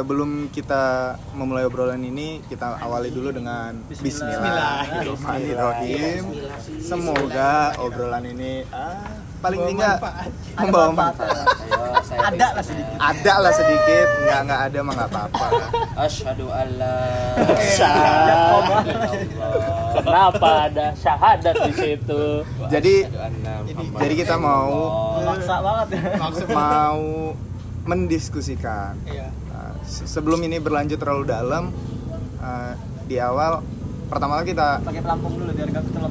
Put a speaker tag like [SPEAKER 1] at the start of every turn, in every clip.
[SPEAKER 1] Sebelum kita memulai obrolan ini, kita awali dulu dengan Bismillahirrahmanirrahim. Semoga obrolan ini ah, paling tidak membawa manfaat.
[SPEAKER 2] ada lah sedikit
[SPEAKER 1] Ada lah sedikit, nggak nggak ada mah nggak apa-apa.
[SPEAKER 3] Asyhadu alla
[SPEAKER 4] Kenapa ada syahadat di situ?
[SPEAKER 1] Jadi
[SPEAKER 3] asyhadu anna Muhammad
[SPEAKER 1] jadi kita mau
[SPEAKER 2] maksa banget
[SPEAKER 1] mau mendiskusikan.
[SPEAKER 2] Iya.
[SPEAKER 1] Uh, se- sebelum ini berlanjut terlalu dalam, uh, di awal pertama kita
[SPEAKER 2] pakai pelampung dulu biar gak kecelok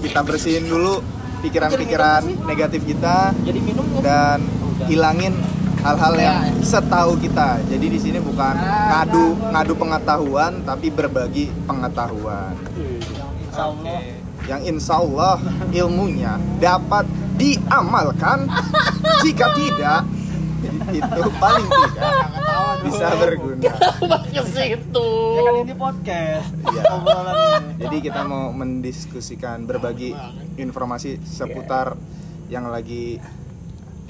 [SPEAKER 1] kita bersihin dulu pikiran-pikiran negatif kita
[SPEAKER 2] jadi minum
[SPEAKER 1] dan hilangin hal-hal yang setahu kita. Jadi di sini bukan ngadu ngadu pengetahuan tapi berbagi pengetahuan.
[SPEAKER 2] insya Allah
[SPEAKER 1] Yang insya Allah ilmunya dapat diamalkan. Jika tidak, itu paling tidak bisa berguna.
[SPEAKER 4] Ke situ.
[SPEAKER 2] ya kan ini podcast
[SPEAKER 1] Iya.
[SPEAKER 2] obrolannya
[SPEAKER 1] Jadi kita mau mendiskusikan berbagi informasi seputar yang lagi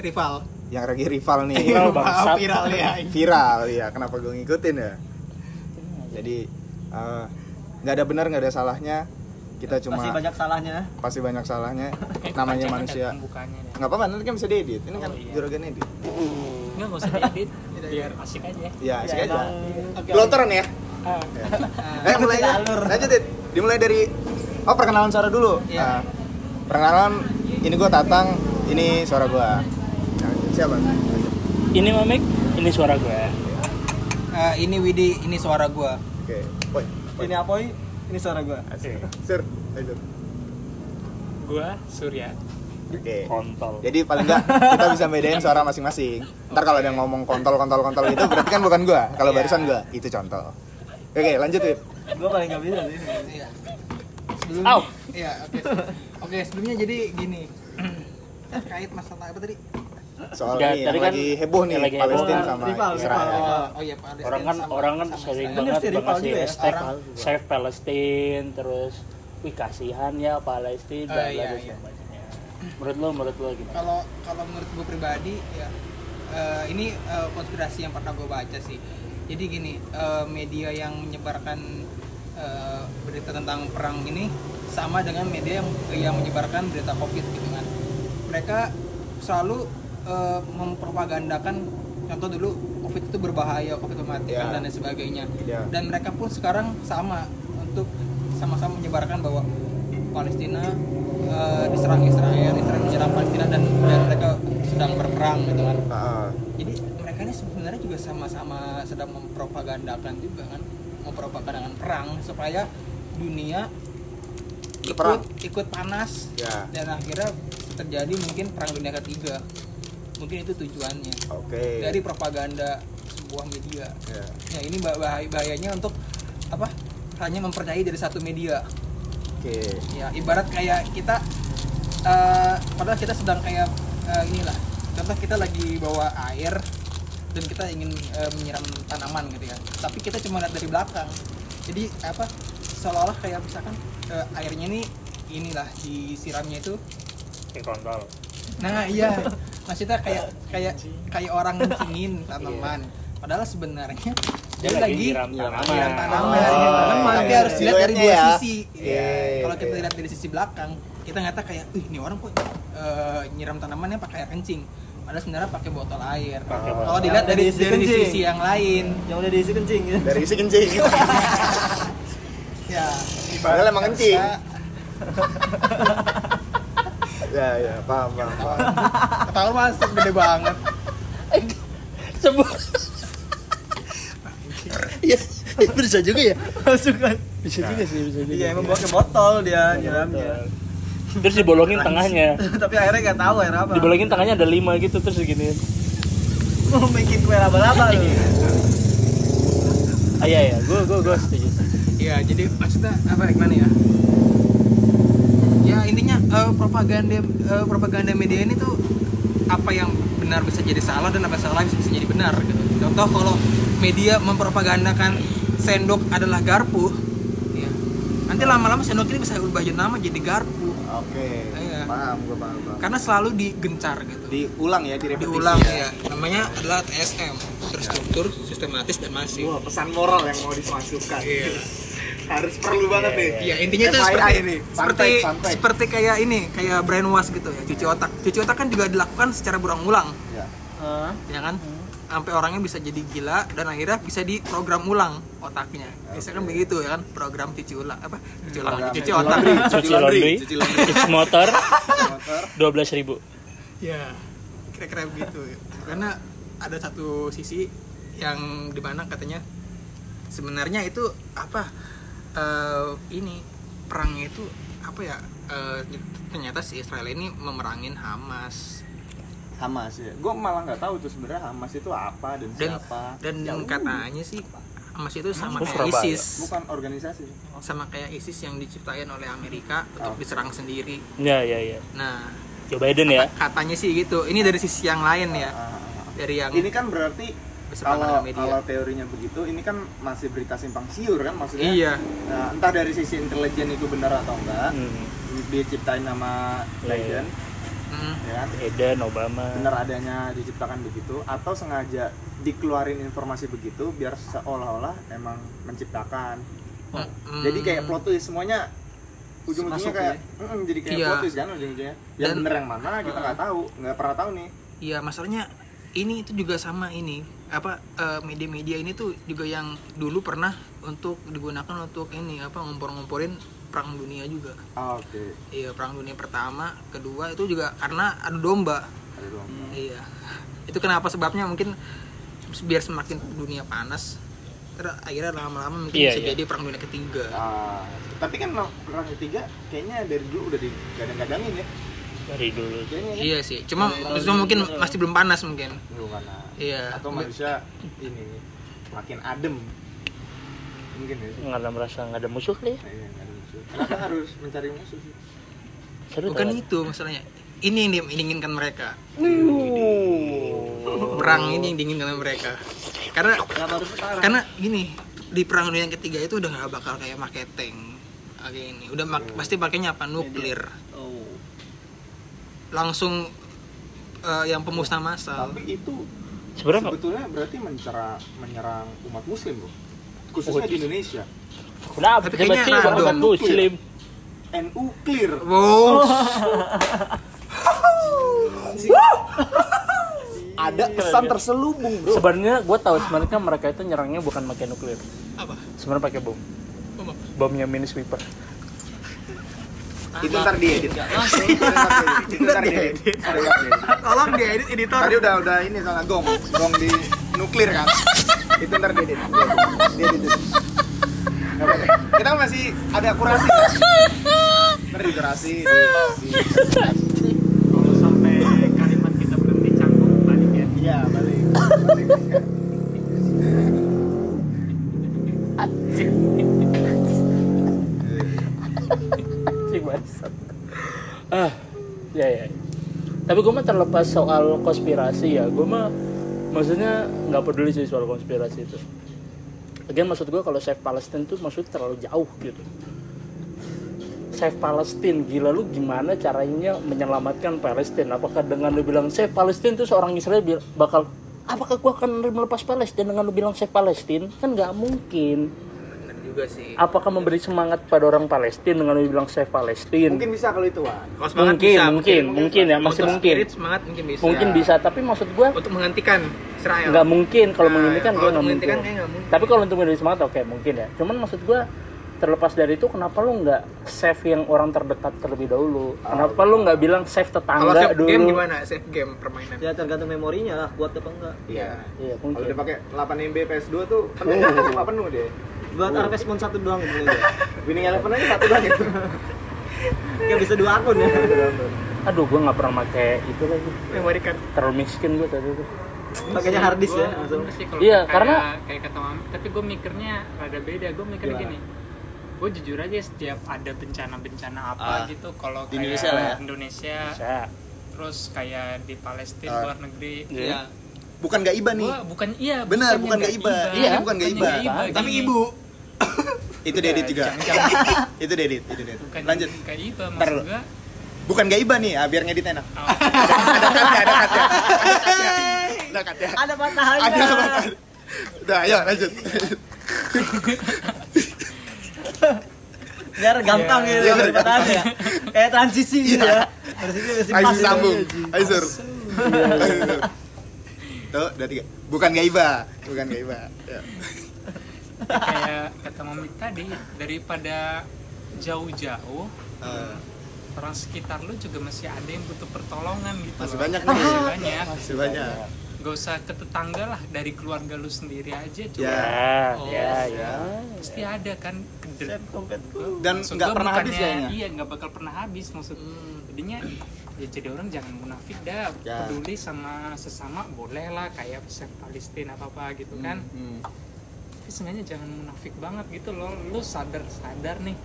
[SPEAKER 5] rival
[SPEAKER 1] yang lagi rival nih.
[SPEAKER 4] Viral bangsat.
[SPEAKER 5] viral ya
[SPEAKER 1] viral ya kenapa gue ngikutin ya jadi eh, nggak ada benar nggak ada salahnya kita cuma
[SPEAKER 2] masih banyak salahnya
[SPEAKER 1] pasti banyak salahnya namanya manusia nggak apa-apa nanti kan bisa diedit ini
[SPEAKER 2] Oh,
[SPEAKER 1] kan
[SPEAKER 2] iya.
[SPEAKER 1] juragan edit
[SPEAKER 4] Enggak usah diedit. Biar asik aja.
[SPEAKER 1] ya asik
[SPEAKER 2] Iya,
[SPEAKER 1] aja
[SPEAKER 5] Oke.
[SPEAKER 1] Pelontaran ya
[SPEAKER 4] Ah.
[SPEAKER 1] Ya. eh mulai
[SPEAKER 5] ya.
[SPEAKER 1] aja.
[SPEAKER 2] Alur.
[SPEAKER 1] lanjut Dit. dimulai dari oh perkenalan suara dulu
[SPEAKER 2] Iya.
[SPEAKER 1] Nah, perkenalan ini gue tatang ini suara gue siapa oke
[SPEAKER 4] Ini mamik, ini suara gue.
[SPEAKER 5] Eh, ini Widi ini suara gua
[SPEAKER 1] poin poin
[SPEAKER 2] ini apoi ini suara gue
[SPEAKER 1] Sur. Ayo, Sur.
[SPEAKER 4] Gue Surya.
[SPEAKER 1] oke
[SPEAKER 4] Kontol.
[SPEAKER 1] Jadi paling enggak kita bisa bedain suara masing-masing. Ntar kalau ada yang ngomong kontol kontol kontol gitu berarti kan bukan gua. Kalau
[SPEAKER 3] Iya.
[SPEAKER 1] barusan gua itu contoh. Oke, lanjut Wid.
[SPEAKER 2] gue paling gak bisa sih
[SPEAKER 5] Iya. Sebelum-
[SPEAKER 4] Au.
[SPEAKER 5] Iya, oke. Oke, sebelumnya jadi gini. Terkait masalah apa tadi?
[SPEAKER 1] Soal
[SPEAKER 4] Udah,
[SPEAKER 1] nih yang
[SPEAKER 4] tadi kan
[SPEAKER 1] lagi heboh nih
[SPEAKER 4] yang lagi heboh
[SPEAKER 1] Palestina
[SPEAKER 4] kan,
[SPEAKER 1] sama
[SPEAKER 2] rival,
[SPEAKER 1] Israel.
[SPEAKER 2] rival.
[SPEAKER 5] Oh, oh iya, Palestina
[SPEAKER 4] Orang kan
[SPEAKER 5] sama-
[SPEAKER 4] orang kan
[SPEAKER 5] sama
[SPEAKER 4] sering
[SPEAKER 5] Israel.
[SPEAKER 2] Bener
[SPEAKER 4] banget
[SPEAKER 2] sih, rival
[SPEAKER 4] bakal sih
[SPEAKER 2] juga ya.
[SPEAKER 4] hashtag
[SPEAKER 5] Orang-
[SPEAKER 4] kan. save Palestine terus wih kasihan ya Palestina
[SPEAKER 5] Oh,
[SPEAKER 4] bla bla
[SPEAKER 5] iya,
[SPEAKER 4] dan
[SPEAKER 5] iya.
[SPEAKER 4] sebagainya. Menurut lo menurut lo gimana?
[SPEAKER 5] Kalau kalau menurut gue pribadi ya eh, ini eh, konspirasi yang pernah gue baca sih. Jadi gini, eh, media yang menyebarkan eh, berita tentang perang ini sama dengan media yang yang menyebarkan berita Covid gitu kan. Mereka selalu eh, mempropagandakan contoh dulu Covid itu berbahaya, Covid mematikan
[SPEAKER 1] Ya.
[SPEAKER 5] dan lain sebagainya
[SPEAKER 1] Ya.
[SPEAKER 5] dan mereka pun sekarang sama untuk sama-sama menyebarkan bahwa Palestina eh, diserang Israel, Israel menyerang Palestina dan dan mereka sedang berperang gitu kan.
[SPEAKER 1] Heeh.
[SPEAKER 5] Jadi mereka ini sebenarnya juga sama-sama sedang mempropagandakan juga kan, mempropagandakan perang supaya dunia ikut
[SPEAKER 1] Berperang.
[SPEAKER 5] ikut panas
[SPEAKER 1] Ya.
[SPEAKER 5] dan akhirnya terjadi mungkin perang dunia ketiga. Mungkin itu tujuannya
[SPEAKER 1] Oke.
[SPEAKER 5] dari propaganda sebuah media.
[SPEAKER 1] Ya.
[SPEAKER 5] Ya ini bah- bahaya bahayanya untuk apa? Hanya mempercayai dari satu media.
[SPEAKER 1] Oke.
[SPEAKER 5] Ya ibarat kayak kita eh, padahal kita sedang kayak eh, inilah. Contoh kita lagi bawa air dan kita ingin eh, menyiram tanaman gitu ya. Tapi kita cuma lihat dari belakang. Jadi apa? Seolah-olah kayak misalkan eh, airnya ini inilah disiramnya itu
[SPEAKER 4] Kayak kontol.
[SPEAKER 5] Nah iya, maksudnya kayak kayak kayak orang mencingin tanaman. Padahal sebenarnya
[SPEAKER 4] Iya. Dia lagi nyiram tanaman.
[SPEAKER 5] nyiram tanaman.
[SPEAKER 1] Oh,
[SPEAKER 5] nyiram
[SPEAKER 1] iya,
[SPEAKER 5] tanaman. Iya, Tapi
[SPEAKER 1] iya.
[SPEAKER 5] harus dilihat dari dua
[SPEAKER 1] Siluetnya ya.
[SPEAKER 5] sisi.
[SPEAKER 1] Iya,
[SPEAKER 5] Kalau kita
[SPEAKER 1] iya.
[SPEAKER 5] lihat dari sisi belakang, kita ngata kayak, "Ih, ini orang kok eh, nyiram tanamannya pakai air kencing." Padahal sebenarnya pakai botol air.
[SPEAKER 4] Pakai botol.
[SPEAKER 5] Kalau dilihat dari
[SPEAKER 2] Dari sisi
[SPEAKER 5] dari
[SPEAKER 2] kencing.
[SPEAKER 5] sisi yang lain,
[SPEAKER 2] yang udah diisi kencing gitu.
[SPEAKER 1] Dari isi kencing.
[SPEAKER 5] ya.
[SPEAKER 1] Padahal emang
[SPEAKER 5] ibarat
[SPEAKER 1] kencing.
[SPEAKER 5] kata-
[SPEAKER 1] ya ya, paham paham. paham.
[SPEAKER 5] Ketawa masuk gede banget.
[SPEAKER 4] Sebut. Iya, bisa juga ya.
[SPEAKER 2] masukan
[SPEAKER 4] Bisa juga sih, bisa juga.
[SPEAKER 2] iya emang pakai botol dia nyiramnya
[SPEAKER 4] Terus dibolongin tengahnya.
[SPEAKER 2] tapi akhirnya gak tahu air apa
[SPEAKER 4] Dibolongin tengahnya ada lima gitu terus diginiin.
[SPEAKER 2] mau bikin kue laba-laba lu
[SPEAKER 4] Ah, iya iya, gue gue gue setuju.
[SPEAKER 5] Ya, jadi maksudnya apa gimana ya? Ya intinya eh, propaganda eh, propaganda media ini tuh apa yang benar bisa jadi salah dan apa yang salah bisa, bisa jadi benar. Gitu. Contoh kalau media mempropagandakan sendok adalah garpu, ya. nanti lama-lama sendok ini bisa berubah jadi nama jadi garpu
[SPEAKER 1] Oke.
[SPEAKER 5] Iya.
[SPEAKER 1] Paham gua paham paham.
[SPEAKER 5] karena selalu digencar gitu.
[SPEAKER 1] Diulang ya, direpetisi.
[SPEAKER 5] Diulang
[SPEAKER 1] ya.
[SPEAKER 5] ya. Namanya adalah TSM, terus terstruktur, sistematis dan masif.
[SPEAKER 1] Wah, pesan moral yang mau dimasukkan.
[SPEAKER 5] Iya.
[SPEAKER 1] Harus perlu banget nih.
[SPEAKER 5] Iya, intinya itu
[SPEAKER 1] FYI
[SPEAKER 5] seperti
[SPEAKER 1] nih, fun
[SPEAKER 5] seperti
[SPEAKER 1] fact, fun fact.
[SPEAKER 5] seperti kayak ini, kayak brainwash gitu ya, cuci otak. Cuci otak kan juga dilakukan secara berulang-ulang,
[SPEAKER 1] Ya.
[SPEAKER 5] ya kan? Sampai orangnya bisa jadi gila dan akhirnya bisa diprogram ulang otaknya. Biasanya kan begitu ya kan, program cuci ulang apa? Cuci ulang,
[SPEAKER 1] Program
[SPEAKER 5] cuci otak.
[SPEAKER 4] cuci laundry,
[SPEAKER 1] Cuci laundry.
[SPEAKER 4] cuci motor, dua belas ribu.
[SPEAKER 5] ya kira-kira begitu karena ada satu sisi yang dimana katanya sebenarnya itu apa eh, ini perangnya itu apa ya eh, ternyata si Israel ini memerangin Hamas
[SPEAKER 3] Hamas ya. Gue malah nggak tahu tuh sebenarnya Hamas itu apa dan,
[SPEAKER 5] dan
[SPEAKER 3] siapa.
[SPEAKER 5] dan
[SPEAKER 3] Ya, lu
[SPEAKER 5] katanya sih Hamas itu sama
[SPEAKER 4] Terus
[SPEAKER 5] kayak
[SPEAKER 4] Surabaya.
[SPEAKER 5] ISIS
[SPEAKER 3] bukan organisasi.
[SPEAKER 5] Ya. sama kayak ISIS yang diciptain oleh Amerika
[SPEAKER 3] Oh.
[SPEAKER 5] untuk diserang sendiri
[SPEAKER 4] Ya ya ya.
[SPEAKER 5] nah
[SPEAKER 4] Joe Biden ya.
[SPEAKER 5] katanya sih gitu ini dari sisi yang lain ya dari yang
[SPEAKER 3] Ini kan berarti
[SPEAKER 5] Berseberangan
[SPEAKER 3] kalau
[SPEAKER 5] dengan media.
[SPEAKER 3] kalau teorinya begitu, ini kan masih berita simpang siur kan maksudnya.
[SPEAKER 5] Iya.
[SPEAKER 3] Nah, entah dari sisi intelijen itu benar atau enggak,
[SPEAKER 4] Hmm.
[SPEAKER 3] diciptain nama
[SPEAKER 4] Iya, iya.
[SPEAKER 3] Biden,
[SPEAKER 5] Hmm.
[SPEAKER 3] ya kan?
[SPEAKER 4] Eden, Obama.
[SPEAKER 3] benar adanya diciptakan begitu atau sengaja dikeluarin informasi begitu biar seolah-olah emang menciptakan
[SPEAKER 5] Mm-mm.
[SPEAKER 3] jadi kayak plot twist semuanya ujung-ujungnya
[SPEAKER 5] Hmm. Masuk
[SPEAKER 3] kayak mm-mm, jadi kayak
[SPEAKER 5] Iya.
[SPEAKER 3] plot twist kan ujung-ujungnya yang
[SPEAKER 5] Dan-
[SPEAKER 3] bener yang mana kita nggak tahu nggak pernah tahu nih
[SPEAKER 5] Iya, masalahnya ini itu juga sama ini apa eh, media-media ini tuh juga yang dulu pernah untuk digunakan untuk ini apa ngompor-ngomporin perang dunia juga.
[SPEAKER 3] Ah, oke
[SPEAKER 5] Iya, perang dunia pertama, kedua itu juga karena adu domba.
[SPEAKER 3] ada dong
[SPEAKER 5] Iya. Itu kenapa sebabnya mungkin biar semakin dunia panas ter- akhirnya lama-lama mungkin
[SPEAKER 4] Iya,
[SPEAKER 5] bisa
[SPEAKER 4] iya.
[SPEAKER 5] jadi perang dunia ketiga.
[SPEAKER 3] Ah, tapi kan perang ketiga kayaknya dari dulu udah digadang-gadangin ya
[SPEAKER 4] Dari dulu.
[SPEAKER 3] kayaknya ya
[SPEAKER 5] Iya sih, cuma cuma mungkin masih belum panas mungkin.
[SPEAKER 3] Belum karena
[SPEAKER 5] Iya.
[SPEAKER 3] atau manusia ini makin adem mungkin ya
[SPEAKER 4] Nggak ada merasa nggak ada musuh kali ya.
[SPEAKER 3] Iya, nggak ada musuh. Kenapa harus mencari musuh sih?
[SPEAKER 4] Seru
[SPEAKER 5] Bukan
[SPEAKER 4] tau kan?
[SPEAKER 5] itu masalahnya. Ini yang dia inginkan mereka. Perang ini yang diinginkan oleh mereka. Karena karena gini, di perang dunia yang ketiga itu udah nggak bakal kayak pakai tank kayak ini. Udah mak- pasti pakainya apa? Nuklir. Langsung eh, yang pemusnah massal.
[SPEAKER 3] Tapi itu
[SPEAKER 4] Sebenarnya
[SPEAKER 3] sebetulnya berarti menyerang menyerang umat muslim, Bro.
[SPEAKER 1] Oh,
[SPEAKER 3] Khususnya di Indonesia.
[SPEAKER 4] kenapa
[SPEAKER 5] Tapi
[SPEAKER 4] hebat
[SPEAKER 5] kayaknya
[SPEAKER 4] sih
[SPEAKER 5] random.
[SPEAKER 4] banget muslim.
[SPEAKER 3] NU clear.
[SPEAKER 5] Wow.
[SPEAKER 1] Ada pesan terselubung, Bro.
[SPEAKER 4] Sebenarnya gue tahu sebenarnya kan mereka itu nyerangnya bukan pakai nuklir.
[SPEAKER 5] Apa?
[SPEAKER 4] Sebenarnya pakai bom.
[SPEAKER 5] Bom apa?
[SPEAKER 4] Bomnya mini sweeper.
[SPEAKER 1] Itu ntar diedit. Itu ntar diedit. Ntar diedit.
[SPEAKER 5] Tolong dia edit editor.
[SPEAKER 1] Tadi udah udah ini soalnya gong, gong di nuklir kan. Itu ntar diedit. Diedit. itu. Nggak apa-apa. Kita kan masih ada kurasi. Kan? Ntar di kurasi di, di
[SPEAKER 2] Kalau sampai kalimat kita belum dicangkuk balik ya.
[SPEAKER 1] Iya, balik. Balik.
[SPEAKER 4] Cik bangsat. Ah, ya ya. Tapi gue mah terlepas soal konspirasi ya, gue mah maksudnya nggak peduli sih soal konspirasi itu. Lagian maksud gue kalau save Palestine tuh maksudnya terlalu jauh gitu. Save Palestine, gila lu gimana caranya menyelamatkan Palestina? Apakah dengan lu bilang save Palestine tuh seorang Israel bil- bakal apakah gua akan melepas Palestina dengan lu bilang save Palestine? Kan nggak mungkin.
[SPEAKER 5] Bener juga sih.
[SPEAKER 4] Apakah memberi semangat pada orang Palestina dengan lu bilang save Palestine?
[SPEAKER 3] Mungkin bisa kalau itu, Wan.
[SPEAKER 5] Kalau semangat
[SPEAKER 4] mungkin,
[SPEAKER 5] bisa,
[SPEAKER 4] mungkin, mungkin ya masih
[SPEAKER 5] Untuk
[SPEAKER 4] mungkin,
[SPEAKER 5] spirit, semangat mungkin bisa.
[SPEAKER 4] mungkin bisa. Tapi maksud gue
[SPEAKER 5] Untuk menghentikan Israel.
[SPEAKER 4] nggak mungkin kalau
[SPEAKER 5] Nah,
[SPEAKER 4] menghentikan
[SPEAKER 5] kalau
[SPEAKER 4] gue
[SPEAKER 5] untuk
[SPEAKER 4] nggak
[SPEAKER 5] menghentikan
[SPEAKER 4] mungkin.
[SPEAKER 5] kayaknya nggak mungkin.
[SPEAKER 4] Tapi kalau untuk memberi semangat oke mungkin ya. Cuman maksud gue terlepas dari itu kenapa lu nggak save yang orang terdekat terlebih dahulu? Kenapa lu nggak bilang save
[SPEAKER 5] Kalau
[SPEAKER 4] tetangga
[SPEAKER 5] save
[SPEAKER 4] dulu?
[SPEAKER 5] game gimana? Save game permainan.
[SPEAKER 2] Ya tergantung memorinya lah, kuat apa enggak.
[SPEAKER 3] Iya.
[SPEAKER 4] Iya
[SPEAKER 3] Kalau
[SPEAKER 4] mungkin.
[SPEAKER 3] udah pakai 8 MB PS2 tuh penuh
[SPEAKER 1] Oh.
[SPEAKER 3] nggak penuh deh.
[SPEAKER 2] Buat
[SPEAKER 3] Oh.
[SPEAKER 2] Harvest Moon satu doang gitu.
[SPEAKER 3] Winning Eleven aja satu doang itu.
[SPEAKER 2] Kayak bisa dua akun ya.
[SPEAKER 4] Aduh gue nggak pernah pakai itu lagi.
[SPEAKER 5] Memori card.
[SPEAKER 4] Terlalu miskin gue tadi itu.
[SPEAKER 2] Pakainya hard disk ya langsung.
[SPEAKER 6] Bener sih kalau
[SPEAKER 4] Iya,
[SPEAKER 6] kayak-
[SPEAKER 4] karena-
[SPEAKER 6] kayak kata Mami, tapi gue mikirnya rada beda. Gue mikir
[SPEAKER 3] Gimana?
[SPEAKER 6] gini. Gue jujur aja setiap ada bencana-bencana apa
[SPEAKER 3] Ah,
[SPEAKER 6] gitu kalau
[SPEAKER 3] di
[SPEAKER 6] kayak
[SPEAKER 3] Indonesia lah ya?
[SPEAKER 6] Indonesia,
[SPEAKER 4] Bisa.
[SPEAKER 6] terus kayak di Palestina
[SPEAKER 1] Ah.
[SPEAKER 6] luar negeri.
[SPEAKER 4] Iya.
[SPEAKER 1] Bukan gak iba nih.
[SPEAKER 6] Gue bukan iya,
[SPEAKER 1] Benar,
[SPEAKER 6] bukannya
[SPEAKER 1] bukan nggak iba.
[SPEAKER 4] Iya.
[SPEAKER 1] Ini bukan nggak
[SPEAKER 6] bukannya
[SPEAKER 1] iba.
[SPEAKER 6] nggak
[SPEAKER 1] Tapi
[SPEAKER 6] gini.
[SPEAKER 1] ibu. Itu diedit juga.
[SPEAKER 6] Jangan-jangan
[SPEAKER 1] Itu diedit, itu diedit.
[SPEAKER 6] bukan
[SPEAKER 1] Lanjut.
[SPEAKER 6] nggak iba
[SPEAKER 1] Ntar
[SPEAKER 6] maksud
[SPEAKER 1] lu.
[SPEAKER 6] gue.
[SPEAKER 1] Bukan gak iba nih, ah, biar ngedit enak.
[SPEAKER 6] Oh.
[SPEAKER 1] Ada ada cut ya, ada cut ya. Ada cut ya. ada katanya
[SPEAKER 7] Ada matahari.
[SPEAKER 1] ada makan udah ayo lanjut
[SPEAKER 7] Biar gampang
[SPEAKER 1] Iya,
[SPEAKER 7] gitu
[SPEAKER 1] iya,
[SPEAKER 7] yeah, matahari ya. Kayak transisi gitu ya.
[SPEAKER 1] Iya.
[SPEAKER 7] Transisi mesti
[SPEAKER 1] ayo
[SPEAKER 7] pas
[SPEAKER 1] Sur,
[SPEAKER 7] gitu.
[SPEAKER 1] sambung ayo Sur.
[SPEAKER 4] Iya,
[SPEAKER 1] Ayo, Sur. tuh udah tiga bukan gaiba bukan gaiba ya.
[SPEAKER 6] kayak kata mami tadi daripada jauh-jauh
[SPEAKER 1] Eh,
[SPEAKER 6] orang sekitar lu juga masih ada yang butuh pertolongan gitu
[SPEAKER 1] Masih
[SPEAKER 6] loh.
[SPEAKER 1] banyak nih.
[SPEAKER 6] masih banyak
[SPEAKER 1] masih banyak
[SPEAKER 6] gak usah ke tetangga lah dari keluarga lu sendiri aja coba
[SPEAKER 1] ya
[SPEAKER 4] Ya,
[SPEAKER 6] Oh,
[SPEAKER 4] ya, ya.
[SPEAKER 6] pasti ada kan keder-
[SPEAKER 7] Set dompetku.
[SPEAKER 1] Dan
[SPEAKER 6] Maksud
[SPEAKER 1] nggak
[SPEAKER 6] gua
[SPEAKER 1] pernah habis
[SPEAKER 6] bukannya-
[SPEAKER 1] kayaknya.
[SPEAKER 6] iya nggak bakal pernah habis maksud jadinya ya jadi orang jangan munafik dah
[SPEAKER 1] Ya.
[SPEAKER 6] peduli sama sesama boleh lah kayak chef Palestina apa apa gitu kan
[SPEAKER 1] Hmm.
[SPEAKER 6] tapi sengaja jangan munafik banget gitu loh lu sadar sadar nih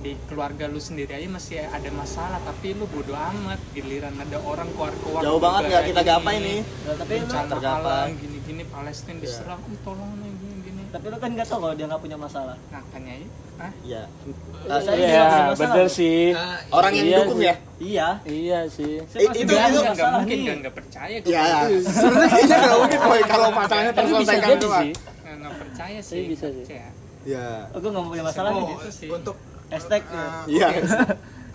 [SPEAKER 6] di keluarga lu sendiri aja masih ada masalah tapi lu bodo amat giliran ada orang keluar keluar
[SPEAKER 1] jauh banget nggak kita gapai nih
[SPEAKER 7] Nah, tapi lu
[SPEAKER 6] bencana
[SPEAKER 1] tergapai.
[SPEAKER 6] alam gini gini Palestina diserang "Uh, tolong nih gini gini
[SPEAKER 7] tapi lu kan nggak tahu kalau dia nggak punya masalah.
[SPEAKER 6] nah kayaknya ah
[SPEAKER 1] ya
[SPEAKER 7] Nah, saya
[SPEAKER 4] Iya,
[SPEAKER 7] juga punya masalah.
[SPEAKER 4] bener sih.
[SPEAKER 5] Nah,
[SPEAKER 1] orang yang
[SPEAKER 4] Iya
[SPEAKER 1] dukung
[SPEAKER 4] sih.
[SPEAKER 1] ya
[SPEAKER 7] Iya.
[SPEAKER 4] Iya sih.
[SPEAKER 7] Saya
[SPEAKER 1] Eh,
[SPEAKER 7] pasti
[SPEAKER 1] itu-
[SPEAKER 7] punya
[SPEAKER 1] itu-
[SPEAKER 6] nggak
[SPEAKER 7] masalah
[SPEAKER 6] mungkin
[SPEAKER 7] nih.
[SPEAKER 6] kan nggak percaya gue
[SPEAKER 1] ya sebenarnya kayaknya nggak mungkin boy kalau masalahnya
[SPEAKER 4] Tapi bisa
[SPEAKER 1] terselesaikan
[SPEAKER 4] jadi
[SPEAKER 1] doang
[SPEAKER 4] sih.
[SPEAKER 6] nggak nggak percaya sih
[SPEAKER 4] Tapi bisa
[SPEAKER 6] nggak
[SPEAKER 4] sih.
[SPEAKER 6] percaya.
[SPEAKER 1] ya
[SPEAKER 7] Aku nggak punya masalah nih.
[SPEAKER 5] oh,
[SPEAKER 6] gitu sih.
[SPEAKER 5] untuk
[SPEAKER 7] Hashtag.
[SPEAKER 5] eh,
[SPEAKER 1] Iya.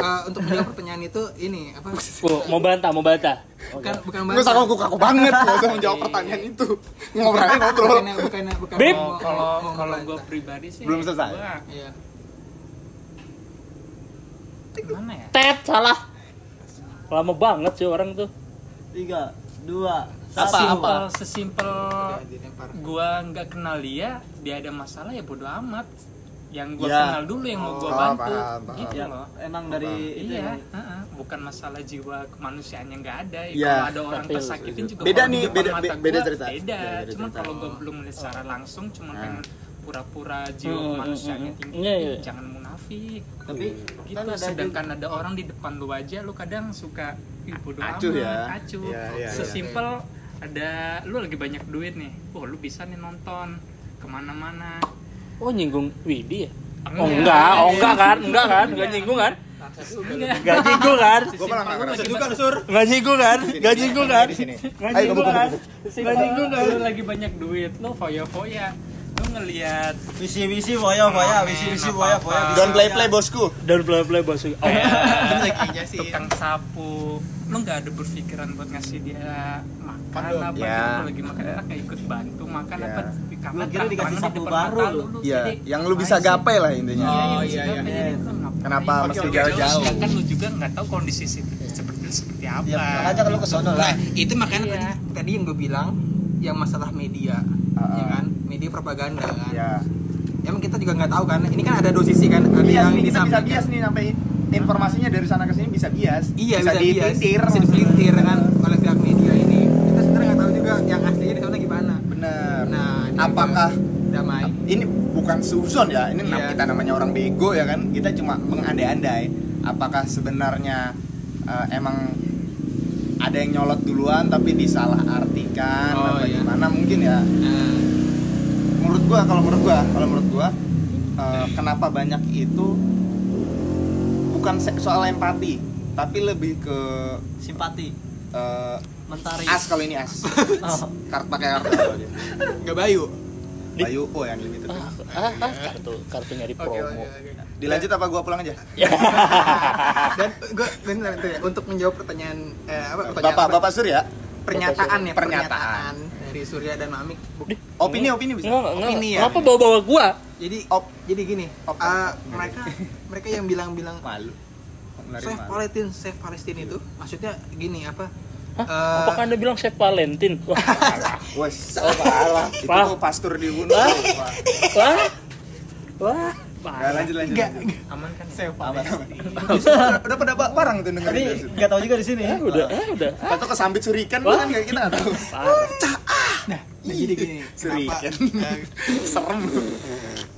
[SPEAKER 5] eh, untuk menjawab pertanyaan itu ini apa
[SPEAKER 4] Oh, mau bantah, mau bantah.
[SPEAKER 5] bukan bukan
[SPEAKER 1] Gue
[SPEAKER 5] bahasa.
[SPEAKER 1] sama aku kaku banget Gak usah menjawab pertanyaan itu Ngobrolnya ngobrol
[SPEAKER 5] Bukan- bukan bukan
[SPEAKER 4] Bip.
[SPEAKER 5] mau-
[SPEAKER 6] Kalau- kalau
[SPEAKER 5] mau- mau
[SPEAKER 6] kalau gue
[SPEAKER 5] membantah.
[SPEAKER 6] pribadi sih
[SPEAKER 1] Belum selesai.
[SPEAKER 6] gua
[SPEAKER 5] Iya.
[SPEAKER 6] gimana ya
[SPEAKER 4] Tet, salah. Lama banget sih orang tuh.
[SPEAKER 7] Tiga, dua,
[SPEAKER 1] Apa,
[SPEAKER 7] satu.
[SPEAKER 1] apa?
[SPEAKER 6] Sesimpel- sesimpel gua nggak kenal dia dia ada masalah ya bodo amat yang gua
[SPEAKER 1] Ya.
[SPEAKER 6] kenal dulu yang mau gua
[SPEAKER 1] Oh,
[SPEAKER 6] bantu
[SPEAKER 1] paham, paham.
[SPEAKER 6] gitu
[SPEAKER 7] Ya,
[SPEAKER 6] loh
[SPEAKER 7] emang dari itu
[SPEAKER 6] Iya,
[SPEAKER 7] ya.
[SPEAKER 6] heeh. bukan masalah jiwa kemanusiaannya nggak ada. Ya.
[SPEAKER 1] Iya.
[SPEAKER 6] Kalau ada orang
[SPEAKER 4] Tapi-
[SPEAKER 6] tersakitin juga
[SPEAKER 1] Beda
[SPEAKER 6] orang
[SPEAKER 1] nih,
[SPEAKER 6] depan
[SPEAKER 1] beda-
[SPEAKER 6] mata
[SPEAKER 1] be- beda
[SPEAKER 6] gua,
[SPEAKER 1] cerita.
[SPEAKER 6] Beda.
[SPEAKER 1] Beda- beda
[SPEAKER 6] Cuman
[SPEAKER 1] cerita.
[SPEAKER 6] kalau gue belum melihat secara langsung, cuman
[SPEAKER 1] Nah.
[SPEAKER 6] pengen pura-pura jiwa
[SPEAKER 4] Hmm,
[SPEAKER 6] kemanusiaannya
[SPEAKER 4] hmm,
[SPEAKER 6] tinggi.
[SPEAKER 4] hmm. Iya, iya.
[SPEAKER 6] Ih, Jangan munafik.
[SPEAKER 7] Tapi kan
[SPEAKER 6] Gitu. Sedangkan ada orang di depan lu aja, lu kadang suka Ih, bodo
[SPEAKER 1] Acuh
[SPEAKER 6] amat,
[SPEAKER 1] ya.
[SPEAKER 6] acuh.
[SPEAKER 1] Iya, iya, iya.
[SPEAKER 6] Sesimpel ada lu lagi banyak duit nih, wah lu bisa nih nonton kemana-mana.
[SPEAKER 4] Oh, nyinggung Widi ya? Oh, enggak, oh, enggak kan, enggak kan, enggak nyinggung kan?
[SPEAKER 6] Enggak.
[SPEAKER 4] Enggak nyinggung kan?
[SPEAKER 1] Gue malah gak ngerasa
[SPEAKER 5] juga Sur.
[SPEAKER 4] Enggak nyinggung kan? Enggak nyinggung kan?
[SPEAKER 1] Di sini.
[SPEAKER 4] Enggak
[SPEAKER 1] Ayo,
[SPEAKER 4] nyinggung
[SPEAKER 1] kamu-
[SPEAKER 4] kan?
[SPEAKER 6] Sesimpel, lu lagi banyak duit, lu foya-foya, lu ngelihat
[SPEAKER 7] Visi visi boya boya, visi visi boya boya.
[SPEAKER 1] Don't play play bosku
[SPEAKER 4] Dan play-play basuh. Oh,
[SPEAKER 1] Iya,
[SPEAKER 6] tukang sapu lu nggak ada berpikiran buat ngasih dia makan apa
[SPEAKER 1] Ya.
[SPEAKER 6] gitu Lu lagi makan enak nggak ikut bantu makan
[SPEAKER 1] Ya.
[SPEAKER 6] apa
[SPEAKER 7] iya. Lu
[SPEAKER 6] di kamar
[SPEAKER 7] kira
[SPEAKER 6] terang-terangan
[SPEAKER 7] dikasih
[SPEAKER 6] di
[SPEAKER 7] sapu
[SPEAKER 6] depan
[SPEAKER 7] baru
[SPEAKER 6] mata
[SPEAKER 7] lu.
[SPEAKER 1] Ya,
[SPEAKER 6] Jadi,
[SPEAKER 1] yang lu bisa
[SPEAKER 6] ngapain sih?
[SPEAKER 1] gapai lah
[SPEAKER 6] Iya,
[SPEAKER 1] intinya
[SPEAKER 5] Oh,
[SPEAKER 6] yang bisa
[SPEAKER 5] iya,
[SPEAKER 6] gapai.
[SPEAKER 7] iya.
[SPEAKER 6] Jadi lu ngapain?
[SPEAKER 1] Kenapa
[SPEAKER 6] Pakai
[SPEAKER 1] mesti
[SPEAKER 6] orang
[SPEAKER 1] jauh-jauh?
[SPEAKER 6] sedangkan lu juga nggak tahu kondisi situ- seperti seperti apa
[SPEAKER 7] Ya, makanya kalau ke sono lah.
[SPEAKER 5] Nah, Itu makanya
[SPEAKER 6] Iya.
[SPEAKER 5] tadi, tadi yang gue bilang yang masalah media, ya kan? Media propaganda kan.
[SPEAKER 4] Iya.
[SPEAKER 1] Ya
[SPEAKER 5] Emang kita juga nggak tahu kan. Ini kan ada dua sisi kan, ada
[SPEAKER 3] bias
[SPEAKER 5] yang
[SPEAKER 3] nih, kita bisa
[SPEAKER 5] disampaikan.
[SPEAKER 3] bias nih sampai informasinya dari sana ke sini bisa bias
[SPEAKER 5] Iya
[SPEAKER 3] bisa,
[SPEAKER 5] bisa, bias,
[SPEAKER 3] dipelintir
[SPEAKER 5] bisa dipelintir kan oleh pihak media ini. Kita sebenarnya nggak tahu juga yang aslinya di sana gimana.
[SPEAKER 1] bener
[SPEAKER 5] Nah, ini
[SPEAKER 1] Apakah
[SPEAKER 5] juga damai?
[SPEAKER 1] Nah, ini bukan suzon ya ini nam-
[SPEAKER 5] Iya.
[SPEAKER 1] kita namanya orang bego ya kan kita cuma mengandai-andai apakah sebenarnya eh, emang ada yang nyolot duluan tapi disalahartikan
[SPEAKER 5] Oh,
[SPEAKER 1] apa
[SPEAKER 5] iya.
[SPEAKER 1] gimana mungkin ya
[SPEAKER 5] Nah,
[SPEAKER 1] menurut gua kalau menurut gua kalau menurut gua eh, kenapa banyak itu bukan se- soal empati tapi lebih ke
[SPEAKER 7] Simpati,
[SPEAKER 1] eh,
[SPEAKER 7] mentari.
[SPEAKER 1] as kalau ini as
[SPEAKER 7] Oh.
[SPEAKER 1] kartu pakai kartu kalau dia.
[SPEAKER 5] nggak bayu.
[SPEAKER 1] Bayu oh yang limited
[SPEAKER 4] Ah, ah, ah, kartu kartunya di
[SPEAKER 5] Oke,
[SPEAKER 4] promo.
[SPEAKER 1] Oh.
[SPEAKER 5] oke, oke.
[SPEAKER 1] dilanjut apa gua pulang aja
[SPEAKER 5] iya.
[SPEAKER 1] Ah.
[SPEAKER 5] Dan gue bentar, bentar ya, untuk menjawab pertanyaan eh, apa pertanyaan
[SPEAKER 1] bapak
[SPEAKER 5] apa?
[SPEAKER 1] bapak ya? surya
[SPEAKER 5] pernyataan ya
[SPEAKER 1] Pernyataan.
[SPEAKER 5] pernyataan dari Surya dan Mamik Bu-
[SPEAKER 1] opini opini bisa
[SPEAKER 4] Enggak, enggak.
[SPEAKER 5] Opini ya.
[SPEAKER 4] Kenapa bawa-bawa gua?
[SPEAKER 5] jadi
[SPEAKER 1] Op.
[SPEAKER 5] jadi gini
[SPEAKER 1] Op.
[SPEAKER 5] eh, mereka mereka yang bilang-bilang
[SPEAKER 1] malu Lari
[SPEAKER 5] save
[SPEAKER 1] malu.
[SPEAKER 5] Palestine save Palestine itu maksudnya gini apa
[SPEAKER 4] Hah?
[SPEAKER 5] Eh,
[SPEAKER 4] Apakah Anda bilang Chef Valentin? Wah,
[SPEAKER 1] wes oh parah itu
[SPEAKER 4] Wah.
[SPEAKER 1] tuh pastur dibunuh Wah.
[SPEAKER 4] wah. Wah.
[SPEAKER 1] Nggak, lanjut lanjut
[SPEAKER 5] Nggak,
[SPEAKER 1] lanjut.
[SPEAKER 6] aman kan ya?
[SPEAKER 1] Aman, aman. udah udah pada ba- barang tuh
[SPEAKER 7] Tapi
[SPEAKER 1] dengerin itu.
[SPEAKER 7] nggak tahu juga di sini.
[SPEAKER 4] Ah, udah, ah, udah.
[SPEAKER 1] atau kesambit surikan
[SPEAKER 4] Wah.
[SPEAKER 1] kan nggak kita nggak tahu ah.
[SPEAKER 5] nah, jadi gini kenapa
[SPEAKER 1] surikan
[SPEAKER 5] eh,
[SPEAKER 1] serem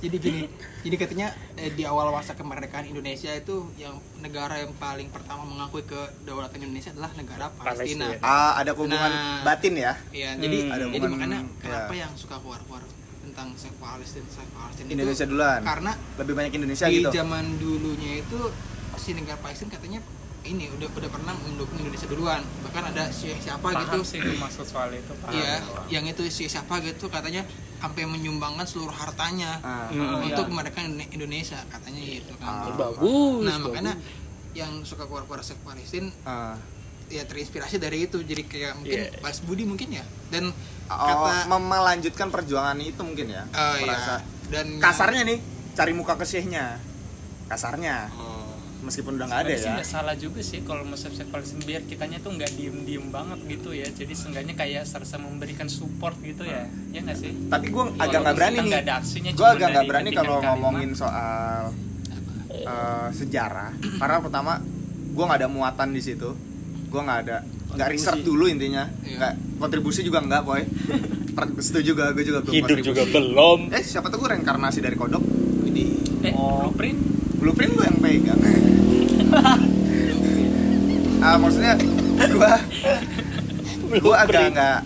[SPEAKER 5] jadi gini jadi katanya eh, di awal masa kemerdekaan Indonesia itu yang negara yang paling pertama mengakui kedaulatan Indonesia adalah negara Palestina
[SPEAKER 4] Palestina.
[SPEAKER 1] ah ada hubungan
[SPEAKER 5] Nah.
[SPEAKER 1] batin ya
[SPEAKER 5] Iya, jadi
[SPEAKER 1] Ada
[SPEAKER 5] jadi
[SPEAKER 1] hubungan,
[SPEAKER 5] makanya
[SPEAKER 1] ya.
[SPEAKER 5] kenapa yang suka keluar-keluar tentang save Palestine, save Palestine itu
[SPEAKER 1] Indonesia duluan
[SPEAKER 5] karena
[SPEAKER 1] lebih banyak Indonesia
[SPEAKER 5] di
[SPEAKER 1] gitu
[SPEAKER 5] zaman dulunya itu si negara Palestina katanya ini udah udah pernah mendukung Indonesia duluan bahkan ada si siapa
[SPEAKER 6] paham
[SPEAKER 5] gitu
[SPEAKER 6] sih gue maksud soal itu paham
[SPEAKER 5] Iya, yang itu si siapa gitu katanya sampai menyumbangkan seluruh hartanya
[SPEAKER 1] Ah.
[SPEAKER 4] Hmm,
[SPEAKER 5] untuk memerdekakan Indone- Indonesia katanya gitu kan.
[SPEAKER 4] bagus
[SPEAKER 5] nah,
[SPEAKER 4] bagus.
[SPEAKER 5] makanya yang suka keluar-keluar seks Palestin
[SPEAKER 1] Ah.
[SPEAKER 5] ya terinspirasi dari itu jadi kayak mungkin
[SPEAKER 4] Iya.
[SPEAKER 5] balas budi mungkin ya dan
[SPEAKER 1] Oh,
[SPEAKER 5] kata
[SPEAKER 1] mem- melanjutkan perjuangan itu mungkin ya.
[SPEAKER 5] eh, ya,
[SPEAKER 1] Merasa
[SPEAKER 5] dan
[SPEAKER 1] kasarnya nih, cari muka ke Syekhnya. Kasarnya. Meskipun udah nggak ada
[SPEAKER 6] Sebenarnya sih
[SPEAKER 1] ya.
[SPEAKER 6] nggak salah juga sih kalau mensubscribe Palestina biar kitanya tuh nggak diem-diem banget gitu ya jadi seenggaknya kayak serasa memberikan support gitu ya ya nggak sih
[SPEAKER 1] Tapi gue agak
[SPEAKER 6] Walaupun
[SPEAKER 1] nggak berani
[SPEAKER 6] kita
[SPEAKER 1] nih.
[SPEAKER 6] nggak ada aksinya,
[SPEAKER 1] Gue
[SPEAKER 6] cuma
[SPEAKER 1] agak nggak
[SPEAKER 6] dari
[SPEAKER 1] berani
[SPEAKER 6] ketikan
[SPEAKER 1] kalau
[SPEAKER 6] kalimat.
[SPEAKER 1] ngomongin soal eh, sejarah. Karena pertama gue nggak ada muatan di situ. Gue nggak ada nggak riset dulu intinya.
[SPEAKER 5] Iya.
[SPEAKER 1] Nggak kontribusi juga nggak, boy. Per- Setuju juga, gue juga belum
[SPEAKER 4] hidup
[SPEAKER 1] kontribusi.
[SPEAKER 4] juga belum
[SPEAKER 1] Eh siapa tuh gue reinkarnasi dari kodok
[SPEAKER 6] eh blueprint
[SPEAKER 1] Blueprint gue yang pegang Ah maksudnya gue gue agak nggak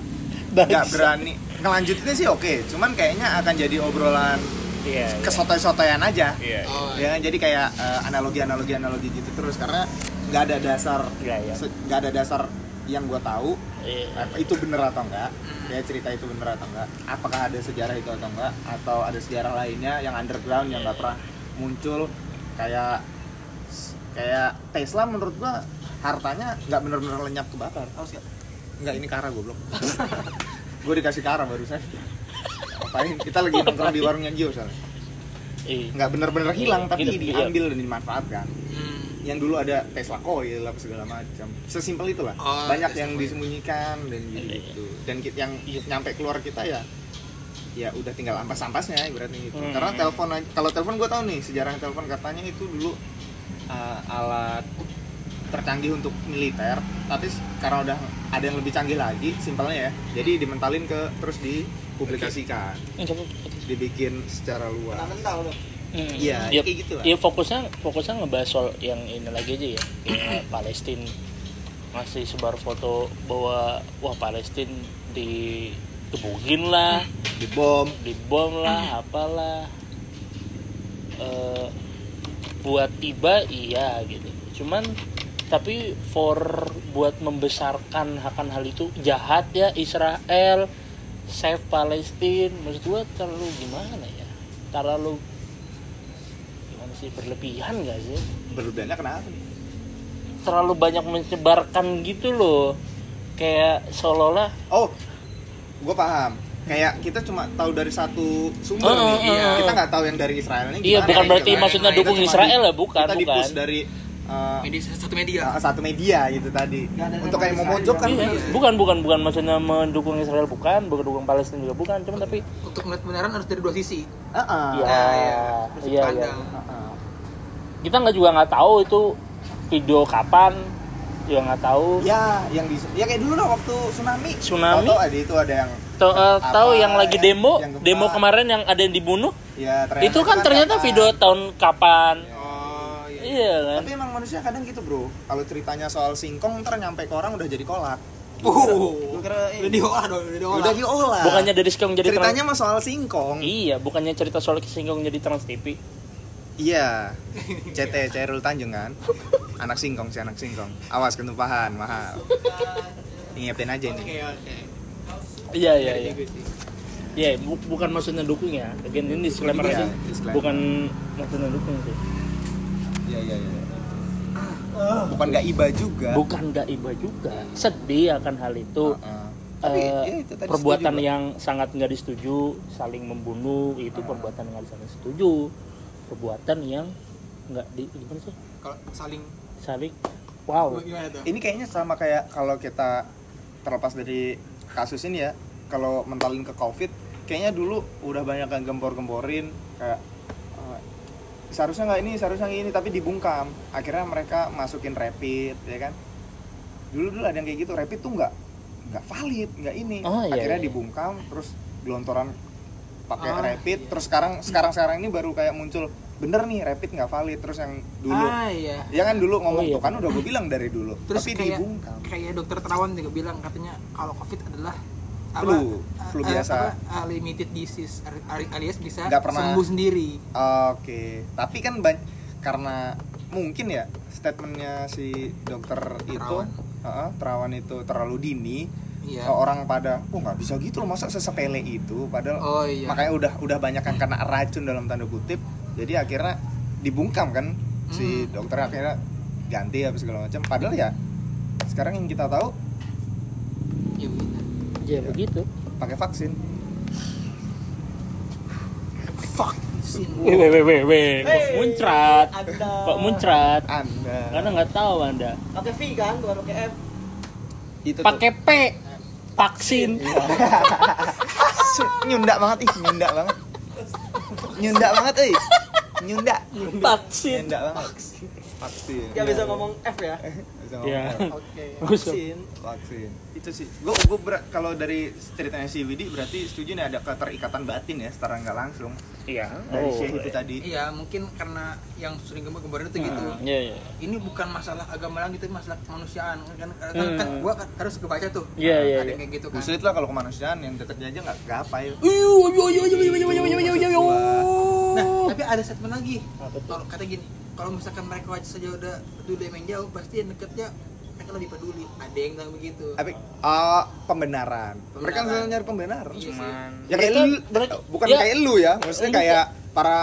[SPEAKER 1] nggak berani ngelanjutinnya sih oke cuman kayaknya akan jadi obrolan
[SPEAKER 4] iya iya.
[SPEAKER 1] kesotoy-sotoyan aja
[SPEAKER 4] iya iya.
[SPEAKER 5] Oh,
[SPEAKER 1] ya jadi kayak eh, analogi-analogi analogi gitu terus karena nggak ada dasar
[SPEAKER 4] Nggak, ya.
[SPEAKER 1] se- nggak ada dasar yang gue tahu
[SPEAKER 4] Iya.
[SPEAKER 1] apa itu bener atau enggak ya cerita itu bener atau enggak apakah ada sejarah itu atau enggak atau ada sejarah lainnya yang underground yang nggak pernah muncul kayak kayak Tesla menurut gua hartanya nggak bener-bener lenyap kebakar tahu sih nggak ini kara goblok gue dikasih kara barusan apain kita lagi nongkrong di warungnya Gio soalnya
[SPEAKER 4] Iya.
[SPEAKER 1] nggak bener-bener hilang tapi
[SPEAKER 4] Hidup, iya.
[SPEAKER 1] diambil dan dimanfaatkan
[SPEAKER 5] hmm,
[SPEAKER 1] yang dulu ada Tesla coil apa segala macam sesimpel itulah
[SPEAKER 5] Oh,
[SPEAKER 1] banyak
[SPEAKER 5] Tesla
[SPEAKER 1] yang
[SPEAKER 5] coil.
[SPEAKER 1] disembunyikan dan
[SPEAKER 4] Iya,
[SPEAKER 1] gitu, dan ki- yang nyampe keluar kita ya ya udah tinggal ampas-ampasnya ibaratnya gitu
[SPEAKER 4] Hmm.
[SPEAKER 1] karena telepon aja- kalau telepon gue tahu nih sejarah telepon katanya itu dulu uh, alat tercanggih untuk militer tapi s- karena udah ada yang lebih canggih lagi simpelnya ya jadi dimentalin ke terus dipublikasikan dibikin secara luas
[SPEAKER 4] Hmm.
[SPEAKER 1] Iya,
[SPEAKER 4] Ya,
[SPEAKER 1] kayak gitu lah.
[SPEAKER 4] ya fokusnya fokusnya ngebahas soal yang ini lagi aja ya. Kayak Palestina masih sebar foto bahwa wah Palestina dikebukin lah,
[SPEAKER 1] dibom
[SPEAKER 4] dibom lah, apalah. Eh, buat tiba iya gitu. Cuman tapi for buat membesarkan akan hal itu jahat ya Israel save Palestina maksud gua terlalu gimana ya terlalu gimana sih berlebihan gak sih
[SPEAKER 1] berlebihannya kenapa nih?
[SPEAKER 4] terlalu banyak menyebarkan gitu loh kayak seolah-olah
[SPEAKER 1] Oh, gue paham. Kayak kita cuma tahu dari satu sumber
[SPEAKER 4] Oh,
[SPEAKER 1] nih.
[SPEAKER 4] oh, iya.
[SPEAKER 1] Kita nggak tahu yang dari Israelnya gimana.
[SPEAKER 4] iya bukan
[SPEAKER 1] gitu
[SPEAKER 4] berarti
[SPEAKER 1] kan.
[SPEAKER 4] maksudnya
[SPEAKER 1] Kita
[SPEAKER 4] dukung
[SPEAKER 1] cuma
[SPEAKER 4] Israel
[SPEAKER 1] di-
[SPEAKER 4] lah bukan
[SPEAKER 1] Kita
[SPEAKER 4] bukan
[SPEAKER 1] di-push dari uh,
[SPEAKER 5] media satu media
[SPEAKER 1] ya, satu media gitu tadi. Untuk kayak memojokkan
[SPEAKER 4] Iya,
[SPEAKER 1] Kan bener.
[SPEAKER 4] bukan bukan bukan maksudnya mendukung Israel bukan bukan dukung Palestina juga bukan cuman tapi
[SPEAKER 5] untuk melihat kebenaran harus dari dua sisi
[SPEAKER 1] Heeh.
[SPEAKER 4] ya
[SPEAKER 5] iya. Terus
[SPEAKER 4] iya iya
[SPEAKER 5] pandang.
[SPEAKER 1] Heeh.
[SPEAKER 4] kita nggak juga nggak tahu itu video kapan juga nggak tahu
[SPEAKER 1] Ya, yang di ya kayak dulu dong waktu tsunami.
[SPEAKER 4] Tsunami?
[SPEAKER 1] Tahu ada itu ada yang
[SPEAKER 4] Tau- eh,
[SPEAKER 1] apa,
[SPEAKER 4] tahu yang lagi
[SPEAKER 1] yang-
[SPEAKER 4] demo
[SPEAKER 1] yang gempa.
[SPEAKER 4] demo kemarin yang ada yang dibunuh
[SPEAKER 1] ya ternyata
[SPEAKER 4] itu kan
[SPEAKER 1] kan
[SPEAKER 4] ternyata
[SPEAKER 1] kapan.
[SPEAKER 4] video tahun kapan
[SPEAKER 5] oh iya
[SPEAKER 4] iya kan
[SPEAKER 1] Tapi emang manusia kadang gitu, Bro. Kalau ceritanya soal singkong ntar nyampe ke orang udah jadi kolak.
[SPEAKER 5] oh
[SPEAKER 8] Gue kira
[SPEAKER 5] udah diolah dong udah diolah
[SPEAKER 1] Udah diolah.
[SPEAKER 4] bukannya dari sekarang jadi trans-
[SPEAKER 1] ceritanya mah soal singkong.
[SPEAKER 4] Iya, bukannya cerita soal kesinggung jadi trans TV.
[SPEAKER 1] Iya, CT Cairul Tanjung kan? Anak singkong si anak singkong. Awas ketumpahan mahal. Ingetin aja
[SPEAKER 5] oke
[SPEAKER 1] ini.
[SPEAKER 5] oke
[SPEAKER 4] Iya, iya, iya.
[SPEAKER 5] Juga sih.
[SPEAKER 4] Iya, bu- bukan maksudnya dukung ya. Bagian ini disclaimer
[SPEAKER 1] Iya,
[SPEAKER 4] aja.
[SPEAKER 1] disclaimer.
[SPEAKER 4] Bukan maksudnya dukung sih.
[SPEAKER 1] Iya iya iya. Bukan nggak iba juga.
[SPEAKER 4] Bukan gak iba juga. Sedih akan hal itu.
[SPEAKER 1] Heeh.
[SPEAKER 5] Tapi,
[SPEAKER 4] Eh,
[SPEAKER 5] ya, itu tadi
[SPEAKER 4] perbuatan
[SPEAKER 5] setuju,
[SPEAKER 4] yang sangat nggak disetuju, saling membunuh itu
[SPEAKER 5] Ah.
[SPEAKER 4] perbuatan yang nggak disetuju. Perbuatan yang nggak di gimana sih?
[SPEAKER 5] kalau saling
[SPEAKER 4] Saling wow.
[SPEAKER 5] gimana tuh
[SPEAKER 1] Ini kayaknya sama kayak kalau kita terlepas dari kasus ini ya. Kalau mentalin ke covid, kayaknya dulu udah banyak yang gembor-gemborin kayak eh, seharusnya nggak ini seharusnya nggak ini tapi dibungkam akhirnya mereka masukin rapid ya kan dulu dulu ada yang kayak gitu rapid tuh nggak nggak valid nggak ini
[SPEAKER 4] Oh, iya,
[SPEAKER 1] akhirnya
[SPEAKER 4] iya.
[SPEAKER 1] dibungkam terus gelontoran pakai
[SPEAKER 5] Ah,
[SPEAKER 1] rapid
[SPEAKER 4] iya.
[SPEAKER 1] terus sekarang sekarang sekarang ini baru kayak muncul bener nih rapid nggak valid terus yang dulu
[SPEAKER 5] ah iya
[SPEAKER 1] ya kan dulu ngomong
[SPEAKER 4] Oh, iya.
[SPEAKER 1] tuh kan udah gue bilang dari dulu
[SPEAKER 5] terus
[SPEAKER 1] tapi
[SPEAKER 5] kayak
[SPEAKER 1] dibungkam
[SPEAKER 5] kayak dokter terawan juga bilang katanya kalau covid adalah
[SPEAKER 1] Flu,
[SPEAKER 5] apa,
[SPEAKER 1] flu
[SPEAKER 5] eh,
[SPEAKER 1] biasa.
[SPEAKER 5] apa, eh, limited disease ali- alias bisa
[SPEAKER 1] Nggak pernah.
[SPEAKER 5] sembuh sendiri
[SPEAKER 1] Oke, tapi kan ban- karena mungkin ya statementnya si dokter itu
[SPEAKER 9] Terawan.
[SPEAKER 1] Heeh, terawan itu terlalu dini
[SPEAKER 9] Iya.
[SPEAKER 5] Ya.
[SPEAKER 1] orang pada oh nggak bisa gitu loh masa sesepele itu padahal
[SPEAKER 9] Oh iya.
[SPEAKER 1] makanya udah udah banyak yang kena racun dalam tanda kutip jadi akhirnya dibungkam kan si dokter akhirnya ganti apa segala macam padahal ya sekarang yang kita tahu
[SPEAKER 9] Iya, bener.
[SPEAKER 4] ya begitu
[SPEAKER 1] pakai vaksin
[SPEAKER 4] weh weh weh weh, weh kok muncrat
[SPEAKER 7] Anda.
[SPEAKER 4] kok muncrat
[SPEAKER 1] anda
[SPEAKER 4] karena nggak tahu anda
[SPEAKER 7] Pakai V kan, bukan pakai F.
[SPEAKER 1] itu tuh.
[SPEAKER 4] pakai P vaksin
[SPEAKER 1] nyunda banget ih nyunda banget nyunda banget eh nyunda
[SPEAKER 5] Iya.
[SPEAKER 4] vaksin
[SPEAKER 1] nyunda banget vaksin
[SPEAKER 2] Iya.
[SPEAKER 7] Gak bisa ngomong F ya.
[SPEAKER 1] Bisa ngomong.
[SPEAKER 4] ya
[SPEAKER 7] Oke.
[SPEAKER 4] Bagus.
[SPEAKER 7] Vaksin.
[SPEAKER 1] vaksin
[SPEAKER 9] itu sih gue gue kalau dari ceritanya si Widi berarti setuju nih ada keterikatan batin ya secara nggak langsung
[SPEAKER 4] iya
[SPEAKER 9] dari Syekh itu tadi
[SPEAKER 5] Iya, mungkin karena yang sering gembar gembar itu gitu.
[SPEAKER 4] iya iya
[SPEAKER 5] Ini bukan masalah agama lagi, tapi masalah kemanusiaan. Kan, kan, kan, kan
[SPEAKER 4] Hmm.
[SPEAKER 5] gua kan harus kebaca tuh.
[SPEAKER 4] Iya, iya,
[SPEAKER 5] Ada
[SPEAKER 4] iya.
[SPEAKER 5] yang kayak gitu kan.
[SPEAKER 1] Buset lah kalau kemanusiaan yang deketnya aja nggak gapai
[SPEAKER 5] Nah, tapi ada statement lagi. Kalau kata gini, kalau misalkan mereka wajah saja udah peduli main jauh, pasti yang deketnya mereka lebih peduli. Ada yang bilang begitu. Iya
[SPEAKER 1] tapi ah, pembenaran. mereka
[SPEAKER 5] Pembenaran.
[SPEAKER 1] selalu nyari pembenaran
[SPEAKER 5] Iya sih.
[SPEAKER 1] ya kayak
[SPEAKER 4] Mereka-
[SPEAKER 1] lu
[SPEAKER 4] mereka-
[SPEAKER 1] bukan
[SPEAKER 4] ya.
[SPEAKER 1] kayak lu ya maksudnya
[SPEAKER 5] Iya.
[SPEAKER 4] Ini
[SPEAKER 1] kayak para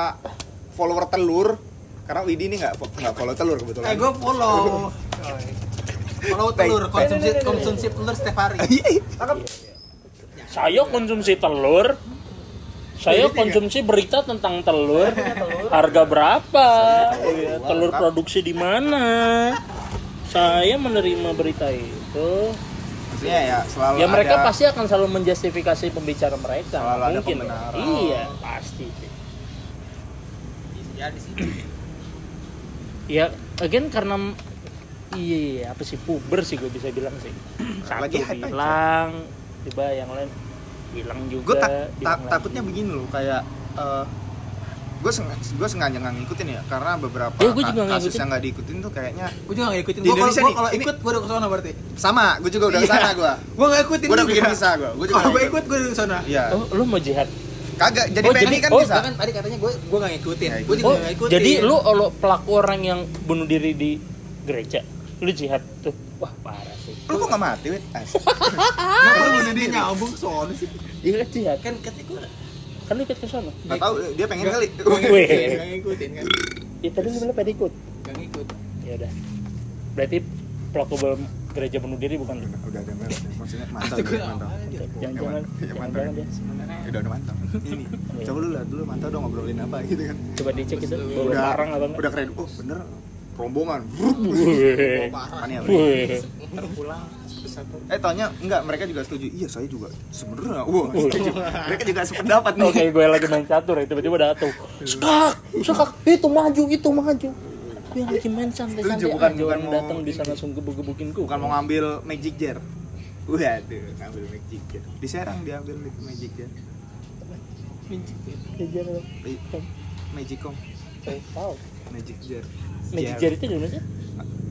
[SPEAKER 1] follower telur karena Widi ini nggak fo- nggak follow telur kebetulan
[SPEAKER 5] Eh, gua follow. follow telur,
[SPEAKER 1] Baik, baik.
[SPEAKER 5] konsumsi konsumsi telur setiap hari.
[SPEAKER 4] saya konsumsi telur saya konsumsi berita tentang telur harga berapa Iya, telur produksi di mana saya menerima berita itu
[SPEAKER 1] maksudnya ya selalu
[SPEAKER 4] ya mereka
[SPEAKER 1] ada-
[SPEAKER 4] pasti akan selalu menjustifikasi pembicara mereka
[SPEAKER 1] Selalu ada
[SPEAKER 4] mungkin
[SPEAKER 1] pembenaran.
[SPEAKER 4] iya pasti sih.
[SPEAKER 5] Ya di situ.
[SPEAKER 4] ya again karena iya apa sih puber sih gue bisa bilang sih satu
[SPEAKER 1] Lagi hype aja.
[SPEAKER 4] bilang tiba yang lain bilang juga
[SPEAKER 1] gue tak,
[SPEAKER 4] bilang lagi.
[SPEAKER 1] takutnya begini loh kayak eh, gue gue sengaja nggak ngikutin ya karena beberapa
[SPEAKER 4] Ya, gua
[SPEAKER 1] ka-
[SPEAKER 4] juga nggak
[SPEAKER 1] kasus
[SPEAKER 4] ngikutin.
[SPEAKER 1] yang nggak diikutin tuh kayaknya
[SPEAKER 5] Gua juga gak ikutin.
[SPEAKER 1] Di
[SPEAKER 5] Gua kalau-
[SPEAKER 1] Indonesia
[SPEAKER 5] gua
[SPEAKER 1] nih,
[SPEAKER 5] kalau
[SPEAKER 1] ini-
[SPEAKER 5] ikut, gua udah ke sana berarti.
[SPEAKER 1] sama gue juga udah
[SPEAKER 5] Iya.
[SPEAKER 1] sana gue
[SPEAKER 5] Gua gak ikutin.
[SPEAKER 1] gue udah
[SPEAKER 5] juga.
[SPEAKER 1] bikin visa gue gue juga
[SPEAKER 5] Kalau gua
[SPEAKER 1] nggak
[SPEAKER 5] ikut, gua udah ke sana.
[SPEAKER 1] iya
[SPEAKER 4] oh, lu mau jihad
[SPEAKER 1] kagak jadi
[SPEAKER 4] Oh,
[SPEAKER 1] PNI
[SPEAKER 4] jadi-
[SPEAKER 1] kan
[SPEAKER 4] oh,
[SPEAKER 1] bisa
[SPEAKER 5] Kan tadi katanya gue gue gak ngikutin.
[SPEAKER 1] Nggak
[SPEAKER 5] Gue juga
[SPEAKER 4] oh
[SPEAKER 5] gak ngikutin.
[SPEAKER 4] jadi lu kalau pelaku orang yang bunuh diri di gereja lu jihad tuh wah parah sih
[SPEAKER 1] lu kok nggak mati wit Asik.
[SPEAKER 5] Kenapa lu dia nyambung soalnya sih?
[SPEAKER 4] iya jihad
[SPEAKER 5] Kan katanya gue
[SPEAKER 4] kan lu ikut ke sana
[SPEAKER 1] nggak tahu dia pengen kali
[SPEAKER 4] Weh.
[SPEAKER 5] gak ngikutin kan.
[SPEAKER 4] ya tadi lu bilang pengen ikut
[SPEAKER 5] Gak ngikut.
[SPEAKER 4] ya udah berarti pelaku bom- gereja bunuh diri bukan lu
[SPEAKER 1] udah denger maksudnya mantap
[SPEAKER 5] Itu gue
[SPEAKER 1] ya, mantap
[SPEAKER 5] aja.
[SPEAKER 4] jangan
[SPEAKER 1] Ya,
[SPEAKER 4] jangan
[SPEAKER 1] mantap. Ya,
[SPEAKER 4] jangan
[SPEAKER 1] mantap.
[SPEAKER 4] jangan ya
[SPEAKER 5] Sebenarnya
[SPEAKER 1] udah udah mantap ini coba lu lihat dulu mantap udah ngobrolin apa gitu kan
[SPEAKER 4] coba dicek itu bawa
[SPEAKER 1] udah
[SPEAKER 4] barang apa enggak
[SPEAKER 1] udah keren oh bener rombongan
[SPEAKER 4] Weh.
[SPEAKER 1] Apaan ya, Bro?
[SPEAKER 4] Weh.
[SPEAKER 5] terpulang satu.
[SPEAKER 1] Eh tanya enggak mereka juga setuju. Iya saya juga sebenarnya. Wah setuju. mereka juga sependapat nih.
[SPEAKER 4] Oke, gue lagi main catur ya, tiba-tiba datang. Sekak, sekak, itu maju, itu maju. Gue yang lagi main
[SPEAKER 1] Setuju,
[SPEAKER 4] santai-santai.
[SPEAKER 1] bukan-
[SPEAKER 4] aja,
[SPEAKER 1] bukan
[SPEAKER 4] orang
[SPEAKER 1] mau-
[SPEAKER 4] datang bisa langsung gebuk-gebukin gue.
[SPEAKER 1] Bukan mau ngambil magic jar. Waduh, ngambil magic jar. Di Serang dia ambil magic jar. Eh, Magicom,
[SPEAKER 4] Eh, Tahu.
[SPEAKER 1] magic jar.
[SPEAKER 4] Magic jar itu dari mana sih?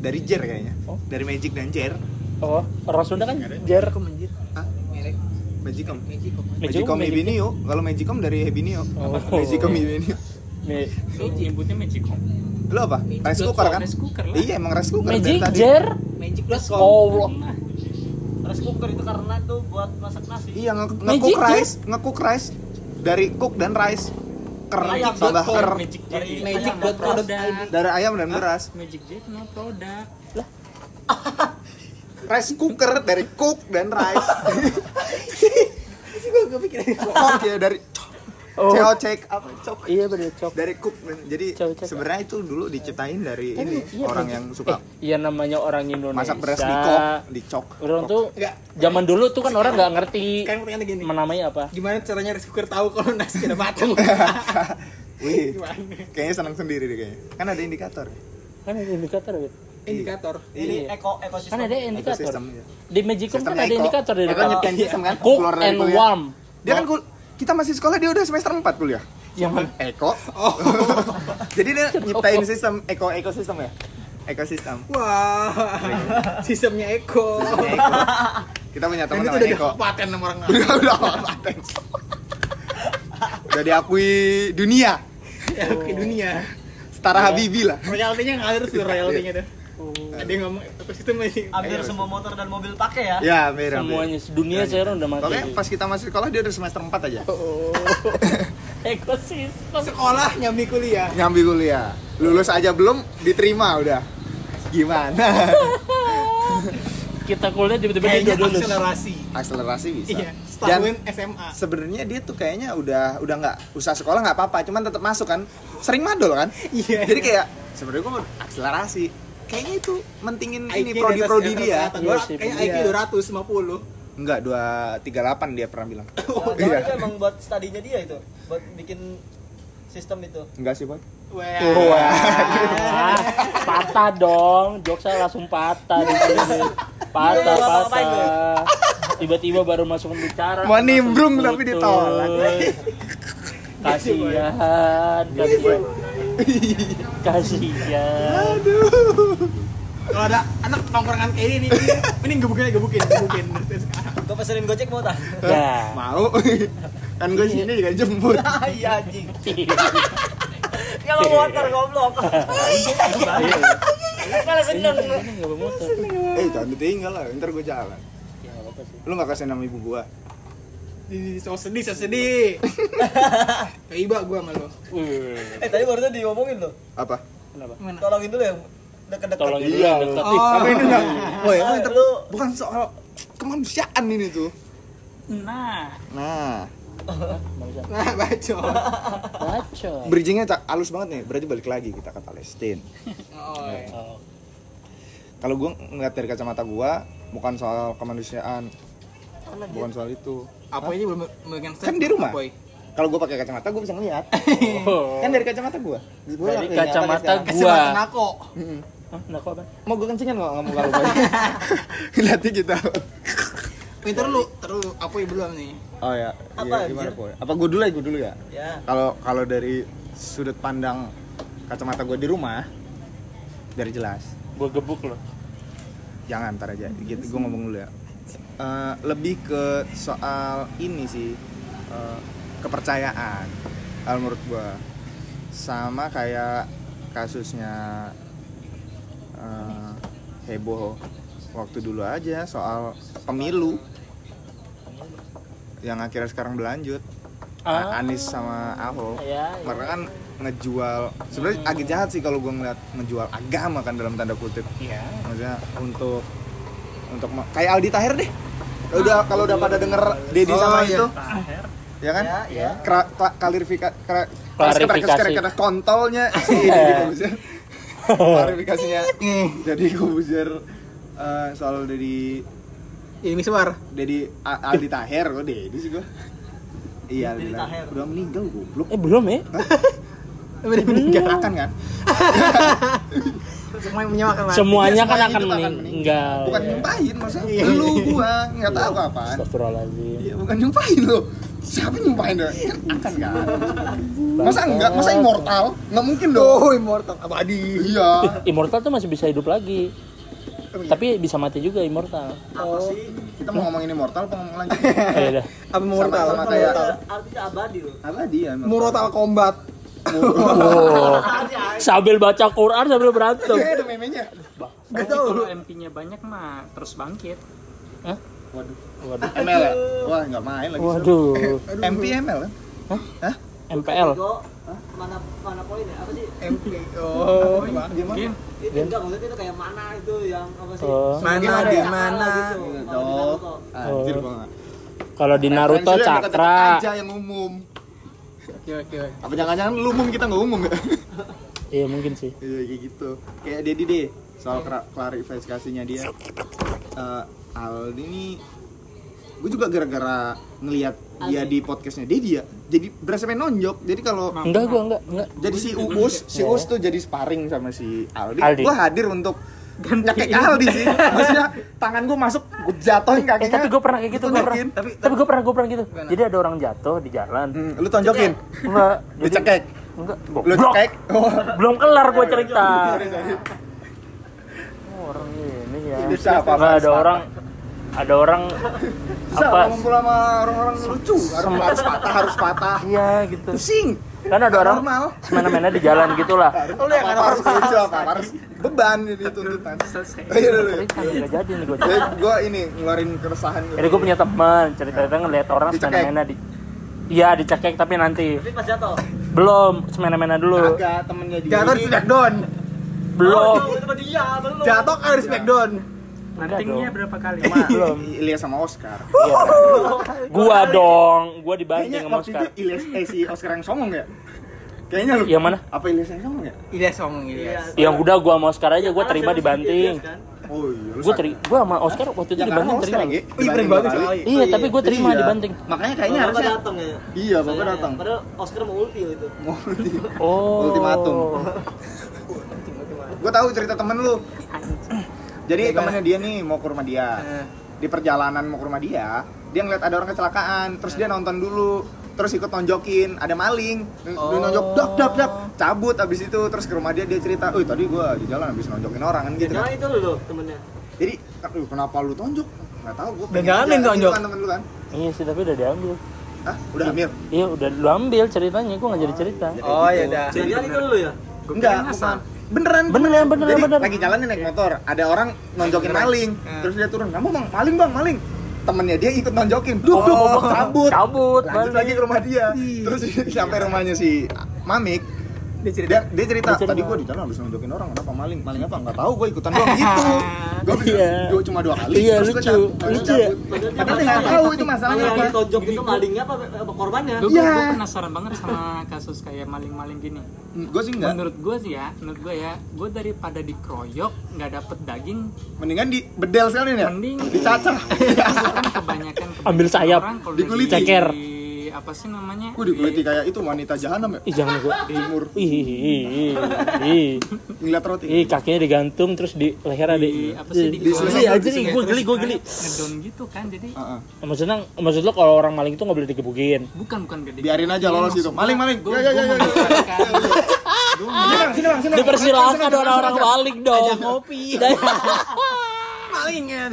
[SPEAKER 1] Dari jar kayaknya.
[SPEAKER 4] Oh.
[SPEAKER 1] Dari magic dan jar.
[SPEAKER 4] Oh, orang Sunda kan jar.
[SPEAKER 5] Kok menjir?
[SPEAKER 1] Hah?
[SPEAKER 5] Merek
[SPEAKER 1] Magicom.
[SPEAKER 5] Magic kok.
[SPEAKER 1] Magicom Ibinio. Kalau magicom dari Hebinio.
[SPEAKER 4] Oh.
[SPEAKER 1] Magicom Ibinio.
[SPEAKER 4] Mi-
[SPEAKER 6] Lu nyebutnya magic home.
[SPEAKER 1] Lo apa?
[SPEAKER 5] Magic
[SPEAKER 1] Rice cooker kan?
[SPEAKER 6] Rice cooker lah.
[SPEAKER 1] Iya emang rice cooker dari
[SPEAKER 4] Magic
[SPEAKER 1] tadi.
[SPEAKER 4] jar.
[SPEAKER 5] Magic plus
[SPEAKER 4] Oh, Allah.
[SPEAKER 7] Rice cooker itu karena itu buat masak nasi.
[SPEAKER 1] Iya nge-
[SPEAKER 4] Magic
[SPEAKER 1] nge-cook
[SPEAKER 4] jar.
[SPEAKER 1] rice, nge-cook rice dari cook dan rice. Ker,
[SPEAKER 7] Ayam,
[SPEAKER 1] tambah
[SPEAKER 7] betul.
[SPEAKER 1] ker.
[SPEAKER 6] Magic jar.
[SPEAKER 7] Dari
[SPEAKER 6] Magic
[SPEAKER 7] ayam
[SPEAKER 5] dot
[SPEAKER 7] dan
[SPEAKER 5] product.
[SPEAKER 6] produk.
[SPEAKER 1] dari ayam dan beras
[SPEAKER 6] Magic jar no produk.
[SPEAKER 1] rice cooker dari cook dan rice Cok ya dari
[SPEAKER 4] Oh.
[SPEAKER 1] CO cek apa cok
[SPEAKER 4] Iya benar cok.
[SPEAKER 1] dari cook dan- jadi
[SPEAKER 4] Cok, cok.
[SPEAKER 1] sebenarnya itu dulu diciptain dari
[SPEAKER 4] Tapi
[SPEAKER 1] ini
[SPEAKER 4] iya,
[SPEAKER 1] orang
[SPEAKER 4] Magic-
[SPEAKER 1] yang suka
[SPEAKER 4] eh, Iya namanya orang Indonesia.
[SPEAKER 1] masak beras di kok di cok
[SPEAKER 4] Orang
[SPEAKER 1] Kok.
[SPEAKER 4] tuh
[SPEAKER 5] Enggak.
[SPEAKER 4] zaman dulu tuh kan orang nggak ngerti
[SPEAKER 5] Kan pertanyaannya gini.
[SPEAKER 4] menamai apa.
[SPEAKER 5] Gimana caranya rice cooker tahu kalau nasi udah matang?
[SPEAKER 1] wih kayaknya senang sendiri deh kayaknya kan ada indikator
[SPEAKER 4] Kan ada indikator gitu.
[SPEAKER 5] Indikator.
[SPEAKER 7] Ini
[SPEAKER 4] Iya.
[SPEAKER 7] eko
[SPEAKER 4] Kan
[SPEAKER 7] ekosistem.
[SPEAKER 4] ada indikator.
[SPEAKER 1] Ekosistem, ya.
[SPEAKER 4] Di Magicom
[SPEAKER 1] Sistem
[SPEAKER 4] kan ada
[SPEAKER 1] Eko.
[SPEAKER 4] indikator dari
[SPEAKER 1] Makanya
[SPEAKER 4] kepala.
[SPEAKER 1] pendisem kan,
[SPEAKER 4] Cook
[SPEAKER 1] keluar dari
[SPEAKER 4] and
[SPEAKER 1] kuliah.
[SPEAKER 4] warm.
[SPEAKER 1] dia kan kul- kita masih sekolah dia udah semester 4 kuliah
[SPEAKER 4] yang mana?
[SPEAKER 1] Eko jadi dia nyiptain sistem eko ekosistem ya ekosistem
[SPEAKER 5] Wah, sistemnya Eko.
[SPEAKER 1] Eko. kita punya
[SPEAKER 5] Dan
[SPEAKER 1] teman
[SPEAKER 5] itu
[SPEAKER 1] namanya
[SPEAKER 5] udah
[SPEAKER 1] Eko
[SPEAKER 5] dipaten sama orang lain.
[SPEAKER 1] udah udah paten udah diakui dunia
[SPEAKER 5] Ya, Oke dunia.
[SPEAKER 1] setara Habibi lah
[SPEAKER 2] royaltinya ngalir tuh royaltinya tuh ada yang ngomong terus itu masih
[SPEAKER 7] Iya. Oh. Hampir semua motor dan mobil pakai ya.
[SPEAKER 1] ya merah
[SPEAKER 4] semuanya
[SPEAKER 2] Iya,
[SPEAKER 4] dunia
[SPEAKER 2] gitu.
[SPEAKER 4] sekarang Iya, udah mati
[SPEAKER 1] Pokoknya pas kita masih sekolah dia udah semester 4 aja
[SPEAKER 2] Oh,
[SPEAKER 4] ekosistem
[SPEAKER 2] sekolah nyambi kuliah
[SPEAKER 1] nyambi kuliah lulus aja belum diterima udah gimana
[SPEAKER 4] kita kuliah tiba-tiba dia
[SPEAKER 2] kayaknya
[SPEAKER 4] udah lulus
[SPEAKER 2] akselerasi
[SPEAKER 1] akselerasi bisa
[SPEAKER 2] iya
[SPEAKER 1] Dan-
[SPEAKER 2] setahun SMA
[SPEAKER 1] sebenarnya dia tuh kayaknya udah udah nggak usah sekolah nggak apa-apa cuman tetap masuk kan sering madol kan
[SPEAKER 2] Iya.
[SPEAKER 1] jadi kayak sebenarnya gue akselerasi kayaknya itu mentingin
[SPEAKER 2] IQ-nya
[SPEAKER 1] ini
[SPEAKER 2] di atas
[SPEAKER 1] prodi-prodi
[SPEAKER 2] rata-rata.
[SPEAKER 1] dia
[SPEAKER 2] Gua
[SPEAKER 4] Iya sih,
[SPEAKER 2] kayak IQ
[SPEAKER 1] bener.
[SPEAKER 2] 250
[SPEAKER 1] enggak 238 dia pernah bilang
[SPEAKER 2] Oh,
[SPEAKER 7] Jangan-jangan
[SPEAKER 1] iya.
[SPEAKER 7] itu Oh, emang buat studinya dia itu, buat bikin sistem itu.
[SPEAKER 1] enggak sih Oh, boy
[SPEAKER 2] Wah.
[SPEAKER 4] Ah, patah dong jokesnya langsung patah di
[SPEAKER 1] Iya,
[SPEAKER 4] sini patah
[SPEAKER 7] Yes.
[SPEAKER 4] patah tiba-tiba baru masuk bicara
[SPEAKER 1] Mau
[SPEAKER 4] langsung
[SPEAKER 1] nimbrung
[SPEAKER 4] putus.
[SPEAKER 1] tapi ditolak.
[SPEAKER 4] kasihan
[SPEAKER 1] Iya,
[SPEAKER 4] kasihan kasihan
[SPEAKER 2] kalau ada anak tongkrongan kayak ini nih mending gebukin aja, gebukin gebukin Terus sekarang
[SPEAKER 7] Gue pesenin Gojek mau tak?
[SPEAKER 4] nah Iya.
[SPEAKER 1] mau kan gue sini juga jemput
[SPEAKER 7] Ah, Iya anjing. Kalau motor goblok. Iya. Malah seneng.
[SPEAKER 4] ini nggak bawa motor
[SPEAKER 1] eh jangan ditinggal lah ntar gue jalan
[SPEAKER 4] Ya, nggak apa-apa sih.
[SPEAKER 1] lu nggak kasih nama ibu gua
[SPEAKER 2] Ih, so sedih so sedih keiba gua sama lo
[SPEAKER 4] Wih,
[SPEAKER 7] Eh tadi baru tuh diomongin loh.
[SPEAKER 1] apa
[SPEAKER 4] kenapa
[SPEAKER 7] Tolongin dulu yang deket-deket.
[SPEAKER 4] tolong dulu
[SPEAKER 1] Iya,
[SPEAKER 4] yang dekat
[SPEAKER 1] oh. apa ini enggak Woy, emang
[SPEAKER 7] Ah,
[SPEAKER 1] ntar-
[SPEAKER 7] lu
[SPEAKER 1] oh, bukan soal kemanusiaan ini tuh
[SPEAKER 6] nah
[SPEAKER 1] nah
[SPEAKER 2] nah baco
[SPEAKER 4] baca
[SPEAKER 1] bridgingnya tak halus banget nih berarti balik lagi kita ke Palestina
[SPEAKER 5] Oh, iya.
[SPEAKER 1] kalau gue ngeliat dari kacamata gue bukan soal kemanusiaan bukan soal itu
[SPEAKER 5] apa ini belum megang
[SPEAKER 1] kan di rumah kalau gue pakai kacamata gue bisa ngeliat kan dari kacamata gue gue
[SPEAKER 4] Oh. dari kacamata gua
[SPEAKER 2] kacamata nako
[SPEAKER 4] Hah, nah kok apa
[SPEAKER 1] mau gue kencingan nggak gitu. ngomong kalau gue ngeliatin kita
[SPEAKER 2] Winter lu terus apa ya belum nih
[SPEAKER 1] oh ya
[SPEAKER 7] Apa,
[SPEAKER 1] Iya, gimana
[SPEAKER 7] anjir?
[SPEAKER 1] Boy? apa gue dulu ya gue dulu ya
[SPEAKER 7] Ya.
[SPEAKER 1] kalau kalau dari sudut pandang kacamata gue di rumah dari jelas
[SPEAKER 4] gua gebuk loh
[SPEAKER 1] jangan ntar aja gitu gue ngomong dulu ya Eh, lebih ke soal ini sih eh, kepercayaan kalau menurut gue sama kayak kasusnya eh, heboh waktu dulu aja soal pemilu yang akhirnya sekarang berlanjut
[SPEAKER 4] Ah.
[SPEAKER 1] Anies sama Ahok
[SPEAKER 4] ya, ya.
[SPEAKER 1] mereka kan ngejual sebenarnya agak jahat sih kalau gue ngeliat ngejual agama kan dalam tanda kutip
[SPEAKER 4] Iya.
[SPEAKER 1] maksudnya untuk untuk ma- kayak Aldi Tahir deh Kalau udah kalau udah pada denger Dedi sama itu ya kan
[SPEAKER 7] Ya, ya.
[SPEAKER 1] Kra- kla- klarifikasi kra-
[SPEAKER 4] Klarifikasi.
[SPEAKER 1] keras- keras- keras- kontolnya si Deddy Corbuzier. klarifikasinya jadi Kobuzer soal dari
[SPEAKER 2] ini miswar
[SPEAKER 1] Dedi A- Aldi Tahir kok Dedi sih gua iya Aldi
[SPEAKER 7] Dedi
[SPEAKER 1] Tahir
[SPEAKER 7] Taher.
[SPEAKER 1] udah meninggal goblok
[SPEAKER 4] eh belum ya
[SPEAKER 1] udah meninggal akan kan
[SPEAKER 2] semua yang menyewakan lah
[SPEAKER 1] Iya,
[SPEAKER 4] semuanya kan
[SPEAKER 1] semuanya
[SPEAKER 4] akan
[SPEAKER 1] itu akan
[SPEAKER 4] meninggal
[SPEAKER 1] bukan
[SPEAKER 4] ya.
[SPEAKER 1] nyumpahin
[SPEAKER 2] Iya.
[SPEAKER 1] maksudnya lu gua nggak tahu apaan
[SPEAKER 4] Astagfirullahaladzim
[SPEAKER 1] Iya bukan nyumpahin lo. Siapa nyumpahin dong? Kan akan kan. Masa enggak? Masa immortal? Nggak mungkin dong. Oh immortal. Abadi. Iya.
[SPEAKER 4] Immortal tuh masih bisa hidup lagi
[SPEAKER 1] Oh,
[SPEAKER 4] tapi bisa mati juga immortal
[SPEAKER 7] Apa sih?
[SPEAKER 1] Kita mau ngomongin immortal, apa ngomong lanjut?
[SPEAKER 4] ya udah
[SPEAKER 2] apa mortal
[SPEAKER 1] Sama- sama kayak-
[SPEAKER 7] artinya abadi loh.
[SPEAKER 1] Abadi ya. immortal.
[SPEAKER 2] Murotal Kombat
[SPEAKER 4] wow. Oh.
[SPEAKER 7] Artinya
[SPEAKER 4] sambil baca Quran sambil berantem
[SPEAKER 1] Iya, ada meme-nya.
[SPEAKER 6] Gak tau Kalau MP-nya banyak mah terus bangkit
[SPEAKER 4] waduh
[SPEAKER 1] ML ya? Wah nggak main lagi.
[SPEAKER 4] waduh
[SPEAKER 1] MP ML kan?
[SPEAKER 4] MPL
[SPEAKER 7] Go, mana mana poin ya? Apa sih?
[SPEAKER 2] MP oh
[SPEAKER 1] Gimana?
[SPEAKER 6] Game
[SPEAKER 7] Itu
[SPEAKER 1] Iya.
[SPEAKER 7] enggak maksudnya itu kayak mana itu yang apa sih?
[SPEAKER 4] Oh.
[SPEAKER 2] Mana,
[SPEAKER 7] Kayak
[SPEAKER 2] di
[SPEAKER 7] cakar
[SPEAKER 2] mana?
[SPEAKER 7] lah gitu. Kalau di
[SPEAKER 1] Dok.
[SPEAKER 7] Naruto.
[SPEAKER 1] Anjir gua nggak.
[SPEAKER 4] kalau di Naruto
[SPEAKER 1] Referensi lu yang
[SPEAKER 4] Cakra
[SPEAKER 1] dekat-dekat aja yang umum.
[SPEAKER 2] oke oke oke.
[SPEAKER 1] Apa jangan-jangan lu umum kita nggak umum ya?
[SPEAKER 4] iya mungkin sih
[SPEAKER 1] Iya kayak gitu. Kayak Dedi deh soal kra- klarifikasinya dia. Eh, Aldi ini gue juga gara-gara ngelihat dia di podcastnya Dedi ya. Jadi berasa main nonjok. Jadi kalau
[SPEAKER 4] enggak gua enggak enggak Eh,
[SPEAKER 1] jadi si Uus, si Uus tuh jadi sparring sama si Aldi.
[SPEAKER 4] Aldi.
[SPEAKER 1] Gue hadir untuk nyakek Aldi sih. Maksudnya tangan gue masuk, gue jatuhin
[SPEAKER 4] eh
[SPEAKER 1] kakinya.
[SPEAKER 4] tapi gua pernah kayak gitu
[SPEAKER 1] Itu
[SPEAKER 4] gua pernah
[SPEAKER 1] naikin.
[SPEAKER 4] tapi tapi gua pernah gua pernah gitu jadi ada orang jatuh di jalan
[SPEAKER 1] Hmm, lu tonjokin.
[SPEAKER 4] enggak
[SPEAKER 1] Lu cekek.
[SPEAKER 4] enggak
[SPEAKER 1] Lu
[SPEAKER 4] goblok
[SPEAKER 1] cekek. Oh,
[SPEAKER 4] belum kelar gua cerita
[SPEAKER 1] sorry, sorry.
[SPEAKER 4] orang ini ya
[SPEAKER 1] Itu siapa,
[SPEAKER 4] enggak ada
[SPEAKER 1] Pak?
[SPEAKER 4] orang ada orang apa
[SPEAKER 10] Bisa ngumpul sama orang-orang lucu, harus, harus patah, harus patah.
[SPEAKER 4] iya gitu
[SPEAKER 10] Pusing.
[SPEAKER 4] kan ada orang
[SPEAKER 10] Normal.
[SPEAKER 4] semena-mena di jalan gitulah
[SPEAKER 1] Oh,
[SPEAKER 10] Lu yang apa harus lucu apa harus beban ini tuntutan.
[SPEAKER 1] Oh, iya,
[SPEAKER 10] Ayo dulu.
[SPEAKER 4] tapi kan nggak jadi nih gue
[SPEAKER 10] Jadi gue ini ngeluarin keresahan gue.
[SPEAKER 4] jadi gue punya teman cerita-cerita ngeliat orang
[SPEAKER 10] Dicekek.
[SPEAKER 4] semena-mena di iya dicekek tapi nanti
[SPEAKER 7] Tapi pas jatuh.
[SPEAKER 4] belum semena-mena dulu
[SPEAKER 1] Agak temennya dia.
[SPEAKER 11] Jatuh
[SPEAKER 1] ini,
[SPEAKER 11] harus down.
[SPEAKER 1] Oh.
[SPEAKER 4] belum
[SPEAKER 7] Oh,
[SPEAKER 1] gitu.
[SPEAKER 7] Itu sama dia, belum.
[SPEAKER 11] Jatuh kan harus back down.
[SPEAKER 6] Nantingnya berapa kali?
[SPEAKER 4] Udah dong. Eh, belum
[SPEAKER 1] Ilya sama Oscar.
[SPEAKER 4] Iya. gua dong gua dibanting sama
[SPEAKER 1] Iya, waktu itu
[SPEAKER 4] Oscar
[SPEAKER 1] Ilya eh, si Oscar yang songong ya? Kayaknya lu.
[SPEAKER 4] Yang mana?
[SPEAKER 1] Apa Ilya yang songong ya?
[SPEAKER 5] Ilyas ngomong Ilyas.
[SPEAKER 4] yang Ya udah gua sama Oscar aja gua
[SPEAKER 7] Karena
[SPEAKER 4] terima
[SPEAKER 7] siapa sih dia,
[SPEAKER 4] dibanting
[SPEAKER 7] Dias, kan?
[SPEAKER 1] Oh iya. lu
[SPEAKER 4] gua
[SPEAKER 1] sakit.
[SPEAKER 4] teri gua sama Oscar waktu itu
[SPEAKER 1] Ya karena
[SPEAKER 4] dibanting
[SPEAKER 1] Oscar
[SPEAKER 4] terima
[SPEAKER 1] lagi.
[SPEAKER 11] Ih, paling bagus sekali.
[SPEAKER 4] iya tapi gua terima
[SPEAKER 1] Iya.
[SPEAKER 4] dibanting
[SPEAKER 1] Makanya kayaknya
[SPEAKER 7] Bapak
[SPEAKER 1] harusnya
[SPEAKER 7] datang ya.
[SPEAKER 1] Iya, Bapak
[SPEAKER 7] Sayangnya.
[SPEAKER 1] datang.
[SPEAKER 7] Padahal Oscar mau ulti loh itu.
[SPEAKER 1] mau
[SPEAKER 4] oh
[SPEAKER 1] Ultimatum. gue tahu cerita temen lu jadi temennya dia nih mau ke rumah dia
[SPEAKER 11] Eh.
[SPEAKER 1] di perjalanan mau ke rumah dia dia ngeliat ada orang kecelakaan terus
[SPEAKER 11] Eh.
[SPEAKER 1] dia nonton dulu terus ikut nonjokin ada maling Dia
[SPEAKER 11] Oh.
[SPEAKER 1] nonjok dak dak dak cabut abis itu terus ke rumah dia dia cerita "Uy, tadi gue di jalan abis nonjokin orang kan
[SPEAKER 11] Iya.
[SPEAKER 1] gitu
[SPEAKER 7] Jangan
[SPEAKER 1] kan
[SPEAKER 7] Nah, itu lu loh temennya.
[SPEAKER 1] jadi "Aduh, kenapa lu tonjok nggak tahu gue
[SPEAKER 11] jangan main tonjok.
[SPEAKER 1] kan temen lu kan
[SPEAKER 4] iya sih tapi udah diambil
[SPEAKER 1] ah udah hamil
[SPEAKER 4] iya udah lu ambil ceritanya gua nggak jadi cerita
[SPEAKER 11] Oh
[SPEAKER 1] gitu.
[SPEAKER 11] ya udah.
[SPEAKER 7] Jangan itu lu ya.
[SPEAKER 1] Enggak, bukan. Beneran. teman.
[SPEAKER 4] Beneran, beneran,
[SPEAKER 1] Jadi,
[SPEAKER 4] beneran.
[SPEAKER 1] lagi jalan nih naik motor, ada orang nonjokin maling. Terus dia turun, "Kamu Bang, maling Bang, maling." Temennya dia ikut nonjokin. Duh, duh, cabut.
[SPEAKER 4] cabut Iya.
[SPEAKER 1] Lanjut
[SPEAKER 4] balik.
[SPEAKER 1] lagi ke rumah dia. Terus sampai rumahnya si Mamik. Dia cerita, dia, cerita,
[SPEAKER 4] Dia cerita.
[SPEAKER 1] tadi gue di jalan habis nonjokin orang, kenapa maling? Maling apa? Enggak tahu, gue ikutan doang gitu. Gue
[SPEAKER 4] Iya.
[SPEAKER 1] dua cuma dua kali.
[SPEAKER 4] Iya,
[SPEAKER 1] terus gua
[SPEAKER 4] lucu.
[SPEAKER 1] cabut, terus
[SPEAKER 4] Lucu ya?
[SPEAKER 1] cabut. Padahal dia nggak tahu Iya. itu masalahnya
[SPEAKER 7] Yang
[SPEAKER 1] apa.
[SPEAKER 7] ditonjok itu malingnya apa apa korbannya?
[SPEAKER 6] Gue
[SPEAKER 1] Iya.
[SPEAKER 6] penasaran banget sama kasus kayak maling-maling gini.
[SPEAKER 1] Gue Hmm, sih enggak.
[SPEAKER 6] Menurut gue sih ya, menurut gue ya, gue daripada dikeroyok nggak dapet daging,
[SPEAKER 1] Mendingan di bedel sekali nih ya.
[SPEAKER 6] mending
[SPEAKER 1] Dicacah.
[SPEAKER 6] kan kebanyakan
[SPEAKER 4] Ambil sayap,
[SPEAKER 6] kalau udah
[SPEAKER 1] dikuliti.
[SPEAKER 6] di-
[SPEAKER 4] Ceker.
[SPEAKER 6] di- apa sih namanya?
[SPEAKER 1] Gue dikuliti kayak itu wanita jahanam ya.
[SPEAKER 4] ih jangan gua
[SPEAKER 1] Timur.
[SPEAKER 4] ih ih ih, ih
[SPEAKER 1] Ngeliat roti.
[SPEAKER 4] ih kakinya digantung terus di leher ada
[SPEAKER 6] Di- apa sih, di-
[SPEAKER 4] geli aja nih gua geli gua geli
[SPEAKER 6] Ngedon gitu kan, jadi
[SPEAKER 1] Heeh.
[SPEAKER 4] maksudnya maksud lo kalau orang maling itu nggak boleh digebukin
[SPEAKER 6] bukan bukan gede.
[SPEAKER 1] Biarin aja lolos itu. Maling maling. Ya ya ya ya.
[SPEAKER 4] dipersilakan orang-orang maling dong kopi
[SPEAKER 11] Malingan.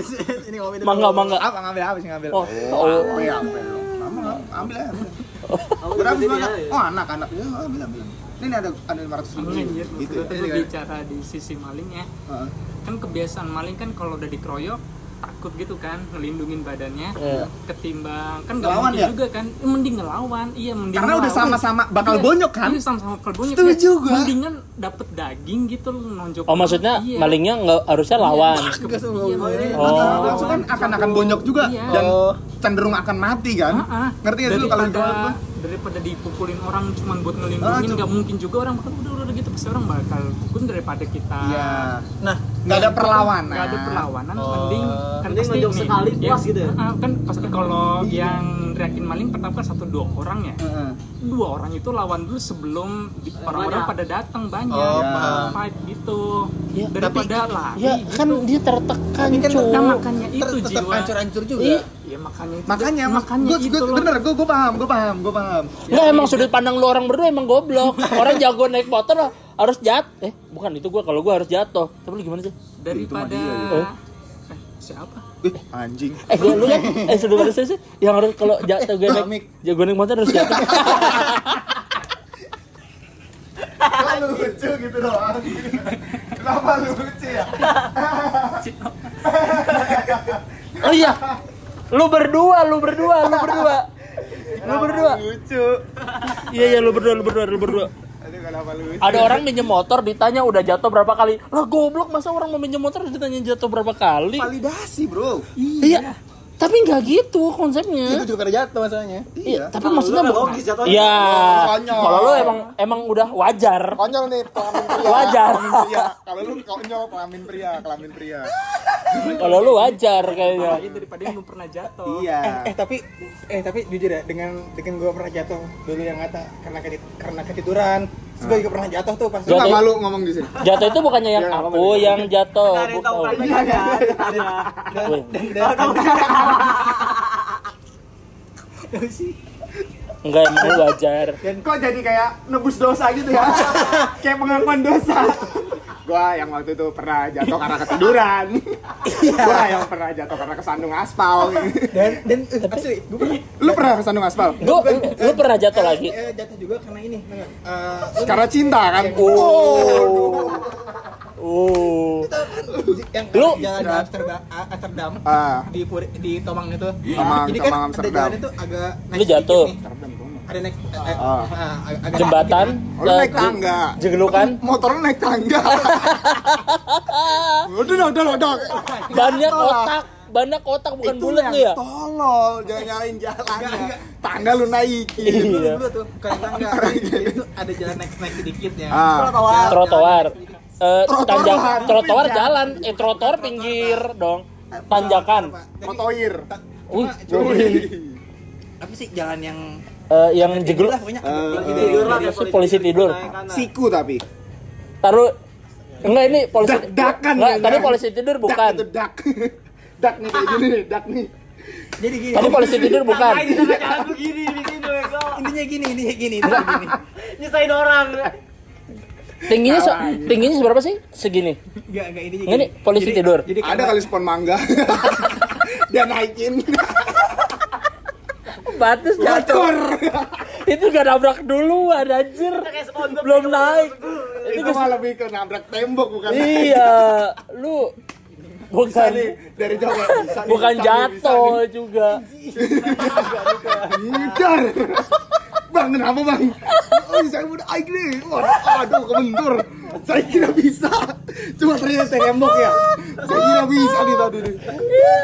[SPEAKER 11] Ini ngopi dulu.
[SPEAKER 4] mangga mangga
[SPEAKER 10] Apa ngambil apa sih ngambil?
[SPEAKER 4] oh, oh.
[SPEAKER 1] Apa ya? apa ya? Lama, lama. Ambil aja. ambil.
[SPEAKER 7] Kamu
[SPEAKER 1] Berapa
[SPEAKER 7] ngikutin
[SPEAKER 1] sih
[SPEAKER 7] dia
[SPEAKER 1] banyak?
[SPEAKER 7] ya.
[SPEAKER 1] Oh anak anak. Ya ambil ambil. Ini ada ada 500 ribu.
[SPEAKER 6] Anjir,
[SPEAKER 1] Gitu
[SPEAKER 6] maksudnya
[SPEAKER 1] ya.
[SPEAKER 6] tuh bicara di sisi maling ya.
[SPEAKER 1] Heeh.
[SPEAKER 6] Kan kebiasaan maling kan kalau udah dikeroyok takut gitu kan, ngelindungin badannya.
[SPEAKER 4] Iya.
[SPEAKER 6] Ketimbang kan nggak
[SPEAKER 1] Ngelawan
[SPEAKER 6] mungkin
[SPEAKER 1] ya?
[SPEAKER 6] juga kan, Eh, mending ngelawan. Iya, mending
[SPEAKER 1] Karena udah
[SPEAKER 6] ngelawan.
[SPEAKER 1] sama-sama bakal
[SPEAKER 6] Iya,
[SPEAKER 1] bonyok kan?
[SPEAKER 6] Iya, sama-sama bakal bonyok.
[SPEAKER 1] Setuju
[SPEAKER 6] Ya,
[SPEAKER 1] gua.
[SPEAKER 6] Mendingan dapet daging gitu lu nonjok.
[SPEAKER 4] oh maksudnya
[SPEAKER 6] Iya.
[SPEAKER 4] malingnya nggak harusnya lawan
[SPEAKER 6] Iya, makanya.
[SPEAKER 4] Oh.
[SPEAKER 1] Bakal Langsung kan akan akan bonyok juga
[SPEAKER 6] Iya.
[SPEAKER 1] dan cenderung akan mati kan.
[SPEAKER 6] Ah, ah.
[SPEAKER 1] Ngerti nggak sih lu kalau
[SPEAKER 6] Daripada-
[SPEAKER 1] jualan tuh?
[SPEAKER 6] daripada dipukulin orang cuman buat
[SPEAKER 1] Ah,
[SPEAKER 6] ngelindungin
[SPEAKER 1] cu-
[SPEAKER 6] nggak mungkin juga orang bakal udah udah, udah gitu pasti orang bakal pukul daripada kita
[SPEAKER 1] Iya.
[SPEAKER 11] Nah,
[SPEAKER 1] Nggak ada perlawanan.
[SPEAKER 6] nggak ada perlawanan mending kan
[SPEAKER 7] Mending nonjok
[SPEAKER 6] nih,
[SPEAKER 7] sekali,
[SPEAKER 6] ya,
[SPEAKER 7] puas gitu ya?
[SPEAKER 6] ah, kan pasti kalau yang reakin maling pertama kan satu dua orang ya
[SPEAKER 1] Heeh.
[SPEAKER 6] dua orang itu lawan dulu sebelum di- orang-orang
[SPEAKER 7] banyak.
[SPEAKER 6] pada datang banyak
[SPEAKER 11] Oh,
[SPEAKER 1] paham.
[SPEAKER 6] fight gitu
[SPEAKER 4] Ya,
[SPEAKER 6] daripada lari gitu.
[SPEAKER 4] ya kan dia tertekan
[SPEAKER 11] ini kan
[SPEAKER 4] cuy
[SPEAKER 6] nah makanya itu
[SPEAKER 11] tetap
[SPEAKER 6] jiwa
[SPEAKER 11] hancur-hancur
[SPEAKER 4] Iya.
[SPEAKER 11] juga.
[SPEAKER 6] ya makanya itu
[SPEAKER 1] Makanya, makanya gua,
[SPEAKER 6] itu
[SPEAKER 1] gua,
[SPEAKER 6] loh.
[SPEAKER 1] bener, gue gue paham, gue paham, gue paham.
[SPEAKER 4] Nggak emang sudut pandang lu orang berdua emang goblok. Orang jago naik motor harus jat. Eh, bukan itu gua kalau gua harus jatuh. Tapi lu gimana sih?
[SPEAKER 6] daripada
[SPEAKER 1] Itu mah
[SPEAKER 4] dia,
[SPEAKER 6] eh, siapa
[SPEAKER 1] Ih, anjing.
[SPEAKER 4] Eh, gua lu kan eh sudut pandang saya sih yang harus kalau jatuh gue naik jago naik motor harus jatuh.
[SPEAKER 1] Lu lucu gitu doang. Kenapa lu lucu ya?
[SPEAKER 4] Oh iya. Lu berdua, lu berdua, lu berdua. Lu berdua.
[SPEAKER 1] Lucu.
[SPEAKER 4] Iya iya lu berdua, lu berdua, lu berdua.
[SPEAKER 1] Aduh, kenapa lu
[SPEAKER 4] Ada orang minjem motor ditanya udah jatuh berapa kali. Lah goblok masa orang mau minjem motor ditanya jatuh berapa kali?
[SPEAKER 1] validasi bro
[SPEAKER 4] Iya. Tapi nggak gitu konsepnya.
[SPEAKER 11] Itu juga pada jatuh masalahnya.
[SPEAKER 4] Iya, tapi
[SPEAKER 7] Kalau
[SPEAKER 4] maksudnya
[SPEAKER 7] lu nggak
[SPEAKER 4] bukan.
[SPEAKER 7] logis jatuhnya.
[SPEAKER 4] Iya.
[SPEAKER 1] ya, konyol.
[SPEAKER 4] Kalau lu emang emang udah wajar.
[SPEAKER 1] konyol nih kelamin pria
[SPEAKER 4] Wajar.
[SPEAKER 1] Kelamin pria. kalau lu konyol kelamin pria kelamin pria
[SPEAKER 4] Kalau lu wajar kayaknya.
[SPEAKER 6] Apalagi daripada yang belum pernah jatuh
[SPEAKER 1] iya
[SPEAKER 11] Eh tapi eh tapi jujur ya dengan dengan gue pernah jatuh dulu yang kata karena kedit- karena ketiduran. Terus gue juga pernah jatuh tuh pas
[SPEAKER 1] lu nggak
[SPEAKER 4] jatuh-
[SPEAKER 1] malu ngomong di sini
[SPEAKER 4] Jatuh itu bukannya yang
[SPEAKER 1] Iya, nggak
[SPEAKER 4] aku yang jatuh.
[SPEAKER 7] Ada yang tahu kan?
[SPEAKER 4] Bukan.
[SPEAKER 7] Iya, ada.
[SPEAKER 4] Weh, Enggak emang lu wajar.
[SPEAKER 1] kok jadi kayak nebus dosa gitu ya kayak pengakuan dosa gua yang waktu itu pernah jatuh karena ketiduran
[SPEAKER 4] Iya.
[SPEAKER 1] gua yang pernah jatuh karena kesandung aspal
[SPEAKER 5] dan dan eh, asli gue pernah
[SPEAKER 1] lu pernah kesandung aspal
[SPEAKER 4] Gue, lu pernah jatuh
[SPEAKER 5] eh,
[SPEAKER 4] lagi?
[SPEAKER 5] eh, jatuh juga karena ini enggak Eh, lu-
[SPEAKER 1] karena cinta kan
[SPEAKER 4] Iya. Oh. Oh.
[SPEAKER 5] lu tahu kan, yang
[SPEAKER 4] Lu- Eh,
[SPEAKER 5] jalan di Amsterdam, A- Amsterdam
[SPEAKER 1] Ah.
[SPEAKER 5] di Puri- di Tomang itu
[SPEAKER 1] Tomang,
[SPEAKER 5] jadi kan
[SPEAKER 1] Tomang,
[SPEAKER 5] ada
[SPEAKER 1] Amsterdam.
[SPEAKER 5] jalan itu agak naik
[SPEAKER 4] Lu
[SPEAKER 5] sedikit
[SPEAKER 4] jatuh.
[SPEAKER 5] nih. ada naik eh, eh,
[SPEAKER 1] Ah.
[SPEAKER 5] ah, ag- agak
[SPEAKER 4] Jembatan?
[SPEAKER 1] Oh, lu
[SPEAKER 4] eh,
[SPEAKER 1] naik tangga.
[SPEAKER 4] Jeglukan?
[SPEAKER 1] motor naik tangga udah udah udah udah
[SPEAKER 4] Banyak otak, banyak otak bukan
[SPEAKER 1] itu
[SPEAKER 4] bulat
[SPEAKER 1] yang
[SPEAKER 4] lu ya?
[SPEAKER 1] tolol jangan nyalain jalannya tangga lu naikin
[SPEAKER 4] Iya.
[SPEAKER 5] dulu tuh kayak tangga jadi itu ada jalan naik naik sedikit ya
[SPEAKER 1] ah.
[SPEAKER 7] Trotoar.
[SPEAKER 4] Trotoar. Eh,
[SPEAKER 1] Trotoar.
[SPEAKER 4] tanjak trotoar
[SPEAKER 1] Pinggir.
[SPEAKER 4] jalan, eh trotoar pinggir dong. Tanjakan.
[SPEAKER 1] motoir
[SPEAKER 4] Wih,
[SPEAKER 12] apa sih jalan yang
[SPEAKER 4] eh, yang jeglu
[SPEAKER 1] Eh,
[SPEAKER 4] itu polisi tidur.
[SPEAKER 1] siku tapi
[SPEAKER 4] Taruh Enggak ini polisi
[SPEAKER 1] Dak-dakan,
[SPEAKER 4] Enggak,
[SPEAKER 1] ya,
[SPEAKER 4] tadi
[SPEAKER 1] kan?
[SPEAKER 4] polisi tidur bukan.
[SPEAKER 1] dak itu dak dak nih kayak gini nih dak nih
[SPEAKER 5] jadi gini
[SPEAKER 4] Tadi polisi tidur
[SPEAKER 11] Nah,
[SPEAKER 4] bukan.
[SPEAKER 7] Gini di sini bego.
[SPEAKER 5] intinya gini intinya gini intinya gini
[SPEAKER 7] Nyusahin orang.
[SPEAKER 4] Tingginya se- tingginya seberapa sih? Segini.
[SPEAKER 5] Enggak, enggak ini
[SPEAKER 4] Enggak nih, polisi tidur.
[SPEAKER 5] Jadi
[SPEAKER 1] ada
[SPEAKER 5] karena-
[SPEAKER 1] kali spon mangga dia naikin
[SPEAKER 4] Oh, Batas jatuh.
[SPEAKER 1] Tur.
[SPEAKER 4] Itu gak nabrak dulu anjir.
[SPEAKER 7] Kayak sponsor.
[SPEAKER 4] Belum naik.
[SPEAKER 1] itu mah lebih ke nabrak tembok bukan
[SPEAKER 4] Iya, lu
[SPEAKER 1] Bisa
[SPEAKER 4] bukan
[SPEAKER 1] nih, dari jauh nggak bisa nih,
[SPEAKER 4] bukan
[SPEAKER 1] bisa nih, bisa
[SPEAKER 4] jatuh juga.
[SPEAKER 1] nih. Ngider. bang kenapa bang oh, saya udah aik nih Wah, aduh kebentur saya kira bisa cuma ternyata tembok ya saya kira bisa nih tadi nih
[SPEAKER 4] Iya.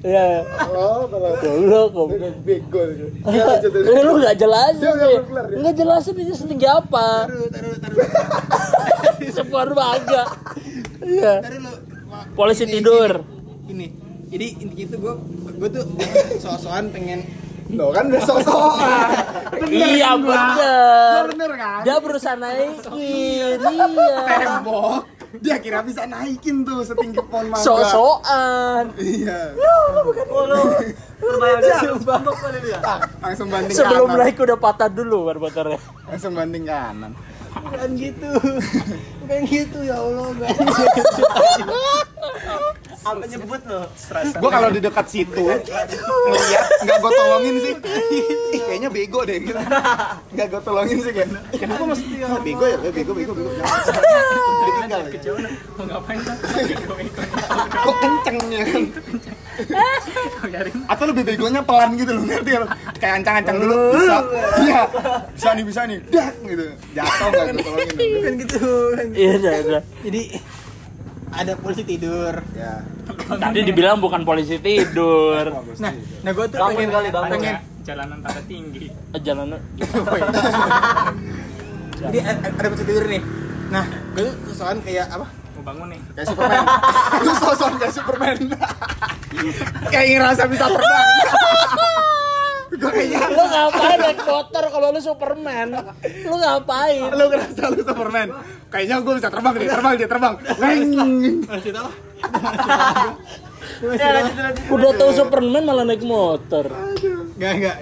[SPEAKER 4] Ya,
[SPEAKER 1] oh kalau
[SPEAKER 4] goblok goblok.
[SPEAKER 1] bego gitu. Iya, lanjut, lanjut. Iya,
[SPEAKER 4] Eh, lu nggak jelasin
[SPEAKER 1] Dia nggak
[SPEAKER 4] sih.
[SPEAKER 1] kelar, dia.
[SPEAKER 4] Nggak jelasin itu setinggi apa. Sebuah bangga. Iya. Polisi
[SPEAKER 5] Ini,
[SPEAKER 4] tidur.
[SPEAKER 5] ini jadi intinya itu gue gue tuh soal-soalan pengen
[SPEAKER 1] Lo kan udah sok-sokan. Bener
[SPEAKER 4] Iya
[SPEAKER 1] kan, Bang?
[SPEAKER 4] bener.
[SPEAKER 1] Bener kan?
[SPEAKER 4] Dia berusaha naikin. Iya.
[SPEAKER 1] Tembok. Dia kira bisa naikin tuh setinggi pohon mangga.
[SPEAKER 4] Sosokan.
[SPEAKER 1] Iya.
[SPEAKER 7] Terbayang dia. Sponsor kali dia.
[SPEAKER 1] Langsung banting kanan.
[SPEAKER 4] Sebelum naik udah patah dulu baru motornya.
[SPEAKER 1] Langsung banting kanan.
[SPEAKER 5] bukan gitu bukan gitu ya allah gua.
[SPEAKER 7] Apa nyebut lo?
[SPEAKER 1] Gua kalau di dekat situ ngeliat nggak gua tolongin sih. Ih, kayaknya bego deh gitu. Nggak gua tolongin sih kayak. Kenapa mesti bego ya? Eh, Bego bego bego. Ditinggal. ya.
[SPEAKER 6] Mau ngapain kan?
[SPEAKER 1] Kok kencengnya kan? Atau lebih begonya pelan gitu loh, ngerti ya? lo? Kayak ancang-ancang dulu, bisa Iya, bisa nih, bisa nih Dak, gitu Jatuh gak gue tolongin dong.
[SPEAKER 5] bukan gitu bukan gitu.
[SPEAKER 4] Iya, iya, iya.
[SPEAKER 5] jadi ada polisi tidur
[SPEAKER 1] Ya,
[SPEAKER 4] Tadi dibilang bukan polisi tidur.
[SPEAKER 5] nah nah gue tuh
[SPEAKER 7] Bangun
[SPEAKER 5] pengen
[SPEAKER 7] kali, bangun.
[SPEAKER 4] ya?
[SPEAKER 5] pengen
[SPEAKER 6] ya. Jalanan tanda tinggi.
[SPEAKER 4] Eh, Jalan
[SPEAKER 5] jadi a- ada polisi tidur nih nah gue tuh soalan kayak apa
[SPEAKER 6] Mau bangun nih.
[SPEAKER 1] kayak Superman Lu sosok kayak Superman Kayak ngerasa bisa terbang Gue kayaknya
[SPEAKER 4] lu ngapain naik motor kalau lu Superman? Lu ngapain?
[SPEAKER 1] Lu ngerasa lu Superman Kayaknya gue bisa terbang deh, terbang deh, terbang Leng.
[SPEAKER 4] Udah tahu Superman malah naik motor.
[SPEAKER 5] Enggak, enggak.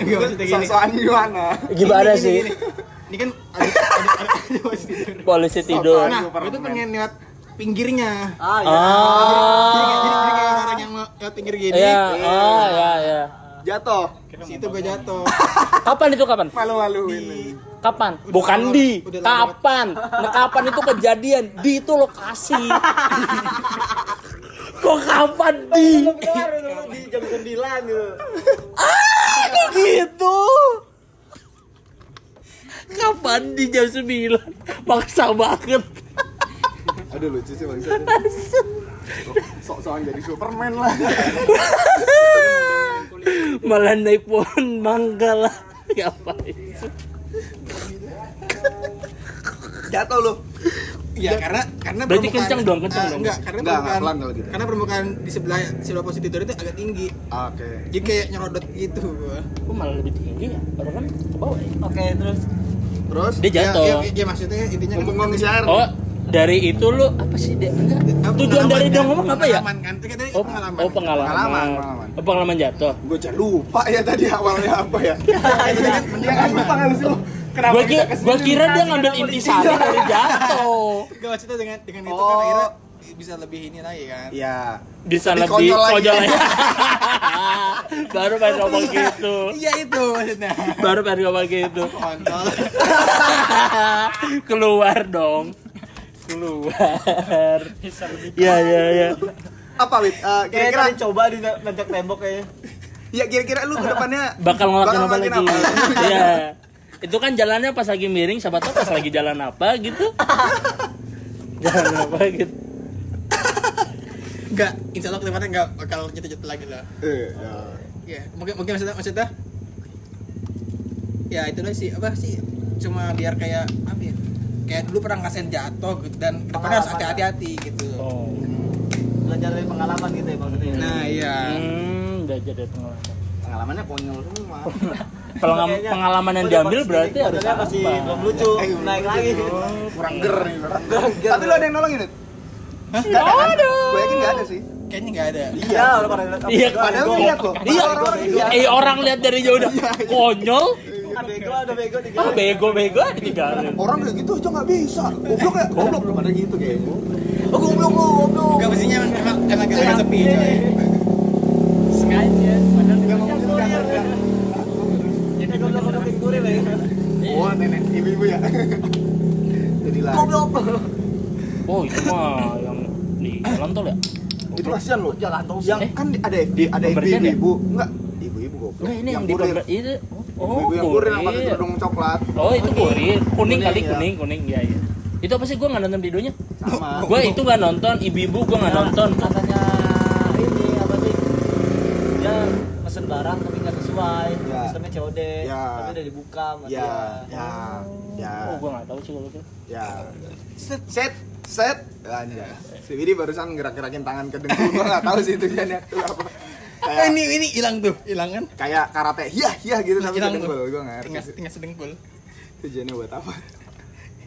[SPEAKER 5] Enggak maksudnya gini.
[SPEAKER 1] Sosokan gimana?
[SPEAKER 4] Gimana
[SPEAKER 5] Gini,
[SPEAKER 4] sih?
[SPEAKER 5] gini, gini. Ini kan ada ada ada, ada polisi tidur.
[SPEAKER 4] Polisi tidur.
[SPEAKER 5] Nah, gue tuh pengen lihat pinggirnya.
[SPEAKER 7] Ah,
[SPEAKER 5] Jadi,
[SPEAKER 7] iya.
[SPEAKER 5] kayak- jadi,
[SPEAKER 4] Ah.
[SPEAKER 5] jadi kayak orang yang mau lihat pinggir gini. Iya.
[SPEAKER 4] Ya, ah, ya, ya.
[SPEAKER 1] Jatuh
[SPEAKER 5] Situ gue jatuh.
[SPEAKER 4] Kapan itu kapan?
[SPEAKER 1] Malu-maluin
[SPEAKER 4] Kapan? Bukan di. Kapan? Nah, kapan itu kejadian? Di itu lokasi. Kok kapan di?
[SPEAKER 7] Keluar lu di jam 9
[SPEAKER 4] gitu.
[SPEAKER 7] lu.
[SPEAKER 4] Kok gitu? Kapan di jam 9? Maksa banget.
[SPEAKER 1] Aduh lucu sih bang Sok-sokan jadi Superman lah
[SPEAKER 4] malah naik pohon mangga lah ngapain sih?
[SPEAKER 5] Jatuh lu. Ya karena karena
[SPEAKER 4] Berarti
[SPEAKER 5] permukaan-
[SPEAKER 4] kencang dong, kencang
[SPEAKER 5] Ah,
[SPEAKER 4] dong.
[SPEAKER 5] Enggak, karena
[SPEAKER 1] Enggak, enggak,
[SPEAKER 5] permukaan
[SPEAKER 1] pelan kalau gitu.
[SPEAKER 5] Karena permukaan di sebelah sebelah posisi tidur itu agak tinggi.
[SPEAKER 1] Oke
[SPEAKER 5] Jadi kayak nyerodot gitu gua.
[SPEAKER 4] Kok malah lebih tinggi ya? Orang kan ke bawah ya?
[SPEAKER 7] Oke, terus
[SPEAKER 1] Terus
[SPEAKER 4] Dia jatuh.
[SPEAKER 5] Ya, ya, ya, maksudnya intinya kan
[SPEAKER 1] Mumpung ngomong siar
[SPEAKER 4] Oh, dari itu lu apa sih dia? Enggak. Tujuan dari dia ngomong apa ya?
[SPEAKER 5] Pengalaman kan, Kayak tadi
[SPEAKER 4] Oh,
[SPEAKER 5] pengalaman.
[SPEAKER 4] oh pengalaman.
[SPEAKER 1] Pengalaman, pengalaman.
[SPEAKER 4] Oh, pengalaman jatuh.
[SPEAKER 5] Iya,
[SPEAKER 1] Gue lupa ya tadi awalnya apa ya Dia kan lupa kan sih lu
[SPEAKER 5] Kenapa
[SPEAKER 4] Gua
[SPEAKER 5] bisa
[SPEAKER 4] ki-
[SPEAKER 5] kesini?
[SPEAKER 4] gua kira dia ngambil intisari dari jatuh.
[SPEAKER 5] Gak maksudnya dengan dengan itu kan
[SPEAKER 1] Oh.
[SPEAKER 5] akhirnya bisa lebih ini lagi kan.
[SPEAKER 1] Iya.
[SPEAKER 4] Bisa
[SPEAKER 1] Dikonyol
[SPEAKER 4] lebih
[SPEAKER 1] lagi.
[SPEAKER 4] konyol lagi. Baru pengen ngomong gitu.
[SPEAKER 5] Iya itu maksudnya.
[SPEAKER 4] Baru pengen ngomong gitu.
[SPEAKER 5] Kontol.
[SPEAKER 4] Keluar dong. Keluar. Ya ya ya.
[SPEAKER 1] Apa Wit? Eh,
[SPEAKER 11] kan-
[SPEAKER 1] kira-kira
[SPEAKER 7] Kayaknya tadi coba di nanjak tembok kayaknya.
[SPEAKER 1] ya kira-kira lu ke depannya
[SPEAKER 4] Bakal ngelakuin apa
[SPEAKER 1] ngelakuin
[SPEAKER 4] lagi? Iya. Itu kan jalannya pas lagi miring, siapa tahu pas lagi jalan apa gitu. Jalan apa gitu.
[SPEAKER 5] Enggak, insya Allah kedepannya enggak bakal jatuh-jatuh lagi lah.
[SPEAKER 1] Eh, ya.
[SPEAKER 5] Iya, mungkin mungkin maksudnya maksudnya ya itu lah sih apa sih cuma biar kayak apa ya kayak dulu pernah ngerasain jatuh gitu dan kedepannya harus
[SPEAKER 7] Pengalaman.
[SPEAKER 5] hati-hati
[SPEAKER 2] ya?
[SPEAKER 5] gitu
[SPEAKER 4] Oh.
[SPEAKER 7] Belajar dari pengalaman gitu ya maksudnya.
[SPEAKER 5] nah iya
[SPEAKER 4] Hmm, belajar dari pengalaman.
[SPEAKER 13] Pengalamannya konyol semua.
[SPEAKER 4] Pengalaman,
[SPEAKER 7] Kayaknya.
[SPEAKER 4] pengalaman yang
[SPEAKER 7] Gua
[SPEAKER 4] diambil
[SPEAKER 7] dapat
[SPEAKER 4] berarti
[SPEAKER 7] sini,
[SPEAKER 4] harus
[SPEAKER 7] modelnya
[SPEAKER 4] apa?
[SPEAKER 7] masih belum lucu.
[SPEAKER 1] Eh, belum
[SPEAKER 7] Naik
[SPEAKER 1] lucu.
[SPEAKER 7] lagi.
[SPEAKER 1] kurang ger nih, kurang ger.
[SPEAKER 7] Kurang
[SPEAKER 4] Iya,
[SPEAKER 7] ger.
[SPEAKER 1] Tapi lu ada yang nolongin Wit? Gak ada. kan? Gue yakin gak ada sih.
[SPEAKER 5] kayaknya nggak ada
[SPEAKER 7] Iya, udah pada lihat.
[SPEAKER 4] Iya,
[SPEAKER 1] Padahal lu lihat Iya, loh.
[SPEAKER 4] Iya,
[SPEAKER 1] orang-orang
[SPEAKER 4] iya. eh orang lihat dari jauh udah konyol.
[SPEAKER 7] Ada bego, ada bego di
[SPEAKER 4] Ah, bego-bego aja ditinggalin.
[SPEAKER 1] orang kayak gitu aja nggak bisa. Goblok ya, goblok lu pada gitu kayaknya.
[SPEAKER 7] Oh, goblok lu, goblok.
[SPEAKER 5] nggak mestinya emang emang emang agak sepi coy
[SPEAKER 6] sengaja padahal
[SPEAKER 1] Gak mau ngomong
[SPEAKER 7] Iya,
[SPEAKER 1] sekarang,
[SPEAKER 7] iya.
[SPEAKER 1] kan?
[SPEAKER 7] Jadi goblok udah pingguri lah ya.
[SPEAKER 1] Oh, nenek ibu-ibu ya. Jadi lah.
[SPEAKER 7] Goblok.
[SPEAKER 4] Oh, itu mah yang di jalan tol ya?
[SPEAKER 1] Itu kasihan loh.
[SPEAKER 7] Jalan tol
[SPEAKER 1] Yang
[SPEAKER 4] Eh,
[SPEAKER 1] kan di- ada FD, ada FD
[SPEAKER 4] pemberian ya?
[SPEAKER 1] ibu. Enggak, ibu-ibu goblok.
[SPEAKER 4] Enggak, ini yang, di
[SPEAKER 1] kurir.
[SPEAKER 4] pember itu. Oh,
[SPEAKER 1] Ibu-ibu yang kurir gitu. yang pakai
[SPEAKER 4] kurir.
[SPEAKER 1] kerudung coklat.
[SPEAKER 4] Oh, itu kurir. Kuning kali
[SPEAKER 1] Kuning, ya.
[SPEAKER 4] kuning, kuning. Iya, iya. Itu apa sih gua nggak nonton videonya?
[SPEAKER 13] Sama.
[SPEAKER 4] Gua itu nggak nonton, ibu-ibu gua nggak nonton.
[SPEAKER 7] Katanya ini apa sih? Dia pesen barang tapi nggak sesuai.
[SPEAKER 4] Iya.
[SPEAKER 1] Ya.
[SPEAKER 7] Sistemnya COD.
[SPEAKER 1] Ya.
[SPEAKER 7] Tapi udah dibuka sama
[SPEAKER 1] Ya,
[SPEAKER 7] dia.
[SPEAKER 1] ya, ya,
[SPEAKER 4] Oh, gua nggak tahu sih kalau itu.
[SPEAKER 1] ya. Set, set, set. Anjay. Si Widi barusan gerak-gerakin tangan ke dengkul. Gua nggak tahu sih tujuannya itu apa.
[SPEAKER 5] Eh,
[SPEAKER 1] Kayak
[SPEAKER 5] ini ini hilang tuh hilang kan
[SPEAKER 1] kayak karate. Hiah, hiah gitu tapi ke
[SPEAKER 5] Hilang
[SPEAKER 1] dengkul.
[SPEAKER 5] tuh.
[SPEAKER 1] Gua nggak ngerti
[SPEAKER 5] tinggal
[SPEAKER 2] Iya.
[SPEAKER 1] sih.
[SPEAKER 5] tinggal sedengkul
[SPEAKER 1] tujuannya buat apa.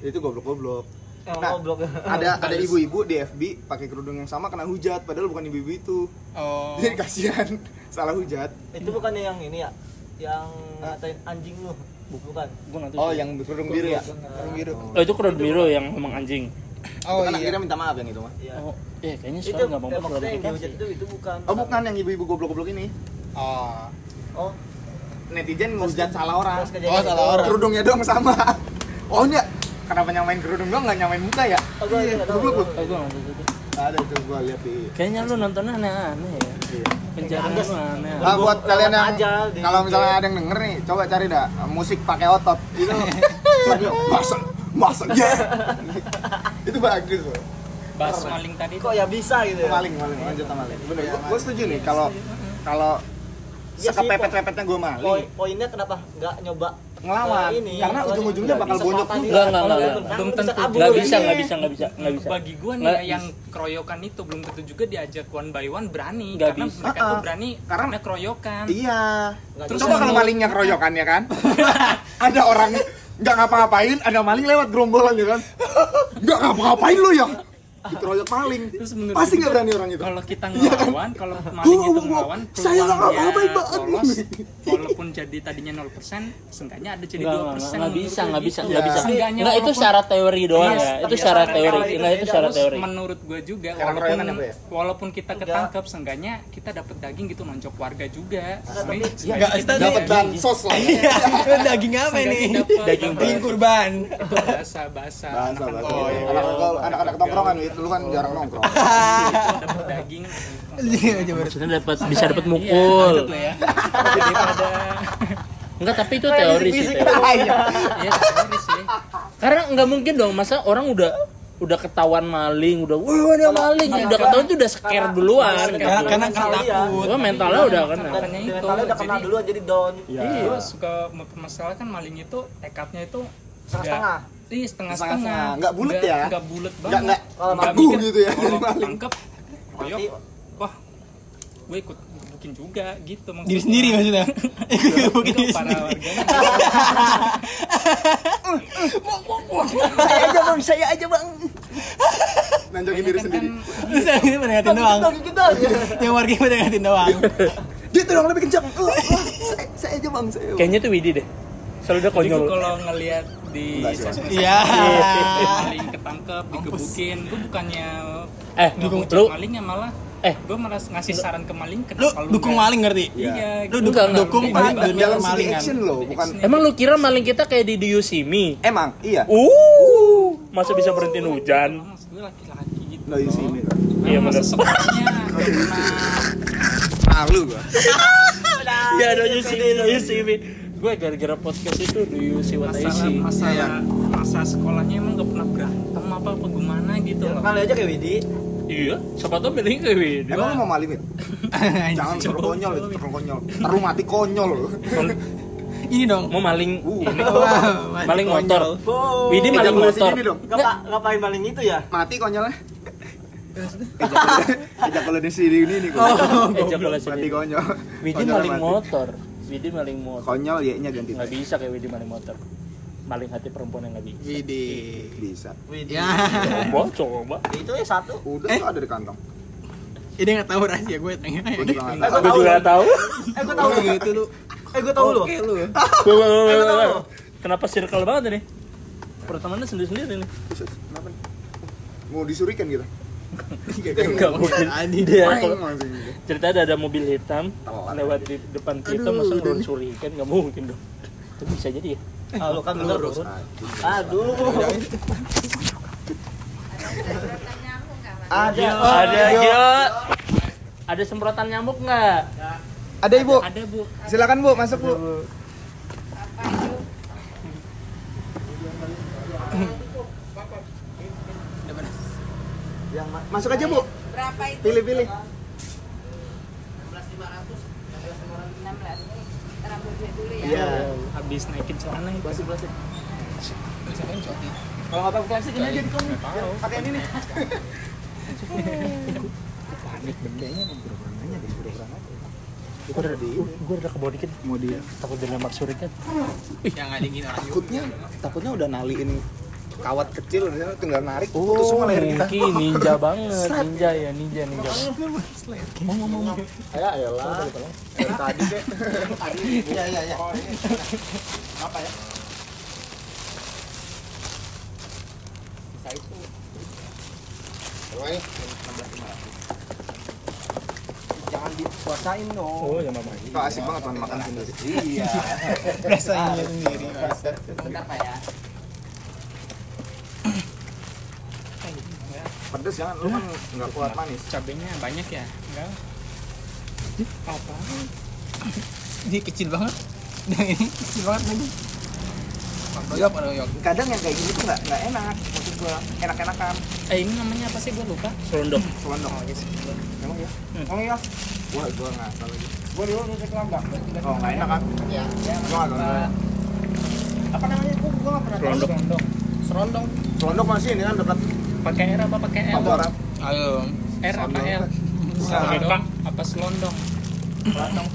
[SPEAKER 1] Itu goblok-goblok.
[SPEAKER 7] Emang
[SPEAKER 1] Nah,
[SPEAKER 7] goblok.
[SPEAKER 1] ada ada ibu-ibu di FB pakai kerudung yang sama kena hujat padahal bukan ibu-ibu itu
[SPEAKER 5] oh
[SPEAKER 1] jadi kasihan salah hujat
[SPEAKER 7] Itu bukannya yang ini ya? Yang ngatain anjing lu. Bukan.
[SPEAKER 4] Gua nggak tahu.
[SPEAKER 1] oh yang kerudung biru ya
[SPEAKER 5] orang biru
[SPEAKER 4] Oh, itu Crown Biro yang ngomong anjing.
[SPEAKER 5] oh
[SPEAKER 13] kan
[SPEAKER 5] iya
[SPEAKER 13] akhirnya minta maaf yang itu mah.
[SPEAKER 7] Iya.
[SPEAKER 4] Oh, eh kayaknya
[SPEAKER 7] itu
[SPEAKER 4] sekarang nggak mau
[SPEAKER 7] eh, maksudnya yang
[SPEAKER 4] klarifikasi.
[SPEAKER 7] dihujat itu itu bukan.
[SPEAKER 1] oh bukan yang ibu-ibu goblok-goblok ini Ah.
[SPEAKER 5] oh
[SPEAKER 7] Oh,
[SPEAKER 1] netizen ngehujat salah orang
[SPEAKER 7] pas kejadian
[SPEAKER 5] Oh, salah
[SPEAKER 7] itu.
[SPEAKER 5] orang.
[SPEAKER 1] kerudungnya dong sama oh enggak kenapa nyamain kerudung dong nggak nyamain muka ya
[SPEAKER 7] Oh, gua nggak tahu.
[SPEAKER 1] goblok lu
[SPEAKER 4] Oh, gua nggak tahu itu.
[SPEAKER 1] ada itu gua lihat di
[SPEAKER 4] Kayaknya lu nontonnya aneh-aneh ya.
[SPEAKER 1] iya.
[SPEAKER 4] Penjara lu aneh.
[SPEAKER 1] Nah, buat
[SPEAKER 7] Lewat
[SPEAKER 1] kalian yang
[SPEAKER 7] aja gitu. di-
[SPEAKER 1] kalau misalnya ada yang denger nih, coba cari dah eh, musik pakai otot itu
[SPEAKER 7] Iya.
[SPEAKER 1] masa masa ya itu bagus loh.
[SPEAKER 7] Iya.
[SPEAKER 6] bahas maling tadi
[SPEAKER 7] Kok ya bisa gitu ya?
[SPEAKER 1] maling maling lanjut sama maling bener gue, setuju nih kalau kalau
[SPEAKER 7] Iya sih,
[SPEAKER 1] sekepepet-pepetnya gue
[SPEAKER 7] Poin-
[SPEAKER 1] maling
[SPEAKER 7] poinnya kenapa nggak nyoba
[SPEAKER 1] Ngelawan.
[SPEAKER 7] eh,
[SPEAKER 1] Karena
[SPEAKER 7] Soalnya
[SPEAKER 1] ujung-ujungnya
[SPEAKER 7] nggak
[SPEAKER 1] bakal
[SPEAKER 7] bisa
[SPEAKER 1] bonyok
[SPEAKER 7] kelapa
[SPEAKER 1] juga.
[SPEAKER 7] dia.
[SPEAKER 4] Enggak, enggak,
[SPEAKER 7] Kalau
[SPEAKER 4] enggak,
[SPEAKER 7] dia
[SPEAKER 4] enggak.
[SPEAKER 7] menang, lu bisa
[SPEAKER 6] Belum tentu.
[SPEAKER 7] kabur.
[SPEAKER 4] Nggak bisa,
[SPEAKER 7] Iya.
[SPEAKER 4] nggak bisa, nggak bisa, nggak bisa.
[SPEAKER 6] bagi gua nih
[SPEAKER 4] Nggak
[SPEAKER 6] ya, yang keroyokan itu belum tentu juga diajak one by one berani
[SPEAKER 4] Nggak
[SPEAKER 6] karena
[SPEAKER 4] bisa.
[SPEAKER 6] mereka
[SPEAKER 1] Ah,
[SPEAKER 6] tuh
[SPEAKER 1] ah.
[SPEAKER 6] berani
[SPEAKER 1] Karena-
[SPEAKER 6] karena keroyokan
[SPEAKER 1] iya
[SPEAKER 7] Nggak
[SPEAKER 1] terus
[SPEAKER 7] bisa.
[SPEAKER 1] coba kalau malingnya keroyokan ya kan ada orang nggak ngapa-ngapain ada maling lewat gerombolan ya kan nggak ngapa-ngapain lo ya dikeroyok maling
[SPEAKER 6] Terus menurut
[SPEAKER 1] pasti
[SPEAKER 6] gua,
[SPEAKER 1] nggak berani orang itu
[SPEAKER 6] kalau kita ngelawan kalau
[SPEAKER 1] Gua
[SPEAKER 6] maling itu
[SPEAKER 1] ngomong,
[SPEAKER 6] ngelawan
[SPEAKER 1] saya nggak ngapain,
[SPEAKER 6] peluangnya
[SPEAKER 1] Mbak.
[SPEAKER 6] lolos walaupun jadi tadinya 0% seenggaknya ada jadi
[SPEAKER 4] Nggak,
[SPEAKER 6] 2%
[SPEAKER 4] nggak, nggak bisa,
[SPEAKER 6] menurut gua
[SPEAKER 4] nggak bisa,
[SPEAKER 6] gitu.
[SPEAKER 4] nggak bisa.
[SPEAKER 6] Seenggaknya
[SPEAKER 4] Enggak, itu
[SPEAKER 6] walaupun-
[SPEAKER 4] secara teori doang
[SPEAKER 6] Iya,
[SPEAKER 4] ya. Itu
[SPEAKER 6] iya,
[SPEAKER 4] secara
[SPEAKER 6] karena
[SPEAKER 4] teori.
[SPEAKER 6] kalau itu
[SPEAKER 4] Enggak, itu
[SPEAKER 7] beda,
[SPEAKER 4] secara
[SPEAKER 7] terus
[SPEAKER 4] teori.
[SPEAKER 6] menurut gue juga
[SPEAKER 1] Karena
[SPEAKER 6] walaupun
[SPEAKER 1] keroyokan apa ya?
[SPEAKER 6] walaupun kita ketangkap seenggaknya kita dapat daging gitu noncok warga juga
[SPEAKER 7] tapi-
[SPEAKER 6] nggak
[SPEAKER 1] dapat bansos lah
[SPEAKER 5] iya daging apa ini
[SPEAKER 6] daging
[SPEAKER 5] daging kurban
[SPEAKER 6] bahasa bahasa
[SPEAKER 1] bahasa bahasa
[SPEAKER 6] Oh, iya.
[SPEAKER 1] Anak-anak- anak-anak tongkrongan gitu. itu lu kan jarang nongkrong
[SPEAKER 6] dapat daging
[SPEAKER 5] iya coba
[SPEAKER 4] Maksudnya dapat bisa dapat mukul.
[SPEAKER 6] Iya, daripada
[SPEAKER 4] Enggak, tapi itu teori sih. teori.
[SPEAKER 6] ya teori sih
[SPEAKER 4] Karena enggak mungkin dong masa orang udah udah ketahuan maling, udah wah ada maling, udah ketahuan itu udah scare duluan gitu.
[SPEAKER 5] karena karena
[SPEAKER 7] Kalau iya,
[SPEAKER 5] takut
[SPEAKER 4] Gua mentalnya udah kan ya. kena.
[SPEAKER 7] Dan
[SPEAKER 6] Makanya itu,
[SPEAKER 7] mentalnya udah kenal
[SPEAKER 6] jadi-
[SPEAKER 7] duluan jadi down.
[SPEAKER 1] Iya.
[SPEAKER 6] gue Iya. suka masalah kan maling itu tekadnya itu
[SPEAKER 7] Setengah-setengah.
[SPEAKER 6] nggak- iya setengah setengah
[SPEAKER 1] Setengah-setengah. Nggak bulet ya?
[SPEAKER 6] nggak bulet banget
[SPEAKER 1] nggak nggak
[SPEAKER 7] Kalau
[SPEAKER 6] Nggak
[SPEAKER 1] magu
[SPEAKER 6] mikir,
[SPEAKER 1] gitu ya
[SPEAKER 6] kalau
[SPEAKER 1] jadi maling
[SPEAKER 6] tangkep koyok,
[SPEAKER 7] Nanti-
[SPEAKER 6] wah gue ikut bukin juga gitu maksudnya.
[SPEAKER 5] diri sendiri maksudnya
[SPEAKER 6] Itu para warganya
[SPEAKER 7] Saya aja bang, saya aja bang.
[SPEAKER 1] nanjokin diri
[SPEAKER 6] kebanyakan kan
[SPEAKER 1] sendiri
[SPEAKER 5] Terus yang ini pada ngatin doang
[SPEAKER 7] Lagi kita.
[SPEAKER 5] Yang warga pada ngatin doang
[SPEAKER 1] Gitu dia tuh yang lebih kencang Eh, eh, saya, saya aja bang saya
[SPEAKER 4] Kayaknya itu Widi deh. Soalnya dia
[SPEAKER 6] Jadi
[SPEAKER 4] konyol.
[SPEAKER 6] gua kalau ngelihat di sosmed
[SPEAKER 2] Iya.
[SPEAKER 6] paling ketangkep, digebukin, gue bukannya
[SPEAKER 4] Eh,
[SPEAKER 6] nggak
[SPEAKER 4] dukung-
[SPEAKER 6] bocor
[SPEAKER 4] lu-
[SPEAKER 6] malingnya malah
[SPEAKER 4] Eh.
[SPEAKER 6] gue merasa ngasih saran ke maling
[SPEAKER 2] Lu
[SPEAKER 6] kenapa
[SPEAKER 2] dukung
[SPEAKER 6] nggak-
[SPEAKER 2] maling ngerti? Lu
[SPEAKER 6] Iya, gitu.
[SPEAKER 2] dukung
[SPEAKER 6] Enggak,
[SPEAKER 2] dukung
[SPEAKER 6] enggak.
[SPEAKER 2] paling
[SPEAKER 1] Dalam-
[SPEAKER 2] dunia
[SPEAKER 1] dalam segi
[SPEAKER 2] malingan.
[SPEAKER 1] action loh, bukan
[SPEAKER 4] Emang lu kira maling kita kayak di Diusimi?
[SPEAKER 1] Emang, iya.
[SPEAKER 4] Uh, masa bisa berhentiin hujan?
[SPEAKER 6] Maksud gue laki-laki gitu.
[SPEAKER 1] Lo di sini kan.
[SPEAKER 4] Iya benar.
[SPEAKER 6] Sebenarnya
[SPEAKER 1] Iya,
[SPEAKER 6] nggak pernah
[SPEAKER 1] Malu gua.
[SPEAKER 4] Iya ada Diusimi, ada Diusimi. Gue gara-gara podcast itu Diusi what I
[SPEAKER 6] masalah
[SPEAKER 4] see.
[SPEAKER 6] masalah masa sekolahnya emang gak pernah berantem apa apa gimana gitu loh
[SPEAKER 7] kali aja kayak Widi
[SPEAKER 4] Iya, siapa tau pilih kayak gini.
[SPEAKER 1] Emang lu mau malingin? Jangan terlalu konyol itu, terlalu konyol. Terlalu mati konyol Uh. lu.
[SPEAKER 5] Ini dong.
[SPEAKER 4] Mau maling,
[SPEAKER 1] Uh.
[SPEAKER 4] ini maling motor.
[SPEAKER 7] Eh,
[SPEAKER 4] Widi maling
[SPEAKER 1] Ejakulasi
[SPEAKER 4] motor.
[SPEAKER 1] gini dong.
[SPEAKER 7] Ngapa, ngapain maling itu ya
[SPEAKER 1] Mati konyolnya. Ejak- Ejakulasi di sini ini nih. gua.
[SPEAKER 4] Ejakulasi
[SPEAKER 1] Mati
[SPEAKER 4] gini.
[SPEAKER 1] konyol.
[SPEAKER 4] Widi
[SPEAKER 1] Konyolnya
[SPEAKER 4] maling
[SPEAKER 1] mati.
[SPEAKER 4] motor. Widi maling motor.
[SPEAKER 1] Konyol ya-nya ganti.
[SPEAKER 4] Nggak bisa kayak Widi maling motor. Maling hati perempuan yang nggak bisa.
[SPEAKER 5] Widi.
[SPEAKER 1] Bisa.
[SPEAKER 7] Widi
[SPEAKER 5] Ya.
[SPEAKER 4] Coba, coba.
[SPEAKER 7] itu ya satu
[SPEAKER 1] Udah tuh ada di kantong.
[SPEAKER 5] Ini nggak tahu rahasia gue tanya.
[SPEAKER 1] Gua juga nggak tahu.
[SPEAKER 4] Gue juga nggak tahu.
[SPEAKER 7] eh gue tahu lu
[SPEAKER 5] Gitu lu.
[SPEAKER 7] eh gue tahu lu
[SPEAKER 5] Oke lu.
[SPEAKER 1] Eh,
[SPEAKER 4] Gua- gua- gua- gua- gua- gua. Kenapa circle banget ini? Pertemanannya sendiri-sendiri nih.
[SPEAKER 1] Buset, Kenapa nih? Mau disurikan gitu?
[SPEAKER 4] Enggak mungkin. Dia
[SPEAKER 1] Main
[SPEAKER 4] kalau-
[SPEAKER 1] langsung gitu.
[SPEAKER 4] cerita ada ada mobil hitam
[SPEAKER 1] Telat.
[SPEAKER 4] lewat di depan kita masa turun suri kan nggak mungkin dong. Itu bisa jadi ya.
[SPEAKER 7] ah, lu kan bener turun aduh ada
[SPEAKER 4] Ada Gio. Ada semprotan nyamuk nggak?
[SPEAKER 1] Ada ibu,
[SPEAKER 6] ada bu
[SPEAKER 1] silakan bu masuk bu. Yang ma- masuk aja bu.
[SPEAKER 14] Berapa itu?
[SPEAKER 1] Pilih pilih.
[SPEAKER 14] 16. Ntar ambil duit dulu ya.
[SPEAKER 1] Iya.
[SPEAKER 6] habis naikin celana itu
[SPEAKER 7] kalau nggak pakai plastik ini aja di kamu
[SPEAKER 1] Pakai ini nih.
[SPEAKER 4] Gue udah di. Gue udah kebawa dikit. Mau dia takut dilempar suri kan?
[SPEAKER 5] Yang ada dingin orang.
[SPEAKER 1] Takutnya takutnya udah naliin kawat kecil misalnya tinggal narik
[SPEAKER 4] Oh.
[SPEAKER 1] putus semua leher kita.
[SPEAKER 4] Mungkin ninja banget, ninja ya, ninja ninja.
[SPEAKER 1] Ya elah. Dari tadi kek. Iya iya iya. Apa ya? Bisa itu.
[SPEAKER 7] jangan dikuasain dong
[SPEAKER 4] Oh, ya mama.
[SPEAKER 1] Kok asik banget man, makan sendiri. Iya.
[SPEAKER 2] Rasanya sendiri.
[SPEAKER 7] bentar pak ya
[SPEAKER 1] Pedes jangan lu kan enggak kuat manis.
[SPEAKER 6] cabenya banyak ya enggak apa
[SPEAKER 5] Dia kecil banget. Dan ini kecil banget lagi. Yop, yop.
[SPEAKER 1] Kadang yang kayak gini tuh enggak enggak enak. Maksud gua enak-enakan.
[SPEAKER 6] eh ini namanya apa sih gue lupa
[SPEAKER 4] Serundok.
[SPEAKER 1] Selondong aja sih. Emang ya? Emang ya? Wah, gua enggak tahu lagi.
[SPEAKER 2] Gua dulu nulis lambang.
[SPEAKER 1] Oh, enggak enak kan? Iya. Gua enggak tahu.
[SPEAKER 2] Apa namanya? Gua gua enggak pernah tahu.
[SPEAKER 4] Serundok.
[SPEAKER 2] Serondong.
[SPEAKER 1] Selondong masih ini kan dekat
[SPEAKER 6] pakai r apa pakai l
[SPEAKER 1] Papua. Arab.
[SPEAKER 5] Ayo.
[SPEAKER 6] r apa l
[SPEAKER 4] Pak.
[SPEAKER 6] selondong apa selondong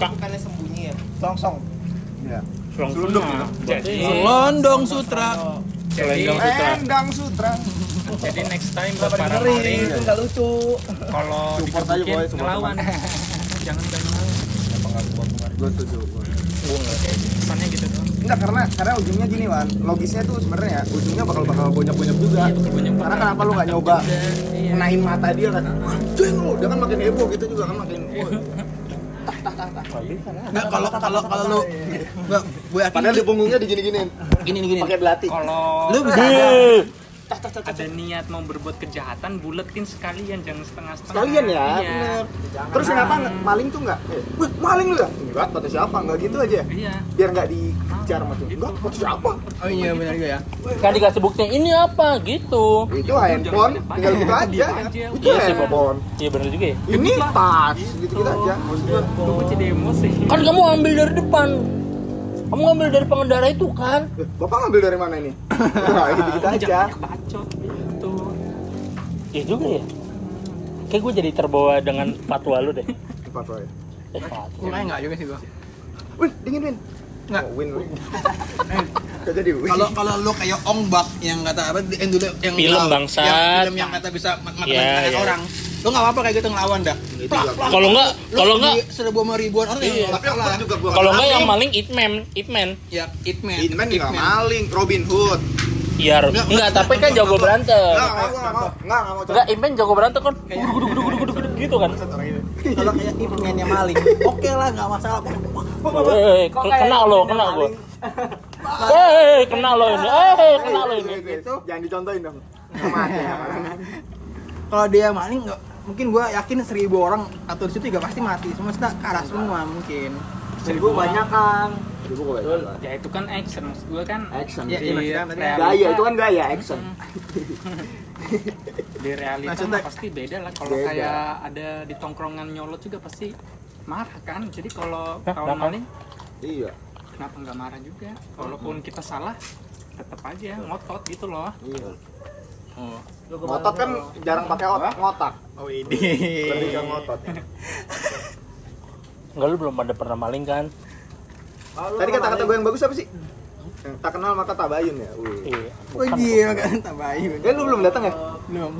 [SPEAKER 2] Bukannya sembunyi ya? Songsong.
[SPEAKER 1] Iya.
[SPEAKER 4] Serundok.
[SPEAKER 6] jadi
[SPEAKER 5] Londong Sutra.
[SPEAKER 6] jadi
[SPEAKER 1] Endang Sutra.
[SPEAKER 6] jadi next time buat para maling
[SPEAKER 7] itu nggak lucu
[SPEAKER 6] kalau
[SPEAKER 1] Support aja,
[SPEAKER 6] digebukin
[SPEAKER 1] boy, support
[SPEAKER 6] ngelawan jangan gitu. gak ngelawan
[SPEAKER 1] Gue setuju. gua.
[SPEAKER 6] pesannya gitu doang
[SPEAKER 1] Enggak karena karena ujungnya gini Wan, logisnya tuh sebenarnya ya, ujungnya bakal bakal bonyok-bonyok juga.
[SPEAKER 6] Iya,
[SPEAKER 1] Karena kenapa lu nggak nyoba kenain mata dia kan? Anjing lu, dia kan makin heboh gitu juga kan makin. wah.
[SPEAKER 2] Enggak kalau kalau kalau lu enggak gue yakin
[SPEAKER 1] Padahal di punggungnya digini-giniin,
[SPEAKER 2] gini gini.
[SPEAKER 1] pakai belati.
[SPEAKER 6] kalau
[SPEAKER 2] Lu bisa aja.
[SPEAKER 6] ada niat mau berbuat kejahatan buletin sekalian jangan setengah-setengah
[SPEAKER 1] Sekalian ya,
[SPEAKER 6] iya.
[SPEAKER 1] bener. Terus kenapa nggak- maling tuh nggak? Eh, wih, maling lu ya? Enggak, kata siapa? Enggak gitu aja.
[SPEAKER 6] iya
[SPEAKER 1] Biar nggak dikejar sama dia. Enggak, kata siapa?
[SPEAKER 5] Oh iya benar juga ya.
[SPEAKER 4] Kan dikasih buktinya ini apa gitu.
[SPEAKER 1] Itu handphone, tinggal buka aja.
[SPEAKER 6] Iya
[SPEAKER 1] Itu
[SPEAKER 4] sih,
[SPEAKER 1] handphone.
[SPEAKER 4] Iya bener juga ya.
[SPEAKER 1] Ini tas, gitu-gitu aja. Maksudnya,
[SPEAKER 6] Gue kunci demo sih
[SPEAKER 4] Kan kamu ambil dari depan. Kamu ngambil dari pengendara itu kan?
[SPEAKER 1] "Eh, bapak ngambil dari mana ini? Nah, gitu-gitu aja.
[SPEAKER 6] Jangan bacot gitu
[SPEAKER 4] Iya juga ya. Kayak gue jadi terbawa dengan fatwa lu deh.
[SPEAKER 1] Empat poin.
[SPEAKER 4] Eh, fatwa.
[SPEAKER 5] Gue kayak nggak juga sih gua.
[SPEAKER 1] Win, dingin Win.
[SPEAKER 5] Nggak.
[SPEAKER 1] Oh, win, win. Kok jadi win?
[SPEAKER 5] Kalau kalau lu kayak Ong Bak yang kata apa yang dulu yang
[SPEAKER 4] Film
[SPEAKER 5] yang
[SPEAKER 4] bangsat.
[SPEAKER 5] film yang kata bisa mat- mat-
[SPEAKER 4] Iya,
[SPEAKER 5] matain
[SPEAKER 4] iya.
[SPEAKER 5] orang. Lo nggak apa-apa kayak gitu ngelawan dah.
[SPEAKER 1] Itu juga gua.
[SPEAKER 4] Kalau enggak,
[SPEAKER 5] Lo
[SPEAKER 4] kalau enggak,
[SPEAKER 5] di seribu sama ribuan orang yang
[SPEAKER 4] Iya.
[SPEAKER 5] nolak
[SPEAKER 1] Tapi yang
[SPEAKER 5] lah.
[SPEAKER 1] kuat juga gua.
[SPEAKER 4] kalau enggak yang maling Itman, Itman.
[SPEAKER 5] Ya, Hitman.
[SPEAKER 1] Ini kan juga maling, Robin Hood.
[SPEAKER 4] Iya, harus. enggak, tapi kan jago berantem.
[SPEAKER 1] Enggak, enggak, gua enggak mau. Enggak, enggak mau.
[SPEAKER 4] Enggak, Itman jago berantem kan. Guduk guduk guduk guduk guduk gitu kan.
[SPEAKER 7] kalau kayak ibunya maling oke lah nggak masalah
[SPEAKER 4] Hei, Eh, kena Eh, lo, kena gua. Hei, kena lo ini. Hei, kena lo ini.
[SPEAKER 1] Itu jangan dicontohin dong. Mati ya.
[SPEAKER 5] Kalau dia maling nggak mungkin gue yakin seribu orang atau di situ juga pasti mati semua sudah ke arah semua mungkin
[SPEAKER 7] seribu banyak kan
[SPEAKER 15] Ibu gue
[SPEAKER 6] ya itu kan action maksud gue kan
[SPEAKER 15] action.
[SPEAKER 5] ya iya maksudnya tadi
[SPEAKER 6] Iya.
[SPEAKER 15] Gaya itu kan gaya action.
[SPEAKER 6] di realita
[SPEAKER 5] Maksudnya-
[SPEAKER 6] mah pasti beda lah kalau
[SPEAKER 15] Beda.
[SPEAKER 6] kayak ada di tongkrongan nyolot juga pasti marah kan jadi kalau
[SPEAKER 4] Hah,
[SPEAKER 6] kawan
[SPEAKER 4] Ya, kenapa?
[SPEAKER 6] maling
[SPEAKER 15] Iya.
[SPEAKER 6] kenapa nggak marah juga walaupun kita salah tetap aja ngotot gitu loh
[SPEAKER 15] Iya.
[SPEAKER 6] oh.
[SPEAKER 15] Ngotot kan jarang pakai otak, ngotak.
[SPEAKER 1] Oh, ini.
[SPEAKER 15] Lebih ke ngotot.
[SPEAKER 4] Enggak lu belum pada pernah maling kan?
[SPEAKER 1] Tadi kata-kata gue yang bagus apa sih? Yang tak kenal maka tak bayun ya. Wih.
[SPEAKER 4] Iya.
[SPEAKER 5] oh iya kan tambah ayu
[SPEAKER 1] Eh lu belum datang ya?
[SPEAKER 5] belum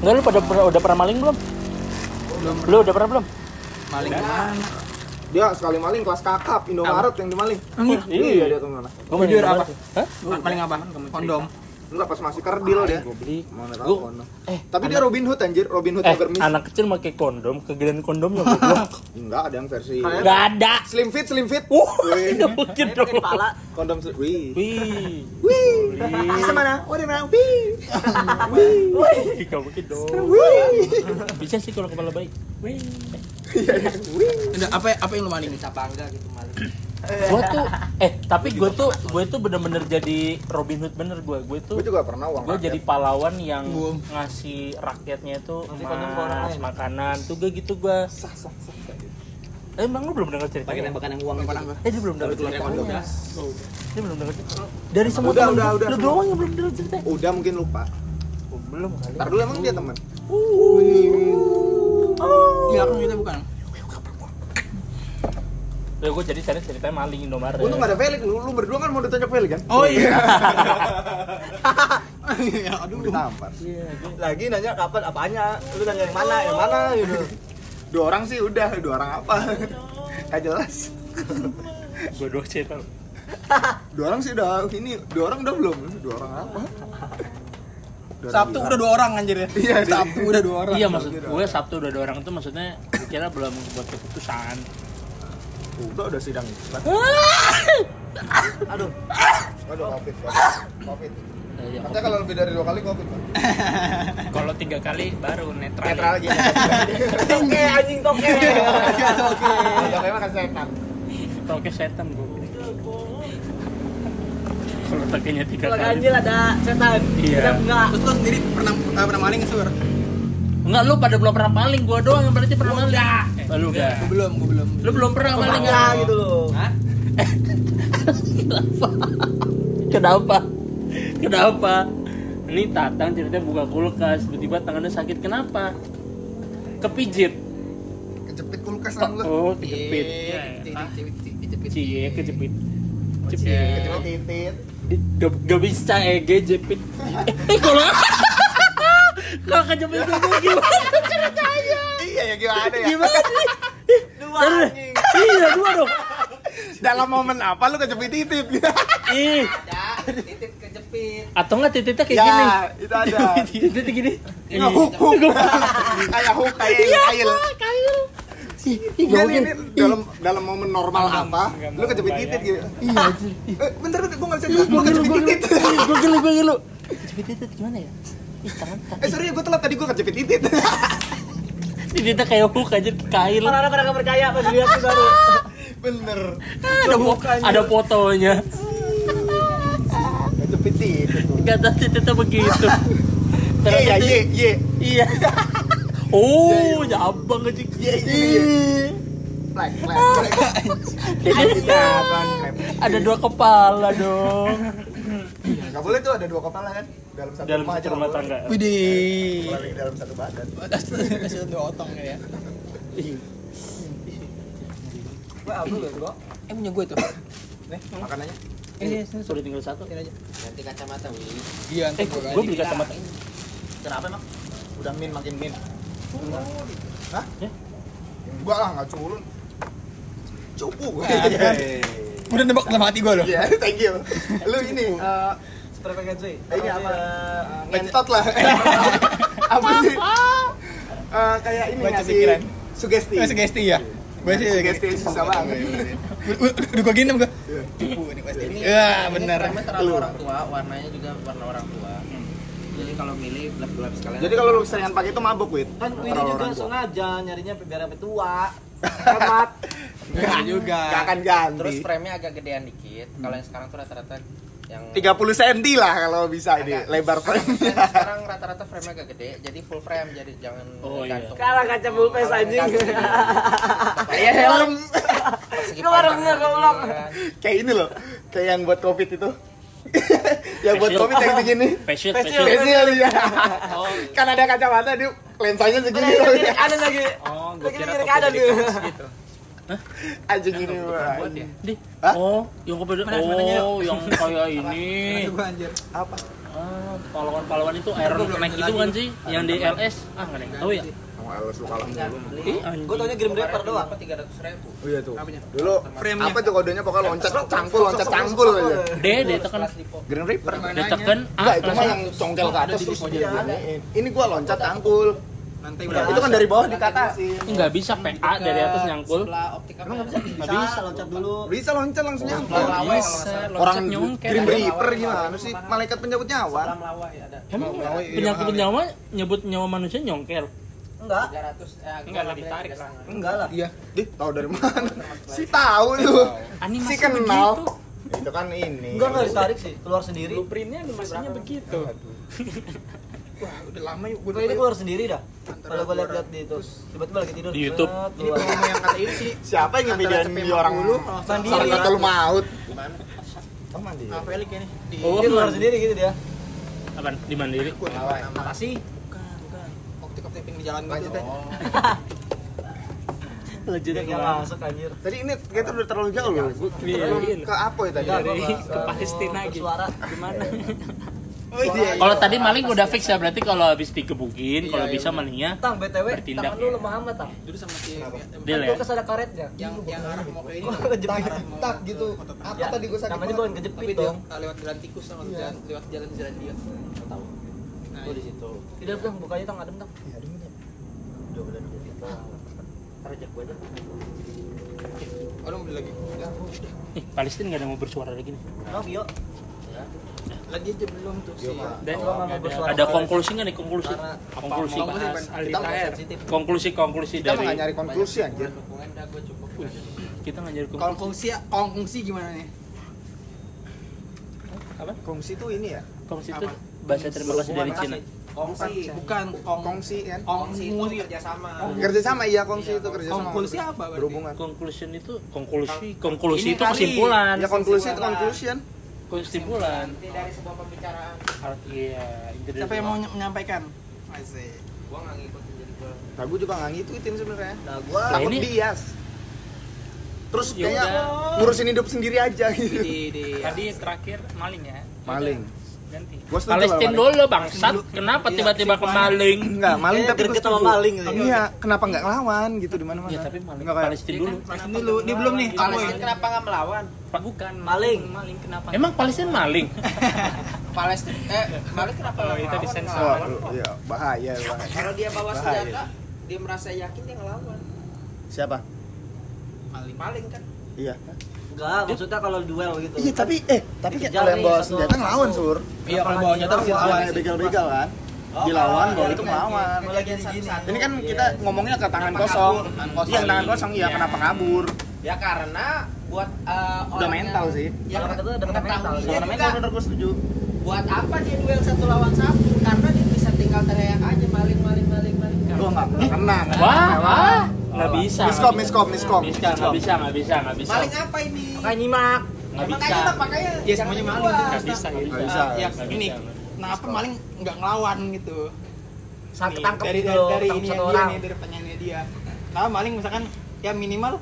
[SPEAKER 4] Enggak lu pada pernah udah pernah maling belum? Lu udah pernah belum?
[SPEAKER 16] maling kan
[SPEAKER 1] Dia sekali maling kelas kakap Indomaret yang dimaling. Iya dia kemana?
[SPEAKER 4] Gua jujur apa? Hah?
[SPEAKER 16] maling apa kondom
[SPEAKER 1] Enggak pas masih kerdil dia.
[SPEAKER 4] Gua beli.
[SPEAKER 1] Mana
[SPEAKER 4] Gua-
[SPEAKER 1] tahu kono.
[SPEAKER 4] Eh,
[SPEAKER 1] Tapi dia Robin Hood anjir, Robin Hood
[SPEAKER 4] eh
[SPEAKER 1] Tiger Mist.
[SPEAKER 4] anak kecil pakai kondom, kegedean kondomnya goblok.
[SPEAKER 1] Enggak ada yang versi.
[SPEAKER 4] Enggak ada.
[SPEAKER 1] Slim fit, slim fit.
[SPEAKER 4] Uh,
[SPEAKER 1] Wih.
[SPEAKER 4] itu mungkin dong.
[SPEAKER 1] Kondom slim. Wih.
[SPEAKER 4] Wih.
[SPEAKER 1] Wih. Bisa mana? Oh, dia menang. Wih. Wih.
[SPEAKER 4] Ih, Gak mungkin dong.
[SPEAKER 1] Wih.
[SPEAKER 4] Bisa sih kalau kepala baik. Wih.
[SPEAKER 16] Udah, apa apa yang lu maling bisa bangga gitu maling
[SPEAKER 4] Gua tuh eh tapi gue tuh gue tuh bener-bener jadi Robin Hood bener gue. Gue tuh
[SPEAKER 1] Gue juga pernah uang
[SPEAKER 4] gue
[SPEAKER 1] rakyat.
[SPEAKER 4] jadi pahlawan yang ngasih rakyatnya itu emas makanan tuh gue gitu gue
[SPEAKER 1] gitu.
[SPEAKER 4] eh, emang lu belum dengar cerita
[SPEAKER 7] pakai tembakan yang uang
[SPEAKER 5] Iya,
[SPEAKER 7] itu
[SPEAKER 4] eh dia belum dengar cerita dia belum dengar cerita dari semua
[SPEAKER 1] Udah,
[SPEAKER 4] temen
[SPEAKER 1] udah,
[SPEAKER 4] lu-
[SPEAKER 1] udah, Oh,
[SPEAKER 4] lu
[SPEAKER 1] semua.
[SPEAKER 4] doang yang belum dengar cerita
[SPEAKER 1] Udah mungkin lupa.
[SPEAKER 4] belum kali
[SPEAKER 1] Ntar dulu emang dia teman.
[SPEAKER 16] iya kan kita bukan
[SPEAKER 4] ya gue jadi cari ceritanya maling Indomaret
[SPEAKER 1] Untung gak ada Felix, lu, lu berdua kan mau ditonjok Felix kan?
[SPEAKER 16] oh iya
[SPEAKER 1] Iya, Aduh, ditampar.
[SPEAKER 7] lagi nanya kapan apanya lu nanya yang mana yang mana gitu
[SPEAKER 1] Dua orang sih udah, dua orang apa? Gak jelas.
[SPEAKER 4] gue doang cerita lu.
[SPEAKER 1] Dua orang sih udah ini, dua orang udah belum? Dua orang apa? Dua orang
[SPEAKER 16] sabtu
[SPEAKER 1] gila.
[SPEAKER 16] udah dua orang anjir ya
[SPEAKER 1] Iya, di-
[SPEAKER 16] sabtu udah dua orang
[SPEAKER 4] iya maksud gue Sabtu udah ada orang tuh maksudnya kira belum buat keputusan
[SPEAKER 1] udah udah sidang. Aduh. Aduh, covid. Covid.
[SPEAKER 4] Eh, ya,
[SPEAKER 1] Katanya kalau lebih dari dua kali covid. Pak.
[SPEAKER 6] kalau tiga kali baru netral,
[SPEAKER 1] Netral
[SPEAKER 16] iya.
[SPEAKER 1] aja. Oke, anjing toke. Oke, toke mah kasih enak.
[SPEAKER 4] toke setan gue kalau tokenya tiga
[SPEAKER 7] kalau
[SPEAKER 4] kali
[SPEAKER 7] ganjil ada setan
[SPEAKER 4] Iya.
[SPEAKER 7] kita enggak
[SPEAKER 16] terus lu sendiri pernah eh, pernah maling nggak, sur
[SPEAKER 4] Enggak, lu pada belum pernah maling, gua doang yang berarti pernah maling. Eh, lu enggak.
[SPEAKER 16] Gua belum gua belum
[SPEAKER 4] Lu belum pernah maling ya.
[SPEAKER 7] enggak gitu loh
[SPEAKER 4] Kenapa? Kenapa? Ini Tatang ceritanya buka kulkas, tiba-tiba tangannya sakit. Kenapa? Kepijit.
[SPEAKER 1] Kejepit kulkas lah gua.
[SPEAKER 4] Oh, kejepit.
[SPEAKER 16] Iya, kejepit, kejepit,
[SPEAKER 4] Cie, kejepit.
[SPEAKER 16] kejepit.
[SPEAKER 1] Kejepit titit.
[SPEAKER 4] Gak, gak bisa ege jepit. Eh, kalau kalau kejepit itu gimana ceritanya?
[SPEAKER 1] Iya ya gimana ya?
[SPEAKER 4] Gimana? Dua. Iya, dua dong.
[SPEAKER 1] Dalam momen apa lu kejepit titit?
[SPEAKER 4] Ih,
[SPEAKER 16] Ya, titik kejepit.
[SPEAKER 4] atau enggak titiknya kayak gini?
[SPEAKER 1] ya, itu ada.
[SPEAKER 4] Titiknya gini.
[SPEAKER 1] Ngehuk huk. Kayak huk kayak kail.
[SPEAKER 4] kayu. Iya, Ih, ya.
[SPEAKER 1] Enggak
[SPEAKER 4] gak
[SPEAKER 1] nih, ini
[SPEAKER 4] mungkin.
[SPEAKER 1] dalam dalam momen normal apa? Lu kejepit titit gitu.
[SPEAKER 4] Iya, anjir. Ih,
[SPEAKER 1] Eh, bentar bentar gua enggak bisa
[SPEAKER 4] Gue
[SPEAKER 1] jelasin gua
[SPEAKER 4] gelu,
[SPEAKER 1] kejepit
[SPEAKER 4] gue gelu,
[SPEAKER 1] titit.
[SPEAKER 4] Ih, gue gelu, gue gelu. Jepit titit gimana ya? Ih, tangan
[SPEAKER 1] Eh sorry ya gua telat tadi gua kejepit titit.
[SPEAKER 4] Titiknya kayak hook aja, kail.
[SPEAKER 7] orang-orang pada nggak percaya pas dilihat tuh baru
[SPEAKER 1] Bener.
[SPEAKER 4] Ah, Ada, fo- ada fotonya.
[SPEAKER 1] Kejepit titit.
[SPEAKER 4] Kata titiknya begitu. Terus
[SPEAKER 1] Iya, iya,
[SPEAKER 4] itu-
[SPEAKER 1] iya.
[SPEAKER 4] Iya. Oh, jabang aja.
[SPEAKER 1] Iya, iya. Plek, plek, plek. Titit abang, krep.
[SPEAKER 4] iya. Ada dua kepala dong.
[SPEAKER 1] Enggak boleh tuh ada dua kepala kan? Dalam satu
[SPEAKER 4] Dalam
[SPEAKER 1] rumah aja
[SPEAKER 4] satu rumah
[SPEAKER 1] nggak boleh.
[SPEAKER 4] tangga.
[SPEAKER 16] Widih.
[SPEAKER 1] Apalagi dalam satu badan.
[SPEAKER 16] Hasil dua otong ya.
[SPEAKER 4] Ih,
[SPEAKER 16] Wah, apa lu bego? Eh punya gue tuh.
[SPEAKER 1] Makanannya
[SPEAKER 16] Ini sini
[SPEAKER 4] Sudah tinggal satu.
[SPEAKER 16] aja.
[SPEAKER 7] ganti kacamata wih
[SPEAKER 16] Iya,
[SPEAKER 4] Eh,
[SPEAKER 16] antar
[SPEAKER 4] gue beli kacamata.
[SPEAKER 1] Kenapa emang? Udah min makin min. Hah? Enggak lah, enggak culun. Cupu gue.
[SPEAKER 17] Udah nembak dalam hati gue loh.
[SPEAKER 1] Iya, thank you. Lu ini eh, Eh, ini apa? Ngentot lah. apa sih? Eh, kayak ini
[SPEAKER 17] Baca
[SPEAKER 1] ngasih
[SPEAKER 17] pikiran.
[SPEAKER 1] sugesti.
[SPEAKER 17] Eh, sugesti ya? Gue sih
[SPEAKER 1] Sugesti susah banget.
[SPEAKER 17] Udah gue gini gue. Tipu nih pasti. Ya bener.
[SPEAKER 5] Ini terlalu orang tua, warnanya juga warna orang tua. Jadi kalau milih gelap-gelap sekalian.
[SPEAKER 1] Jadi kalau lu seringan pakai itu mabuk, Wit.
[SPEAKER 7] kan
[SPEAKER 1] Terlalu
[SPEAKER 7] ini juga
[SPEAKER 1] orang tua.
[SPEAKER 7] sengaja nyarinya biar sampai tua hemat
[SPEAKER 1] Enggak juga. Enggak akan ganti.
[SPEAKER 5] terus frame-nya agak gedean dikit. Kalau yang sekarang tuh rata-rata yang
[SPEAKER 1] 30 cm lah kalau bisa ini
[SPEAKER 5] Agak.
[SPEAKER 1] lebar frame-nya.
[SPEAKER 5] Yang sekarang rata-rata frame-nya agak gede, jadi full frame jadi jangan
[SPEAKER 4] Oh, iya.
[SPEAKER 5] gantung.
[SPEAKER 7] kalah kaca bulpes
[SPEAKER 5] Kalau
[SPEAKER 7] anjing
[SPEAKER 5] gantung,
[SPEAKER 1] Kayak helm.
[SPEAKER 5] Iya, segi
[SPEAKER 7] Kemarin
[SPEAKER 5] pandang,
[SPEAKER 7] bener, kamu ulang.
[SPEAKER 5] iya kan.
[SPEAKER 1] Kayak ini loh. Kayak yang buat Covid itu. yang buat
[SPEAKER 4] Facial.
[SPEAKER 1] Covid yang segini.
[SPEAKER 4] Fashion,
[SPEAKER 7] Facial.
[SPEAKER 4] fashion.
[SPEAKER 1] Facial ya. Kan ada kacamata dia lensanya
[SPEAKER 7] Oh,
[SPEAKER 1] segini.
[SPEAKER 7] iya,
[SPEAKER 1] loh. ya.
[SPEAKER 7] ada lagi
[SPEAKER 6] Oh, gue
[SPEAKER 7] Lagi
[SPEAKER 6] kira
[SPEAKER 7] mikirin
[SPEAKER 6] topi
[SPEAKER 7] keadaan
[SPEAKER 6] dari
[SPEAKER 7] dia.
[SPEAKER 6] kaos gitu.
[SPEAKER 1] Anjing ini. wah.
[SPEAKER 6] Buat ya.
[SPEAKER 4] Dih,
[SPEAKER 1] Hah?
[SPEAKER 4] oh, yang kepada oh, yang kayak ini.
[SPEAKER 18] Gue anjir.
[SPEAKER 1] Apa?
[SPEAKER 4] Ah, pahlawan-pahlawan itu Iron Mac itu kan sih, yang di LS. Ah, enggak ada yang tahu ya.
[SPEAKER 1] Kamu halus lu kalah mulu.
[SPEAKER 4] Ih, anjing.
[SPEAKER 7] gue taunya Grim Reaper doang
[SPEAKER 5] Tiga ratus ribu.
[SPEAKER 1] Oh iya tuh.
[SPEAKER 18] Apanya?
[SPEAKER 1] Dulu
[SPEAKER 18] Frame-nya.
[SPEAKER 1] apa tuh kodenya pokoknya loncat cangkul loncat cangkul aja.
[SPEAKER 4] D, D tekan,
[SPEAKER 1] Green Reaper.
[SPEAKER 4] D
[SPEAKER 18] Permainannya
[SPEAKER 4] tekan A
[SPEAKER 1] Enggak, cuma
[SPEAKER 4] langsung.
[SPEAKER 1] yang congkel ke atas terus
[SPEAKER 7] pojok
[SPEAKER 1] dia
[SPEAKER 7] juga.
[SPEAKER 1] giniin. Ini gua loncat cangkul.
[SPEAKER 18] nanti udah.
[SPEAKER 1] Itu kan dari bawah dikatasin.
[SPEAKER 4] Enggak bisa PA dari atas nyangkul.
[SPEAKER 5] Sebelah optika. Emang
[SPEAKER 7] bisa loncat dulu
[SPEAKER 1] Bisa loncat langsung nyangkul.
[SPEAKER 4] Bisa,
[SPEAKER 1] Orang
[SPEAKER 4] loncat nyongkel.
[SPEAKER 1] Grim Reaper gimana sih? Malaikat penyakit nyawa. Oh, iya.
[SPEAKER 7] lawah ya ada
[SPEAKER 4] Emang penyakit nyawa nyebut nyawa manusia nyongkel.
[SPEAKER 7] enggak
[SPEAKER 5] Tiga ratus.
[SPEAKER 18] eh,
[SPEAKER 6] Enggak lah ditarik lah.
[SPEAKER 7] enggak lah
[SPEAKER 1] Iya. Dih, tahu dari mana? si tahu lu.
[SPEAKER 4] Animasi
[SPEAKER 1] Si kenal. Itu kan ini.
[SPEAKER 7] enggak enggak ditarik sih keluar sendiri
[SPEAKER 6] Blueprintnya animasinya begitu.
[SPEAKER 18] Udah lama yuk gue
[SPEAKER 7] Pokoknya ini keluar sendiri dah kalau gue liat-liat di itu tiba-tiba lagi tidur
[SPEAKER 4] Di YouTube.
[SPEAKER 7] set,
[SPEAKER 18] Ini
[SPEAKER 7] keluar.
[SPEAKER 18] promo yang kata ini sih.
[SPEAKER 1] Siapa yang
[SPEAKER 18] Antara
[SPEAKER 1] ngebedain
[SPEAKER 18] cepet
[SPEAKER 1] di orang
[SPEAKER 18] dulu,
[SPEAKER 1] lu?
[SPEAKER 18] kalau
[SPEAKER 7] Mandiri.
[SPEAKER 1] Sama kata lu maut.
[SPEAKER 18] Apa Elik Nah, ini? Di
[SPEAKER 4] Oh,
[SPEAKER 7] dia keluar sendiri gitu dia
[SPEAKER 4] Apaan? Di Mandiri.
[SPEAKER 18] Makasih. Bukan, bukan. Waktu kepepin di jalan gitu.
[SPEAKER 4] Iya,
[SPEAKER 7] lanjutnya nggak masuk anjir
[SPEAKER 1] Tadi ini kita udah terlalu jauh loh. Gua belum ke apa ya tadi?
[SPEAKER 6] Ke Palestina gitu.
[SPEAKER 7] suara
[SPEAKER 6] Gimana?
[SPEAKER 1] Oh iya.
[SPEAKER 4] Kalau tadi maling udah fix ya, berarti kalau habis digebukin, kalau bisa malingnya
[SPEAKER 7] tang btw
[SPEAKER 4] Bertindak,
[SPEAKER 7] tangan lu
[SPEAKER 4] ya.
[SPEAKER 7] lemah amat tang
[SPEAKER 18] Dulu sama si
[SPEAKER 4] deal
[SPEAKER 7] Kan
[SPEAKER 4] ya.
[SPEAKER 7] gua kesana karetnya
[SPEAKER 18] yang yang arah mau ke ini.
[SPEAKER 7] Kok kejepit?
[SPEAKER 18] tak gitu. Apa
[SPEAKER 7] ya, tadi gue sakit namanya bukan kejepit
[SPEAKER 18] tapi dia eh,
[SPEAKER 7] dong
[SPEAKER 18] lewat jalan tikus sama jalan lewat jalan jalan dia.
[SPEAKER 7] tahu
[SPEAKER 18] Nah,
[SPEAKER 7] gue di situ tidak tang bukanya tang adem tang Udah, udah, udah, udah. Taruh jak gua aja.
[SPEAKER 18] orang beli lagi. Udah, udah.
[SPEAKER 4] Nih, Palestina nggak ada yang mau bersuara lagi nih.
[SPEAKER 7] Nong, yuk.
[SPEAKER 18] Lagi aja belum tuh sih.
[SPEAKER 4] Dan
[SPEAKER 7] Kalau nggak mau bersuara
[SPEAKER 4] ada
[SPEAKER 7] karet.
[SPEAKER 4] konklusi nggak nih konklusi?
[SPEAKER 7] Karena-
[SPEAKER 4] Konklusi.
[SPEAKER 6] Mau bahas Alitair.
[SPEAKER 7] sensitif
[SPEAKER 4] Konklusi konklusi
[SPEAKER 1] Kita mah nggak
[SPEAKER 4] dari
[SPEAKER 1] nyari konklusi anjir.
[SPEAKER 5] Dukungan dah gue cukup.
[SPEAKER 4] kita nggak nyari konklusi.
[SPEAKER 18] Kongkongsi, kongkongsi gimana nih?
[SPEAKER 1] Kongsi tuh ini ya?
[SPEAKER 4] Konklusi itu bahasa terima kasih dari Cina.
[SPEAKER 5] Kongsi.
[SPEAKER 18] Bukan kong
[SPEAKER 1] Kongsi kan?
[SPEAKER 18] kongsi itu
[SPEAKER 5] Kongsi.
[SPEAKER 18] kerjasama.
[SPEAKER 1] Kerja sama iya kongsi itu kerja sama.
[SPEAKER 18] Kongkongsi apa berarti?
[SPEAKER 1] Berhubungan.
[SPEAKER 4] Conclusion itu konklusi, konklusi
[SPEAKER 18] Ini
[SPEAKER 4] itu
[SPEAKER 18] kali.
[SPEAKER 4] kesimpulan.
[SPEAKER 1] Ya konklusi itu conclusion.
[SPEAKER 4] Kesimpulan.
[SPEAKER 5] Inti dari sebuah pembicaraan.
[SPEAKER 4] Art- Iya, inti dari
[SPEAKER 18] Siapa yang mau
[SPEAKER 4] sebuah-
[SPEAKER 18] ny- menyampaikan? Asik.
[SPEAKER 5] Gue nggak ngikutin jadi gue.
[SPEAKER 1] Nah, gue juga nggak ngikutin sebenarnya.
[SPEAKER 7] Nah, gua
[SPEAKER 4] Nah,
[SPEAKER 1] Takut
[SPEAKER 4] ini-
[SPEAKER 1] bias. Terus
[SPEAKER 4] Ya
[SPEAKER 1] kayaknya
[SPEAKER 4] udah.
[SPEAKER 1] ngurusin hidup sendiri aja gitu.
[SPEAKER 18] Di di
[SPEAKER 6] Tadi terakhir maling ya.
[SPEAKER 1] Maling.
[SPEAKER 6] Ganti.
[SPEAKER 1] Gue
[SPEAKER 4] Palestina dulu bangsat, kenapa
[SPEAKER 18] Iya,
[SPEAKER 4] tiba-tiba ke maling?
[SPEAKER 1] Enggak, maling
[SPEAKER 7] Kayaknya
[SPEAKER 1] tapi gue
[SPEAKER 7] greget sama
[SPEAKER 1] setuju.
[SPEAKER 7] maling gitu.
[SPEAKER 1] Iya, kenapa nggak ngelawan gitu di mana-mana?
[SPEAKER 4] Ya tapi maling
[SPEAKER 1] Nggak kayak-
[SPEAKER 4] Palestina
[SPEAKER 6] kan
[SPEAKER 4] dulu.
[SPEAKER 18] Masin dulu, dia belum nih.
[SPEAKER 5] Palestina kenapa nggak melawan?
[SPEAKER 6] Bukan
[SPEAKER 7] Maling.
[SPEAKER 6] Maling kenapa?
[SPEAKER 4] Emang Palestina maling?
[SPEAKER 5] Palestina, eh, Malik kenapa nggak
[SPEAKER 6] itu
[SPEAKER 5] melawan?
[SPEAKER 6] disensor.
[SPEAKER 1] Oh,
[SPEAKER 5] Ngelawan
[SPEAKER 1] lu-
[SPEAKER 5] kok.
[SPEAKER 1] iya, bahaya, bahaya.
[SPEAKER 5] Kalau dia bawa
[SPEAKER 1] Bahaya.
[SPEAKER 5] senjata, dia merasa yakin dia ngelawan.
[SPEAKER 1] Siapa?
[SPEAKER 5] Maling, maling kan?
[SPEAKER 1] Iya.
[SPEAKER 7] Enggak, maksudnya kalau duel gitu.
[SPEAKER 1] Iya, tapi eh tapi
[SPEAKER 7] Dikejar
[SPEAKER 1] kalau yang
[SPEAKER 7] nih,
[SPEAKER 1] bawa
[SPEAKER 7] satu-
[SPEAKER 1] senjata kan ngelawan, Sur.
[SPEAKER 18] Iya, kalau bawa senjata mesti lawan.
[SPEAKER 1] Iya, begal-begal kan.
[SPEAKER 7] Oh,
[SPEAKER 1] Dilawan,
[SPEAKER 5] iya,
[SPEAKER 7] kalau
[SPEAKER 1] bawa
[SPEAKER 7] ada
[SPEAKER 1] itu
[SPEAKER 7] yang
[SPEAKER 1] ngelawan.
[SPEAKER 7] Kalau lagi di gini.
[SPEAKER 1] Ini kan kita ngomongnya ke tangan kosong. Iya, yang tangan kosong ya kenapa kabur?
[SPEAKER 5] Ya karena buat eh,
[SPEAKER 1] Udah
[SPEAKER 5] orang
[SPEAKER 1] mental
[SPEAKER 5] yang-
[SPEAKER 1] sih.
[SPEAKER 5] Ya,
[SPEAKER 7] Kalau kata udah mental.
[SPEAKER 5] mengetahuinya
[SPEAKER 1] Soalnya
[SPEAKER 5] juga
[SPEAKER 1] mental menurut gue setuju.
[SPEAKER 5] buat apa dia duel satu lawan satu karena dia bisa tinggal teriak aja maling maling maling maling
[SPEAKER 1] Gue nggak pernah.
[SPEAKER 4] Wah, wah. Nggak bisa.
[SPEAKER 1] Miskom, miskom, miskom.
[SPEAKER 4] Bisa, nggak bisa, nggak bisa, nggak bisa.
[SPEAKER 5] maling apa ini
[SPEAKER 7] Kayak nyimak.
[SPEAKER 4] Nggak bisa.
[SPEAKER 5] makanya lah makanya
[SPEAKER 18] Ya
[SPEAKER 5] jangan Eh,
[SPEAKER 18] semuanya maling.
[SPEAKER 5] dijual.
[SPEAKER 6] Enggak bisa gitu.
[SPEAKER 1] Nggak bisa.
[SPEAKER 18] Ya,
[SPEAKER 4] Nggak
[SPEAKER 18] ini.
[SPEAKER 4] bisa, nggak
[SPEAKER 18] Kenapa maling nggak ngelawan gitu?
[SPEAKER 7] Saat
[SPEAKER 18] Nih,
[SPEAKER 7] ketangkep
[SPEAKER 18] dari,
[SPEAKER 7] gitu,
[SPEAKER 18] dari, dari
[SPEAKER 7] ketangkep
[SPEAKER 18] ini
[SPEAKER 7] satu
[SPEAKER 18] dia
[SPEAKER 7] orang.
[SPEAKER 18] nih, dari pertanyaannya dia. Nah, maling misalkan ya minimal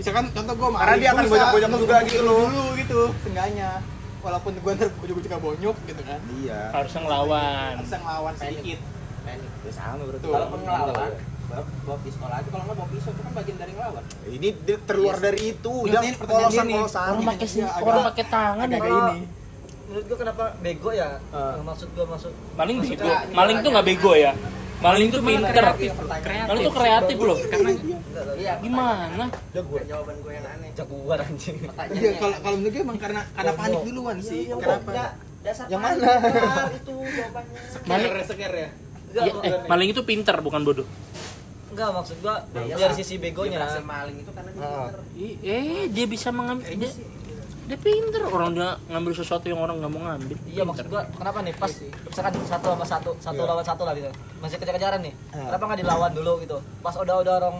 [SPEAKER 18] misalkan contoh gue
[SPEAKER 1] Karena dia akan bojok-bojok juga gitu loh.
[SPEAKER 18] dulu gitu, seenggaknya.
[SPEAKER 5] walaupun gue ntar ujung-ujungnya bonyok gitu kan
[SPEAKER 3] iya
[SPEAKER 4] harusnya ngelawan
[SPEAKER 5] harus yang lawan
[SPEAKER 18] gitu.
[SPEAKER 5] sedikit
[SPEAKER 3] Panik. ya sama berarti
[SPEAKER 5] Tuh. Iya.
[SPEAKER 3] Kalau
[SPEAKER 5] Walaupun ngelawan,
[SPEAKER 3] Bawa-
[SPEAKER 5] bawa pistol aja kalau nggak bawa pisau itu kan bagian dari ngelawan
[SPEAKER 3] ini dia terluar dari itu Iya, udah
[SPEAKER 5] Pertanyaan- pertanyaan
[SPEAKER 3] kolosan
[SPEAKER 5] ini.
[SPEAKER 3] kolosan
[SPEAKER 4] orang pakai sin-
[SPEAKER 5] agak-
[SPEAKER 4] orang pakai tangan
[SPEAKER 5] agak
[SPEAKER 4] ya.
[SPEAKER 5] kayak ini
[SPEAKER 7] menurut gua kenapa bego ya Eh, maksud gua maksud
[SPEAKER 4] maling bego maling tuh nggak bego ya maling tuh
[SPEAKER 5] Iya,
[SPEAKER 4] pinter
[SPEAKER 6] kreatif kreatif
[SPEAKER 4] maling tuh kreatif loh
[SPEAKER 6] karena
[SPEAKER 7] iya
[SPEAKER 4] gimana
[SPEAKER 7] jagoan jawaban gua yang aneh jagoan anjing
[SPEAKER 5] Iya, kalau kalau menurut gue emang karena karena
[SPEAKER 7] Bonyok.
[SPEAKER 5] panik duluan sih
[SPEAKER 7] Iya,
[SPEAKER 5] kenapa
[SPEAKER 7] enggak. dasar
[SPEAKER 5] Yang
[SPEAKER 7] panik,
[SPEAKER 5] mana?
[SPEAKER 7] Bang, itu jawabannya
[SPEAKER 5] Iya,
[SPEAKER 4] maling
[SPEAKER 5] seker ya
[SPEAKER 7] enggak
[SPEAKER 4] ya, eh, maling itu pinter bukan bodoh
[SPEAKER 7] enggak maksud gua dari sisi begonya
[SPEAKER 5] berhasil maling itu karena dia
[SPEAKER 7] Ah.
[SPEAKER 5] pinter.
[SPEAKER 4] I- eh dia bisa mengambil dia, dia pinter orang dia ngambil sesuatu yang orang nggak mau ngambil
[SPEAKER 7] Iya maksud gua kenapa nih pas misalkan satu sama satu satu
[SPEAKER 5] Iya.
[SPEAKER 7] lawan satu lah gitu masih kejar-kejaran nih kenapa nggak dilawan dulu gitu pas udah-udah orang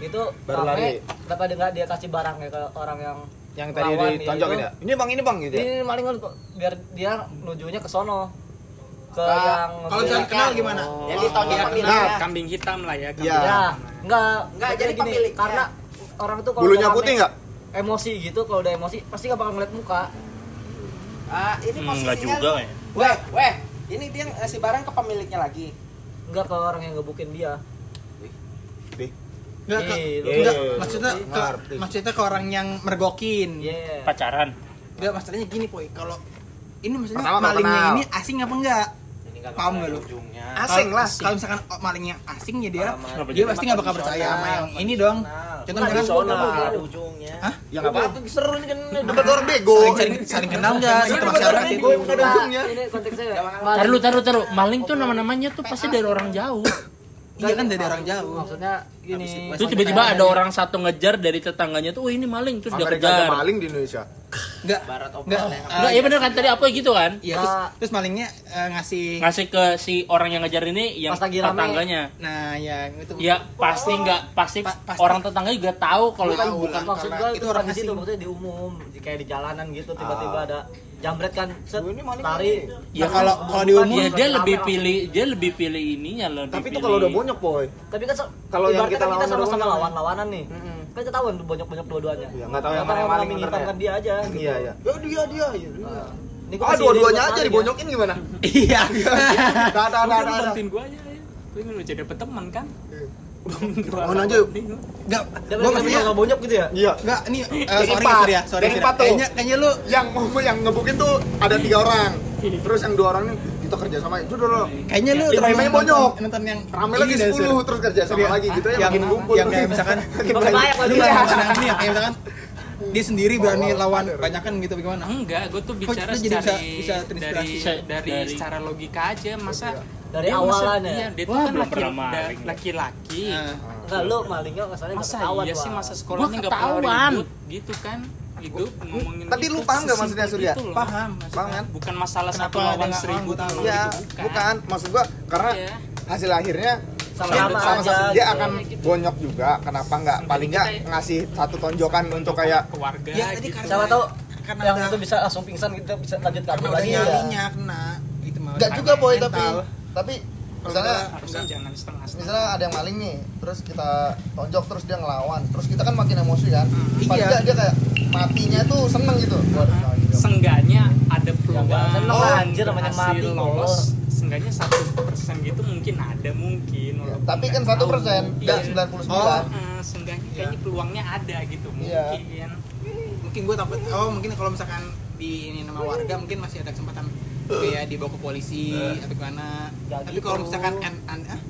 [SPEAKER 7] itu
[SPEAKER 3] Baru
[SPEAKER 7] rame,
[SPEAKER 3] lari.
[SPEAKER 7] kenapa dia nggak dia kasih barangnya ke orang yang
[SPEAKER 3] yang tadi
[SPEAKER 7] lawan,
[SPEAKER 3] ditonjokin
[SPEAKER 7] gitu.
[SPEAKER 3] ya ini bang ini bang gitu ya
[SPEAKER 7] ini, ini maling kan biar dia nujunya ke sono ke
[SPEAKER 5] Ah,
[SPEAKER 7] yang
[SPEAKER 5] kalau
[SPEAKER 3] Iya,
[SPEAKER 5] misalnya kenal gimana Iya,
[SPEAKER 19] Jadi tahun dia pemilik
[SPEAKER 3] Nah,
[SPEAKER 4] Iya.
[SPEAKER 19] ya.
[SPEAKER 6] kambing hitam lah ya
[SPEAKER 3] Iya.
[SPEAKER 6] kambing
[SPEAKER 7] ya
[SPEAKER 6] hitam.
[SPEAKER 7] nggak
[SPEAKER 19] Nggak, jadi
[SPEAKER 7] gini,
[SPEAKER 19] pemiliknya.
[SPEAKER 7] karena orang tuh kalau
[SPEAKER 3] bulunya
[SPEAKER 7] udah rame,
[SPEAKER 3] putih nggak
[SPEAKER 7] emosi gitu kalau udah emosi pasti nggak bakal ngeliat muka
[SPEAKER 19] Ah, ini
[SPEAKER 4] Hmm,
[SPEAKER 19] posisinya
[SPEAKER 4] nggak juga kayaknya
[SPEAKER 19] Weh, weh, ini dia ngasih barang ke pemiliknya lagi.
[SPEAKER 7] nggak ke orang yang ngebukin dia
[SPEAKER 5] Nggak, ke-
[SPEAKER 7] Iya,
[SPEAKER 3] iya,
[SPEAKER 5] nggak,
[SPEAKER 3] iya.
[SPEAKER 5] maksudnya ke,
[SPEAKER 3] Ngerti.
[SPEAKER 5] maksudnya ke orang yang mergokin
[SPEAKER 7] Iya.
[SPEAKER 4] pacaran
[SPEAKER 5] Enggak, masalahnya gini, Poy. Kalau ini maksudnya
[SPEAKER 3] Pertama, nggak
[SPEAKER 5] malingnya
[SPEAKER 3] kenal.
[SPEAKER 5] ini asing apa enggak? Paham nggak lu?
[SPEAKER 19] Ujungnya.
[SPEAKER 5] Asing lah. Kalau misalkan malingnya asing ya dia,
[SPEAKER 4] Kenapa
[SPEAKER 5] dia
[SPEAKER 4] jadi
[SPEAKER 5] pasti nggak bakal percaya sama yang ini dong. Contoh misalkan
[SPEAKER 19] Tradisional. Ujungnya.
[SPEAKER 3] ya nggak apa-apa seru nih kan debat orang bego
[SPEAKER 5] saling, saling, saling kenal nggak satu masyarakat itu.
[SPEAKER 7] Nah, ini konteksnya maling-
[SPEAKER 4] taruh taruh taruh maling tuh nama namanya tuh pasti dari orang jauh
[SPEAKER 5] Iya kan dari orang jauh.
[SPEAKER 7] maksudnya gini
[SPEAKER 4] itu tiba-tiba ada orang satu ngejar dari tetangganya tuh oh ini maling terus dia
[SPEAKER 3] Amerika ada
[SPEAKER 4] kejar
[SPEAKER 3] maling di Indonesia
[SPEAKER 5] Enggak.
[SPEAKER 3] Oh.
[SPEAKER 5] Enggak.
[SPEAKER 4] Enggak, ya bener kan tadi apa gitu kan
[SPEAKER 5] Eh, Iya, terus terus malingnya eh, ngasih
[SPEAKER 4] ngasih ke si orang yang ngejar ini yang
[SPEAKER 7] Pas lagi rame.
[SPEAKER 4] tetangganya
[SPEAKER 5] nah ya itu
[SPEAKER 4] ya pasti nggak pasti,
[SPEAKER 5] Pa- pasti.
[SPEAKER 4] orang tetangga juga tahu kalau itu
[SPEAKER 5] Tahu
[SPEAKER 7] bukan
[SPEAKER 5] lah,
[SPEAKER 7] maksud
[SPEAKER 5] karena
[SPEAKER 7] gua
[SPEAKER 5] itu orang
[SPEAKER 7] bukan di situ
[SPEAKER 5] asing.
[SPEAKER 7] maksudnya di umum di- kayak di jalanan gitu tiba-tiba ada jambret kan set tarik
[SPEAKER 5] Nah,
[SPEAKER 4] ya
[SPEAKER 5] kalau kalau di umum
[SPEAKER 4] ya dia
[SPEAKER 7] Rame
[SPEAKER 4] lebih
[SPEAKER 7] langsung.
[SPEAKER 4] pilih dia lebih pilih ininya loh
[SPEAKER 3] tapi itu
[SPEAKER 4] dipilih.
[SPEAKER 3] kalau udah bonyok boy
[SPEAKER 7] tapi kan se-
[SPEAKER 3] Kalau yang
[SPEAKER 7] ibaratnya
[SPEAKER 3] kita
[SPEAKER 7] kan
[SPEAKER 3] lawan
[SPEAKER 7] sama-sama
[SPEAKER 3] lawan.
[SPEAKER 7] lawan lawanan nih kan ketahuan bonyok-bonyok dua-duanya
[SPEAKER 3] ya nggak tahu yang
[SPEAKER 7] Kata
[SPEAKER 3] mana yang
[SPEAKER 7] orang
[SPEAKER 3] maling
[SPEAKER 7] kambing
[SPEAKER 3] bener
[SPEAKER 7] hitam
[SPEAKER 3] ya
[SPEAKER 7] kan dia aja gitu.
[SPEAKER 3] iya iya ya dia dia ya dia.
[SPEAKER 7] Ini gua
[SPEAKER 3] ah
[SPEAKER 7] kasih
[SPEAKER 3] dua-duanya
[SPEAKER 7] ide buat
[SPEAKER 3] aja
[SPEAKER 7] maling ya.
[SPEAKER 3] dibonyokin gimana
[SPEAKER 5] iya.
[SPEAKER 3] ada ada
[SPEAKER 6] Lu
[SPEAKER 3] ada
[SPEAKER 6] kan
[SPEAKER 3] ada Iya.
[SPEAKER 6] bantuin gua aja ya Lu kan lu jadi dapet teman kan
[SPEAKER 3] Mohon aja yuk.
[SPEAKER 5] Enggak.
[SPEAKER 7] Dia
[SPEAKER 5] Gua
[SPEAKER 7] berarti
[SPEAKER 5] maksudnya
[SPEAKER 7] nggak bonyok gitu ya
[SPEAKER 3] iya
[SPEAKER 5] enggak ini eh,
[SPEAKER 3] Dari
[SPEAKER 5] sorry
[SPEAKER 3] empat.
[SPEAKER 5] sorry ya, sorry.
[SPEAKER 3] Dari
[SPEAKER 5] sorry.
[SPEAKER 3] empat tuh.
[SPEAKER 5] Kayaknya kayaknya lu
[SPEAKER 3] yang mau yang ngebukin tuh ada tiga
[SPEAKER 5] Iya.
[SPEAKER 3] orang terus yang dua orang ini kita kerja sama itu dulu
[SPEAKER 5] kayaknya lu
[SPEAKER 3] Lima
[SPEAKER 5] terlalu
[SPEAKER 3] lima
[SPEAKER 5] nonton-
[SPEAKER 3] bonyok.
[SPEAKER 5] nonton yang
[SPEAKER 3] rame
[SPEAKER 5] ini
[SPEAKER 3] lagi
[SPEAKER 5] deh, Iya, Sur.
[SPEAKER 3] 10 terus kerja sama
[SPEAKER 5] Iya.
[SPEAKER 3] lagi gitu ya
[SPEAKER 5] yang
[SPEAKER 3] makin ngumpul
[SPEAKER 5] yang kayak misalkan
[SPEAKER 7] Pakai banyak
[SPEAKER 5] lu
[SPEAKER 7] lagi
[SPEAKER 3] Iya.
[SPEAKER 5] kan
[SPEAKER 7] ya.
[SPEAKER 5] lawan yang ini ya, kayak misalkan dia sendiri berani lawan banyak kan gitu bagaimana
[SPEAKER 6] enggak gua
[SPEAKER 3] Oh,
[SPEAKER 6] tuh bicara
[SPEAKER 5] lu jadi
[SPEAKER 6] secara
[SPEAKER 5] bisa- bisa
[SPEAKER 6] dari,
[SPEAKER 5] terinspirasi?
[SPEAKER 6] dari
[SPEAKER 4] Dari-
[SPEAKER 6] secara logika aja
[SPEAKER 3] Iya.
[SPEAKER 6] masa
[SPEAKER 7] Dari
[SPEAKER 6] dia masa-
[SPEAKER 7] awalan ya?
[SPEAKER 6] iya, dia tuh
[SPEAKER 4] Wah,
[SPEAKER 6] kan
[SPEAKER 4] belum
[SPEAKER 6] laki-
[SPEAKER 4] pernah
[SPEAKER 6] da-
[SPEAKER 4] maling.
[SPEAKER 6] laki-laki
[SPEAKER 3] Iya.
[SPEAKER 5] Nah,
[SPEAKER 7] enggak lu malingnya masalahnya nggak
[SPEAKER 6] masa
[SPEAKER 7] ketahuan
[SPEAKER 6] iya sih
[SPEAKER 7] Bang.
[SPEAKER 6] masa sekolahnya
[SPEAKER 4] Gua
[SPEAKER 6] nggak pernah
[SPEAKER 4] ketahuan.
[SPEAKER 6] ribut gitu kan hidup ngomongin
[SPEAKER 3] Tapi lu
[SPEAKER 6] gitu,
[SPEAKER 3] paham nggak maksudnya,
[SPEAKER 6] sesimpel
[SPEAKER 3] Surya?
[SPEAKER 6] gitu loh.
[SPEAKER 5] paham
[SPEAKER 3] Bang kan?
[SPEAKER 6] bukan masalah
[SPEAKER 5] Kenapa
[SPEAKER 6] satu
[SPEAKER 5] ada
[SPEAKER 6] lawan
[SPEAKER 5] nggak
[SPEAKER 6] seribu
[SPEAKER 5] orang, gua
[SPEAKER 6] tahun
[SPEAKER 5] tahu.
[SPEAKER 6] gitu,
[SPEAKER 3] Iya, bukan. Maksud gua karena
[SPEAKER 6] Iya.
[SPEAKER 3] hasil akhirnya
[SPEAKER 7] Sama-sama
[SPEAKER 3] dia- sama-sama.
[SPEAKER 7] aja
[SPEAKER 3] dia
[SPEAKER 7] gitu.
[SPEAKER 3] akan
[SPEAKER 5] Iya,
[SPEAKER 3] bonyok juga. Kenapa nggak? Paling nggak ngasih satu tonjokan untuk kayak
[SPEAKER 6] keluarga
[SPEAKER 3] Iya.
[SPEAKER 5] Ya, tadi
[SPEAKER 6] gitu.
[SPEAKER 5] karena-
[SPEAKER 7] siapa tahu
[SPEAKER 5] Karena
[SPEAKER 7] yang
[SPEAKER 5] udah-
[SPEAKER 7] itu bisa langsung pingsan kita bisa lanjut
[SPEAKER 5] karena
[SPEAKER 7] kabur
[SPEAKER 5] udah
[SPEAKER 7] lagi ya
[SPEAKER 5] nyalinya kena itu mah
[SPEAKER 3] nggak
[SPEAKER 5] udah
[SPEAKER 3] juga boy
[SPEAKER 5] mental.
[SPEAKER 3] tapi tapi misalnya
[SPEAKER 6] harusnya jangan setengah-setengah
[SPEAKER 3] misalnya ada yang maling nih, terus kita tonjok terus dia ngelawan, terus kita kan makin emosi kan. Paling
[SPEAKER 5] Iya.
[SPEAKER 3] nggak dia kayak matinya itu seneng gitu. Waduh, nah, gitu.
[SPEAKER 6] Seenggaknya ada
[SPEAKER 7] Ya,
[SPEAKER 6] peluang
[SPEAKER 7] nggak, seneng lah, anjir, namanya
[SPEAKER 6] berhasil
[SPEAKER 7] mati,
[SPEAKER 6] lolos Seenggaknya satu persen gitu mungkin ada mungkin
[SPEAKER 3] Ya,
[SPEAKER 6] walaupun
[SPEAKER 3] tapi
[SPEAKER 6] nggak
[SPEAKER 3] kan
[SPEAKER 6] tahu.
[SPEAKER 3] satu persen, nggak
[SPEAKER 6] Iya.
[SPEAKER 3] sembilan puluh
[SPEAKER 6] Oh,
[SPEAKER 3] sembilan.
[SPEAKER 6] eh, seenggaknya kayaknya peluangnya ada gitu
[SPEAKER 3] Iya.
[SPEAKER 6] mungkin
[SPEAKER 5] mungkin gue takut oh mungkin kalau misalkan di ini nama warga mungkin masih ada kesempatan kayak dibawa ke polisi
[SPEAKER 3] Nah.
[SPEAKER 5] atau gimana
[SPEAKER 7] Nggak
[SPEAKER 5] tapi
[SPEAKER 7] gitu.
[SPEAKER 5] kalau misalkan an, an- ah,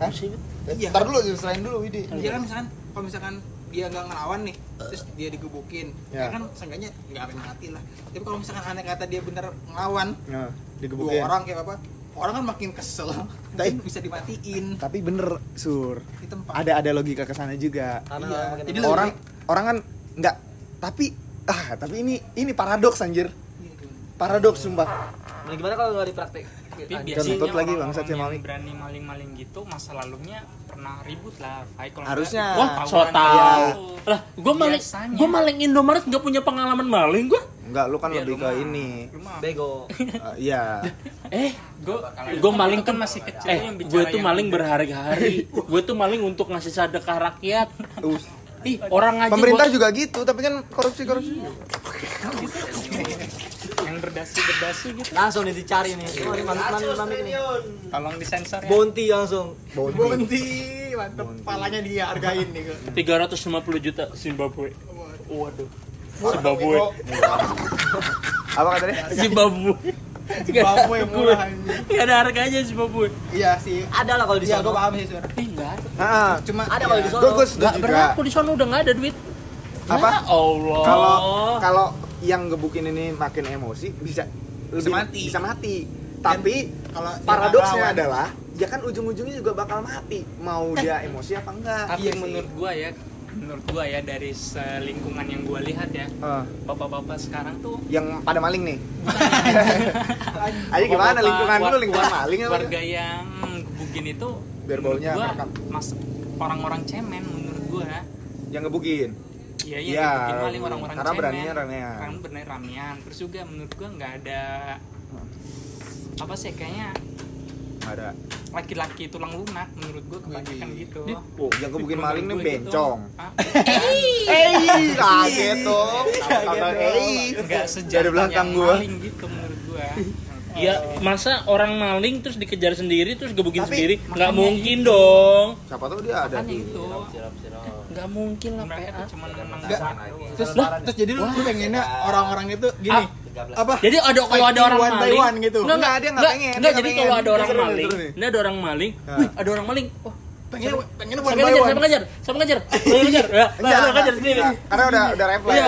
[SPEAKER 5] Iya.
[SPEAKER 3] Ntar dulu, selain dulu Widi.
[SPEAKER 5] dia kan misalkan kalau misalkan dia nggak ngelawan nih terus dia digebukin
[SPEAKER 3] Ya.
[SPEAKER 5] ya kan seenggaknya nggak akan mati lah tapi kalau misalkan aneh kata dia bener ngelawan
[SPEAKER 3] Nah,
[SPEAKER 5] dua orang kayak apa orang kan makin kesel
[SPEAKER 1] Tapi-
[SPEAKER 5] bisa dimatiin
[SPEAKER 1] Tapi bener sur,
[SPEAKER 5] di tempat
[SPEAKER 1] ada ada logika kesana juga.
[SPEAKER 7] karena
[SPEAKER 5] Iya.
[SPEAKER 7] makin
[SPEAKER 5] Jadi
[SPEAKER 7] emosi.
[SPEAKER 1] Orang orang kan nggak tapi ah tapi ini ini paradoks anjir.
[SPEAKER 5] Gitu.
[SPEAKER 1] Paradoks sumpah.
[SPEAKER 7] Nah, gimana kalau nggak dipraktik
[SPEAKER 6] tapi
[SPEAKER 7] Anjir.
[SPEAKER 6] biasanya
[SPEAKER 1] Kentut lagi,
[SPEAKER 6] orang-orang
[SPEAKER 1] bangsat si
[SPEAKER 6] yang
[SPEAKER 1] maling.
[SPEAKER 6] berani maling-maling gitu masa lalunya pernah ribut lah fight kalau
[SPEAKER 1] Harusnya.
[SPEAKER 6] nggak,
[SPEAKER 4] wah
[SPEAKER 6] tawuran
[SPEAKER 4] so
[SPEAKER 6] kayak
[SPEAKER 4] tau
[SPEAKER 6] gitu.
[SPEAKER 4] lah gue maling
[SPEAKER 6] nah, Biasanya.
[SPEAKER 4] gue maling Indomaret nggak punya pengalaman maling gue
[SPEAKER 1] Enggak, lu kan
[SPEAKER 6] Ya,
[SPEAKER 1] lebih
[SPEAKER 6] lu
[SPEAKER 1] ke
[SPEAKER 6] mah-
[SPEAKER 1] ini.
[SPEAKER 6] lu mah
[SPEAKER 7] bego
[SPEAKER 1] Eh, Iya.
[SPEAKER 4] eh
[SPEAKER 6] gue
[SPEAKER 4] gue maling kan
[SPEAKER 6] kan masih kecil
[SPEAKER 4] eh
[SPEAKER 6] yang bicara
[SPEAKER 4] gue tuh
[SPEAKER 6] yang
[SPEAKER 4] maling
[SPEAKER 6] gede.
[SPEAKER 4] berhari-hari gue tuh maling untuk ngasih sedekah rakyat
[SPEAKER 1] Uh,
[SPEAKER 4] Ih, orang ngaji
[SPEAKER 1] Pemerintah
[SPEAKER 4] buat-
[SPEAKER 1] juga gitu, tapi kan korupsi-korupsi.
[SPEAKER 6] yang berdasi berdasi gitu
[SPEAKER 7] Langsung nih dicari nih. Oh, ini mantap mantap mantap ini.
[SPEAKER 6] tolong disensor ya
[SPEAKER 7] Bonti langsung.
[SPEAKER 20] Bonti, mantep palanya dihargain nih gue.
[SPEAKER 4] 350 juta Zimbabwe. Waduh. Zimbabwe.
[SPEAKER 1] Apa
[SPEAKER 4] Iya.
[SPEAKER 1] katanya?
[SPEAKER 4] Zimbabwe.
[SPEAKER 20] Zimbabwe murah anjing.
[SPEAKER 4] Gak ada harganya Zimbabwe.
[SPEAKER 5] iya sih
[SPEAKER 7] Ada lah kalau di
[SPEAKER 5] iya
[SPEAKER 7] sana.
[SPEAKER 5] gue paham sih sur
[SPEAKER 4] Ih, nggak ada.
[SPEAKER 1] Heeh.
[SPEAKER 5] cuma
[SPEAKER 7] Ada kalau di
[SPEAKER 5] ya,
[SPEAKER 7] Solo.
[SPEAKER 1] Gue gue setuju
[SPEAKER 4] Nggak
[SPEAKER 1] ah. juga.
[SPEAKER 4] berlaku di sana udah nggak ada duit.
[SPEAKER 1] Iya. Apa?
[SPEAKER 4] Ya Allah.
[SPEAKER 1] Kalau kalau yang gebukin ini makin emosi bisa lebih-
[SPEAKER 5] mati.
[SPEAKER 1] Bisa mati. Tapi
[SPEAKER 5] kalau dia
[SPEAKER 1] paradoksnya
[SPEAKER 5] lawan.
[SPEAKER 1] adalah ya kan ujung-ujungnya juga bakal mati mau dia emosi apa enggak
[SPEAKER 6] tapi
[SPEAKER 5] Iya sih.
[SPEAKER 6] menurut gua ya menurut gua ya dari selingkungan yang gua lihat ya
[SPEAKER 1] Eh,
[SPEAKER 6] bapak-bapak sekarang tuh
[SPEAKER 1] yang pada maling nih ayo gimana
[SPEAKER 6] bapak-bapak
[SPEAKER 1] lingkungan lu
[SPEAKER 6] war-
[SPEAKER 1] lingkungan maling apa
[SPEAKER 6] warga yang gebukin itu
[SPEAKER 1] Biar
[SPEAKER 6] menurut
[SPEAKER 1] baunya
[SPEAKER 6] gua
[SPEAKER 1] kerekam.
[SPEAKER 6] mas orang-orang cemen menurut gua
[SPEAKER 1] yang ngebukin
[SPEAKER 6] Iya iya
[SPEAKER 1] Iya,
[SPEAKER 6] bikin maling orang-orang
[SPEAKER 1] karena
[SPEAKER 6] cemen.
[SPEAKER 1] beraninya ramean.
[SPEAKER 6] Karena berani ramean. Terus juga menurut gua nggak ada
[SPEAKER 1] Hmm.
[SPEAKER 6] apa sih kayaknya
[SPEAKER 1] ada
[SPEAKER 6] laki-laki tulang lunak menurut gua kebanyakan gitu.
[SPEAKER 1] oh, yang ngebukin
[SPEAKER 6] Menurut
[SPEAKER 1] maling nih
[SPEAKER 6] gua gitu.
[SPEAKER 1] bencong
[SPEAKER 6] Ah,
[SPEAKER 1] eh kaget tuh kata eh
[SPEAKER 6] Nggak
[SPEAKER 1] dari
[SPEAKER 6] sejarah
[SPEAKER 1] belakang
[SPEAKER 6] yang
[SPEAKER 1] gua
[SPEAKER 6] maling gitu menurut gua.
[SPEAKER 4] Ya masa orang maling terus dikejar sendiri terus gebukin
[SPEAKER 1] Tapi,
[SPEAKER 4] sendiri nggak
[SPEAKER 6] makanya
[SPEAKER 4] mungkin dong
[SPEAKER 1] siapa tahu dia ada
[SPEAKER 6] Makanya
[SPEAKER 1] di
[SPEAKER 6] itu
[SPEAKER 4] nggak mungkin lah PA.
[SPEAKER 6] mereka cuma menang
[SPEAKER 5] Nggak.
[SPEAKER 6] doang.
[SPEAKER 5] terus terus jadi lu lu pengennya orang-orang itu gini apa
[SPEAKER 4] Jadi ada kalau ada orang
[SPEAKER 20] one by
[SPEAKER 4] maling
[SPEAKER 20] one gitu.
[SPEAKER 1] Nggak,
[SPEAKER 4] Nggak,
[SPEAKER 1] dia
[SPEAKER 4] nggak,
[SPEAKER 1] nggak
[SPEAKER 4] nggak,
[SPEAKER 1] pengen,
[SPEAKER 4] nggak,
[SPEAKER 1] dia
[SPEAKER 4] jadi
[SPEAKER 1] nggak
[SPEAKER 4] kalau ada
[SPEAKER 1] pengen.
[SPEAKER 4] orang
[SPEAKER 1] Seru nih,
[SPEAKER 4] maling,
[SPEAKER 1] seru nih.
[SPEAKER 4] ini ada orang maling.
[SPEAKER 1] Nah.
[SPEAKER 4] Wih, ada orang maling. Wah,
[SPEAKER 20] Pengen pengen
[SPEAKER 4] saya mengajar, saya mengajar, saya mengajar, saya mengajar. Ya,
[SPEAKER 1] Enggak,
[SPEAKER 4] saya mengajar
[SPEAKER 1] enggak,
[SPEAKER 4] sendiri.
[SPEAKER 1] enggak. iya, karena udah udah refleks
[SPEAKER 4] Iya,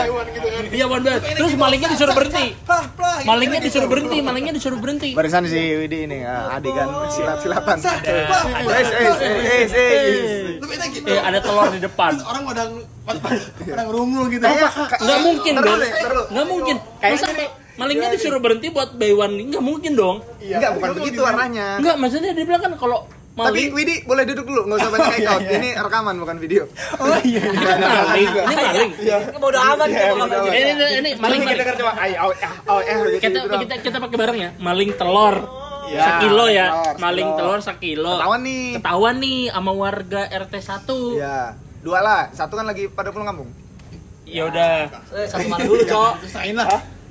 [SPEAKER 4] iya, one by one. Terus malingnya disuruh berhenti.
[SPEAKER 5] gitu
[SPEAKER 4] Malingnya
[SPEAKER 5] kan.
[SPEAKER 4] disuruh berhenti, malingnya disuruh berhenti.
[SPEAKER 1] barisan si Widi ini ah, adegan silat-silatan
[SPEAKER 4] ada.
[SPEAKER 1] eh eh eh eh
[SPEAKER 5] lu pengen gitu
[SPEAKER 4] Eh, ada Eh, telur di depan.
[SPEAKER 5] orang udah orang rungu gitu
[SPEAKER 1] Iya,
[SPEAKER 4] Nggak mungkin
[SPEAKER 1] Terus
[SPEAKER 4] dong.
[SPEAKER 1] deh, terus.
[SPEAKER 4] Nggak mungkin. Masa malingnya disuruh berhenti buat by one? Nggak mungkin dong.
[SPEAKER 1] Enggak, bukan begitu arahnya.
[SPEAKER 4] Enggak, maksudnya dia bilang kan kalau
[SPEAKER 1] Tapi
[SPEAKER 4] maling
[SPEAKER 1] Widi boleh duduk dulu, nggak usah banyak take out. Ini rekaman bukan video. Oh iya.
[SPEAKER 4] ini kan maling, ini maling.
[SPEAKER 6] Iya.
[SPEAKER 7] Ini bodo amat gitu
[SPEAKER 1] bodo
[SPEAKER 7] kalau
[SPEAKER 1] amat.
[SPEAKER 4] Ini ini ini maling.
[SPEAKER 1] Kita
[SPEAKER 4] maling.
[SPEAKER 1] denger coba ai au ah au eh gitu.
[SPEAKER 4] Kita
[SPEAKER 1] gitu doang.
[SPEAKER 4] kita kita pakai bareng ya. Maling telur.
[SPEAKER 1] Iya,
[SPEAKER 4] Sekilo ya.
[SPEAKER 1] telur,
[SPEAKER 4] Maling
[SPEAKER 1] telur.
[SPEAKER 4] telur sekilo.
[SPEAKER 1] ketahuan nih.
[SPEAKER 4] Ketahuan nih sama warga RT 1.
[SPEAKER 1] Iya. Dua lah, satu kan lagi pada pulang kampung.
[SPEAKER 4] Ya udah.
[SPEAKER 7] Eh, satu mana
[SPEAKER 20] Iya,
[SPEAKER 7] dulu, Cok?
[SPEAKER 5] Sain lah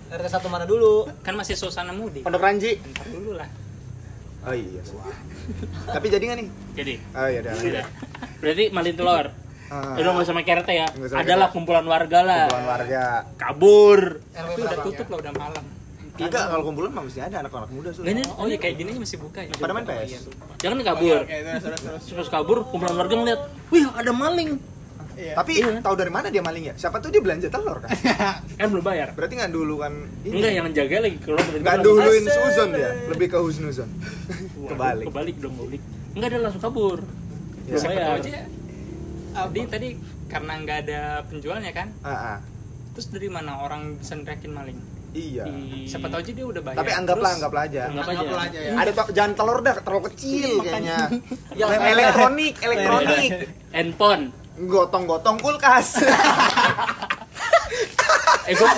[SPEAKER 7] RT satu mana dulu?
[SPEAKER 6] Kan masih suasana mudik.
[SPEAKER 1] Pondok Ranji.
[SPEAKER 6] Ntar dulu lah.
[SPEAKER 1] Oh iya. Wah. Tapi jadi nggak nih?
[SPEAKER 4] Jadi,
[SPEAKER 1] Oh iya udah.
[SPEAKER 4] udah. Berarti maling telur.
[SPEAKER 1] Ah,
[SPEAKER 4] Ya udah enggak usah pakai RT ya.
[SPEAKER 1] Nggak usah pakai
[SPEAKER 4] Adalah
[SPEAKER 1] RT.
[SPEAKER 4] kumpulan warga lah.
[SPEAKER 1] Kumpulan warga.
[SPEAKER 4] Kabur.
[SPEAKER 6] Tapi udah tutup lah udah malam.
[SPEAKER 1] Enggak, kalau kumpulan mah mesti ada anak-anak muda sudah.
[SPEAKER 4] Gak ini,
[SPEAKER 6] Oh iya kayak gini masih buka ya.
[SPEAKER 1] Pada main
[SPEAKER 6] Oh,
[SPEAKER 1] PS.
[SPEAKER 6] iya, tuh.
[SPEAKER 4] jangan kabur. Terus pas kabur, kumpulan warga ngeliat, wih ada maling.
[SPEAKER 1] Tapi tahu dari mana dia malingnya? Siapa tuh dia belanja telur kan?
[SPEAKER 4] Kan belum bayar.
[SPEAKER 1] Berarti nggak dulu kan ini.
[SPEAKER 4] Enggak, yang jaga lagi keluar tiba-tiba
[SPEAKER 1] Nggak
[SPEAKER 4] langsung-
[SPEAKER 1] duluin Suzon dia, lebih ke Husnuzon.
[SPEAKER 4] Waduh,
[SPEAKER 1] Kebalik.
[SPEAKER 4] Kebalik dong, balik. Enggak ada langsung kabur.
[SPEAKER 1] Ya.
[SPEAKER 6] Iya.
[SPEAKER 4] Belum bayar.
[SPEAKER 6] Aja. Tadi tadi karena nggak ada penjualnya kan,
[SPEAKER 1] Ah, ah.
[SPEAKER 6] terus dari mana orang bisa nerakin maling?
[SPEAKER 1] Iya.
[SPEAKER 4] Di-
[SPEAKER 6] Siapa tahu aja dia udah bayar.
[SPEAKER 1] Tapi anggaplah
[SPEAKER 6] Terus-
[SPEAKER 1] anggaplah aja.
[SPEAKER 4] Anggap aja.
[SPEAKER 6] Iya.
[SPEAKER 5] Anggaplah aja ya
[SPEAKER 1] Ada to- jangan telur dah terlalu kecil kayaknya.
[SPEAKER 7] Ya,
[SPEAKER 1] Lem- elektronik,
[SPEAKER 6] Iya.
[SPEAKER 1] elektronik.
[SPEAKER 4] Handphone.
[SPEAKER 1] Gotong-gotong kulkas.
[SPEAKER 4] Eh, gua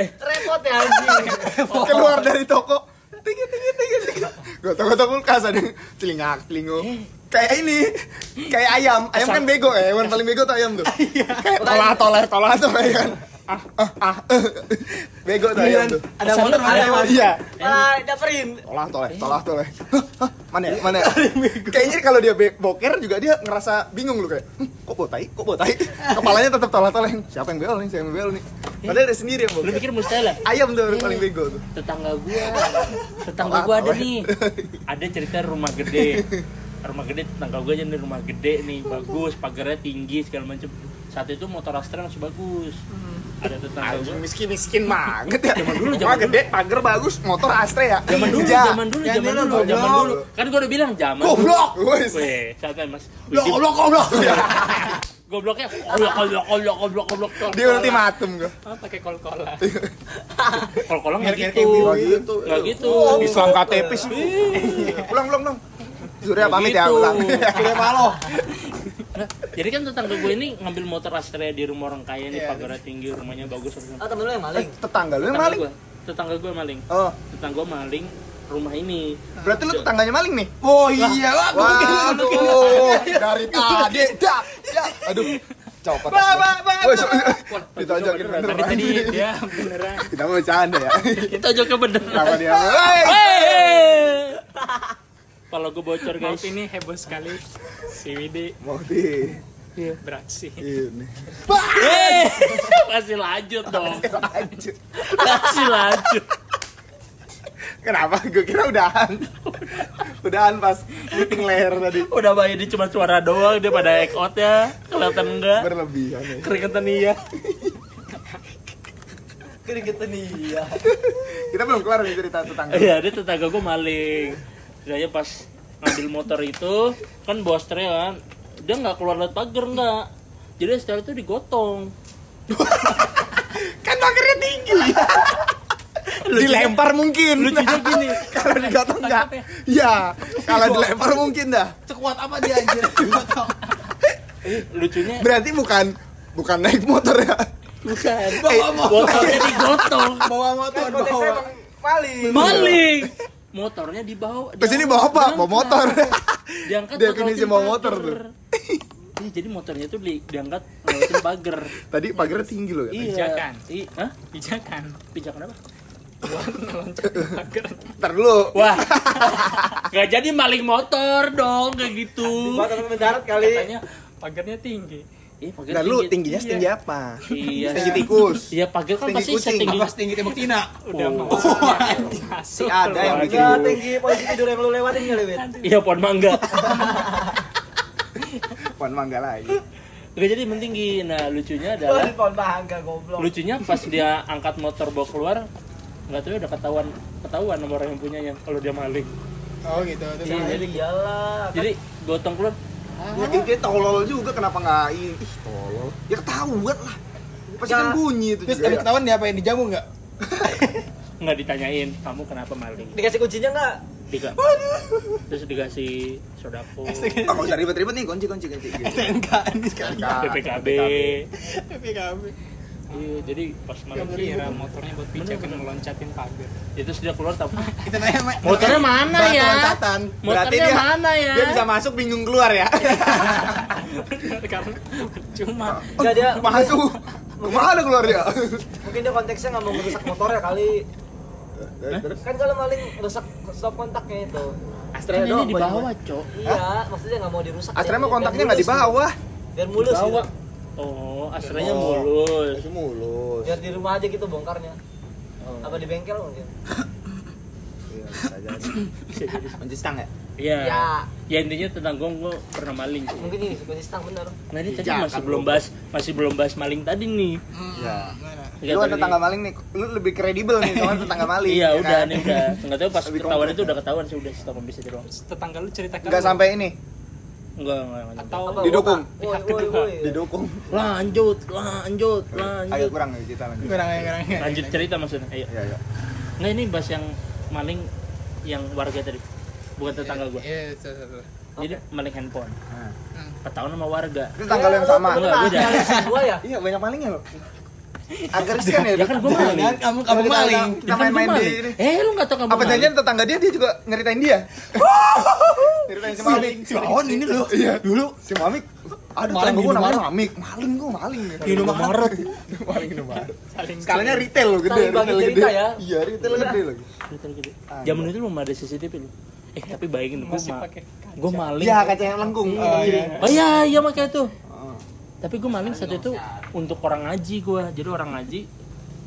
[SPEAKER 7] Repot ya anjing.
[SPEAKER 1] Keluar dari toko. Tinggi tinggi tinggi tinggi. Gotong-gotong kulkas ada yang celingak, celinguk. Kayak ini, kayak ayam. Ayam kan bego ya, hewan paling bego tuh ayam tuh. Kayak tolah tolah tolah tuh ya kan. Ah, ah, ah, eh. Bego tuh ayam tuh.
[SPEAKER 7] Ada motor ada motor.
[SPEAKER 1] Iya.
[SPEAKER 7] Ah, daperin.
[SPEAKER 1] Tolah toleh, tolah toleh. Hah, hah, Mana ya? Mana ya? Kayaknya kalau dia be- boker juga dia ngerasa bingung lu kayak, "Hmm, kok botai? Kok botai? Kepalanya tetap tolah toleh. Siapa yang beol nih? Siapa yang beol nih? Padahal dia sendiri yang
[SPEAKER 4] lu
[SPEAKER 1] boker.
[SPEAKER 4] pikir mustahil ya?
[SPEAKER 1] Ayam tuh orang paling bego tuh.
[SPEAKER 4] Tetangga gua. Tetangga gua ada nih. Ada cerita rumah gede. Rumah gede tetangga gua jadi rumah gede nih, bagus, pagarnya tinggi segala macem Saat itu motor Astra masih bagus. Ada tetangga gua.
[SPEAKER 1] Miskin-miskin banget ya. Zaman
[SPEAKER 4] dulu, zaman
[SPEAKER 1] Rumah gede, pagar bagus, motor Astra ya.
[SPEAKER 4] Zaman dulu,
[SPEAKER 1] Iya.
[SPEAKER 4] zaman dulu, zaman dulu, zaman dulu. Kan gua udah bilang zaman. dulu.
[SPEAKER 1] Goblok. Wes.
[SPEAKER 4] Weh, santai Mas. Wih, di-
[SPEAKER 1] Goblok, goblok.
[SPEAKER 4] Gobloknya goblok goblok goblok goblok goblok.
[SPEAKER 1] Dia ultimatum gua.
[SPEAKER 6] Oh, pakai kol-kola.
[SPEAKER 4] Kalau kalau nggak
[SPEAKER 5] Kayak-
[SPEAKER 4] gitu.
[SPEAKER 1] Oh gitu.
[SPEAKER 4] Nggak gitu.
[SPEAKER 1] Islam KTP sih. Pulang, pulang, pulang. Surya pamit ya,
[SPEAKER 4] Gitu.
[SPEAKER 1] pulang.
[SPEAKER 5] Udah palo
[SPEAKER 4] Nah, Jadi kan tetangga gue ini ngambil motor Astrea di rumah orang kaya nih, pagar tinggi, rumahnya bagus.
[SPEAKER 7] Ah, temen lu yang maling.
[SPEAKER 1] Tetangga lu yang
[SPEAKER 4] Tetangga
[SPEAKER 1] maling.
[SPEAKER 4] gue, tetangga gue maling.
[SPEAKER 1] Oh,
[SPEAKER 4] Tetangga gue maling rumah ini.
[SPEAKER 1] berarti lu tetangganya maling nih?
[SPEAKER 5] oh iya
[SPEAKER 1] Waduh, dari tadi. Dak, dak. Aduh, Copot.
[SPEAKER 5] Ba, ba, ba,
[SPEAKER 1] Woi,
[SPEAKER 5] ba.
[SPEAKER 1] so- ditonjokin beneran.
[SPEAKER 6] Tadi tadi dia beneran.
[SPEAKER 1] Kita mau bercanda ya.
[SPEAKER 4] Kita juga beneran.
[SPEAKER 1] Kenapa dia? Hei!
[SPEAKER 4] Hey! Kalau gue bocor guys.
[SPEAKER 6] Maaf ini heboh sekali. Si Widi Iya.
[SPEAKER 1] Mau di
[SPEAKER 6] beraksi.
[SPEAKER 1] ini.
[SPEAKER 4] Hey! Masih lanjut dong.
[SPEAKER 1] Lanjut.
[SPEAKER 4] Masih lanjut.
[SPEAKER 1] Kenapa? Gue kira udahan. Udahan pas meeting leher tadi.
[SPEAKER 4] Udah bayar dia cuma suara doang dia pada act out ya. Kelihatan enggak?
[SPEAKER 1] Berlebihan ya.
[SPEAKER 4] Keringetan iya.
[SPEAKER 7] keringetan iya
[SPEAKER 1] Kita belum kelar nih cerita tentang
[SPEAKER 4] Iya, dia tetangga gue maling. Dia pas ngambil motor itu kan bosternya kan dia nggak keluar lewat pagar nggak jadi setelah itu digotong
[SPEAKER 1] kan pagernya tinggi dilempar mungkin lucunya gini kalau digotong enggak ya kalau dilempar mungkin dah
[SPEAKER 5] Sekuat apa dia anjir? Potong.
[SPEAKER 4] lucunya
[SPEAKER 1] berarti bukan bukan naik motor ya
[SPEAKER 4] bukan
[SPEAKER 1] Bawa motor.
[SPEAKER 4] motornya digotong
[SPEAKER 5] bawa motor,
[SPEAKER 4] Kan
[SPEAKER 5] bawa.
[SPEAKER 1] maling
[SPEAKER 4] maling motornya dibawa
[SPEAKER 1] terus ini Iya. bawa apa bawa motor
[SPEAKER 4] diangkat
[SPEAKER 1] definisi
[SPEAKER 4] lewatin
[SPEAKER 1] bawa motor
[SPEAKER 4] pagar.
[SPEAKER 1] tuh
[SPEAKER 4] Iya, jadi motornya itu di, diangkat lewatin pagar Iya.
[SPEAKER 1] tadi pagernya tinggi loh ya. katanya.
[SPEAKER 6] Pijakan.
[SPEAKER 4] I, hah?
[SPEAKER 6] Pijakan.
[SPEAKER 4] pijakan apa
[SPEAKER 1] ntar dulu
[SPEAKER 4] wah nggak jadi maling motor dong kayak gitu
[SPEAKER 7] Gua tapi mendarat kali
[SPEAKER 6] Katanya pagarnya tinggi.
[SPEAKER 4] Ih, Iya, pagar
[SPEAKER 1] ntar Nah, lu
[SPEAKER 4] tinggi.
[SPEAKER 1] tingginya setinggi apa
[SPEAKER 4] Iya.
[SPEAKER 1] setinggi tikus
[SPEAKER 4] Iya, pagar kan
[SPEAKER 1] Tinggi
[SPEAKER 4] pasti
[SPEAKER 1] kucing.
[SPEAKER 4] setinggi.
[SPEAKER 5] Pas tinggi tembok Cina.
[SPEAKER 6] Udah mau.
[SPEAKER 1] si ada yang bikin
[SPEAKER 7] ya tinggi posisi tidur yang lu lewatin kali Wid
[SPEAKER 4] Iya, pohon mangga.
[SPEAKER 1] pohon mangga lagi
[SPEAKER 4] Nggak jadi yang tinggi. Nah, lucunya adalah
[SPEAKER 7] Wih, pohon mangga goblok
[SPEAKER 4] lucunya pas dia angkat motor bawa keluar nggak tahu ya udah ketahuan ketahuan sama orang yang punyanya kalau dia maling
[SPEAKER 2] oh gitu terus
[SPEAKER 4] Iya, jadi
[SPEAKER 7] iyalah
[SPEAKER 4] jadi gotong keluar
[SPEAKER 1] ya, dia tolol juga kenapa nggak ih tolol ya ketahuan lah pasti kan bunyi itu
[SPEAKER 2] terus
[SPEAKER 1] juga
[SPEAKER 2] abis
[SPEAKER 1] ya.
[SPEAKER 2] ketahuan diapain dijamu nggak
[SPEAKER 4] nggak ditanyain kamu kenapa maling
[SPEAKER 7] dikasih kuncinya nggak
[SPEAKER 4] Diga- terus dikasih sodako
[SPEAKER 1] Ah, nggak usah ribet-ribet nih kunci kunci kunci. STNK ini sekali.
[SPEAKER 4] PPKB
[SPEAKER 2] PKB
[SPEAKER 4] iya jadi Iya. pas malam
[SPEAKER 6] Kira motornya buat pijakan ngeloncatin pagar.
[SPEAKER 4] itu sudah Ya, keluar tapi
[SPEAKER 2] kita tanya sama
[SPEAKER 4] motornya mana ya
[SPEAKER 2] loncatan
[SPEAKER 1] Berarti
[SPEAKER 4] motornya
[SPEAKER 1] dia-
[SPEAKER 4] mana ya
[SPEAKER 1] Dia bisa masuk bingung keluar ya.
[SPEAKER 6] Karena cuma
[SPEAKER 7] nggak dia
[SPEAKER 1] Masuk. Kemana keluar dia?
[SPEAKER 7] mungkin dia konteksnya nggak mau merusak motornya kali kan kalau maling rusak stop kontaknya itu
[SPEAKER 4] Astra
[SPEAKER 7] doang
[SPEAKER 4] ini di
[SPEAKER 7] banyak.
[SPEAKER 4] bawah cok
[SPEAKER 7] iya maksudnya nggak mau dirusak ya.
[SPEAKER 1] Astra
[SPEAKER 7] Biar-
[SPEAKER 1] mah
[SPEAKER 7] biar
[SPEAKER 1] kontaknya nggak
[SPEAKER 7] mulus
[SPEAKER 1] di bawah.
[SPEAKER 7] gitu. biar mulus gitu.
[SPEAKER 4] oh Astranya
[SPEAKER 1] Oh.
[SPEAKER 4] mulus
[SPEAKER 1] mulus.
[SPEAKER 7] biar di rumah aja gitu bongkarnya apa di bengkel mungkin
[SPEAKER 1] Iya, bisa jadi. Kunci stang ya? Nah,
[SPEAKER 4] Iya.
[SPEAKER 7] Ya.
[SPEAKER 4] Ya intinya tentang gong gua pernah maling sih.
[SPEAKER 7] mungkin ini kunci stang bener
[SPEAKER 4] Nah ini tadi
[SPEAKER 1] Pijakan
[SPEAKER 4] masih
[SPEAKER 1] lu.
[SPEAKER 4] belum bahas masih belum bahas maling tadi nih.
[SPEAKER 5] Hmm.
[SPEAKER 1] Iya.
[SPEAKER 4] Nggak
[SPEAKER 1] Lu
[SPEAKER 4] tahu
[SPEAKER 1] ada
[SPEAKER 4] nih.
[SPEAKER 1] tangga maling nih. Lu lebih kredibel nih soal tetangga maling.
[SPEAKER 4] Iya
[SPEAKER 1] ya
[SPEAKER 4] udah
[SPEAKER 1] kan?
[SPEAKER 4] nih udah. Enggak tahu pas
[SPEAKER 1] Lebih
[SPEAKER 4] ketahuan
[SPEAKER 1] konkret
[SPEAKER 4] itu
[SPEAKER 1] ya.
[SPEAKER 4] udah ketahuan sih udah stop bisa di ruang.
[SPEAKER 6] tetangga lu ceritakan
[SPEAKER 1] Nggak sampai ini.
[SPEAKER 4] Enggak enggak enggak.
[SPEAKER 6] atau
[SPEAKER 7] Apa,
[SPEAKER 1] Didukung.
[SPEAKER 7] bapak? woi woi woi
[SPEAKER 1] Didukung.
[SPEAKER 4] Lanjut, lanjut,
[SPEAKER 1] Agak Nah,
[SPEAKER 4] lanjut.
[SPEAKER 1] iya. kurang nih cerita lanjut.
[SPEAKER 2] kurang ya kurang ya
[SPEAKER 4] Lanjut cerita maksudnya. Ayo.
[SPEAKER 1] Iya, iya.
[SPEAKER 4] Enggak ini bahas yang maling yang warga tadi. Bukan tetangga gua.
[SPEAKER 5] Iya, itu, itu, itu.
[SPEAKER 4] Jadi maling handphone.
[SPEAKER 1] Nah.
[SPEAKER 4] Ketahuan sama warga.
[SPEAKER 1] Itu tanggal yang sama.
[SPEAKER 4] temen Enggak, beda.
[SPEAKER 7] gua ya
[SPEAKER 1] Iya, banyak malingnya lo. Agak riskan ya.
[SPEAKER 4] Ya kan gua maling.
[SPEAKER 2] Jangan kamu kamu
[SPEAKER 1] Kita-
[SPEAKER 2] maling
[SPEAKER 1] Kita main-main di ini.
[SPEAKER 4] Eh lu enggak tahu kamu.
[SPEAKER 1] apa
[SPEAKER 4] maling.
[SPEAKER 1] janjian tetangga dia dia juga nyeritain dia nyeritain si Mamik si Wawan ini loh iya dulu si Mamik ada tetangga gue namanya Mamik maling gue maling ya di nomor Maret maling di nomor skalanya retail loh gede
[SPEAKER 7] Saling bagi
[SPEAKER 1] retail
[SPEAKER 7] cerita ya.
[SPEAKER 1] iya retail gede lagi
[SPEAKER 4] Retail gitu. Zaman itu belum ada CCTV lu. Eh tapi bayangin gue
[SPEAKER 6] masih
[SPEAKER 4] ma
[SPEAKER 6] pakai kaca.
[SPEAKER 4] gue maling.
[SPEAKER 1] iya kaca yang lengkung
[SPEAKER 4] Oh iya iya makanya itu. Tapi gue maling saat itu untuk orang ngaji gue. Jadi orang ngaji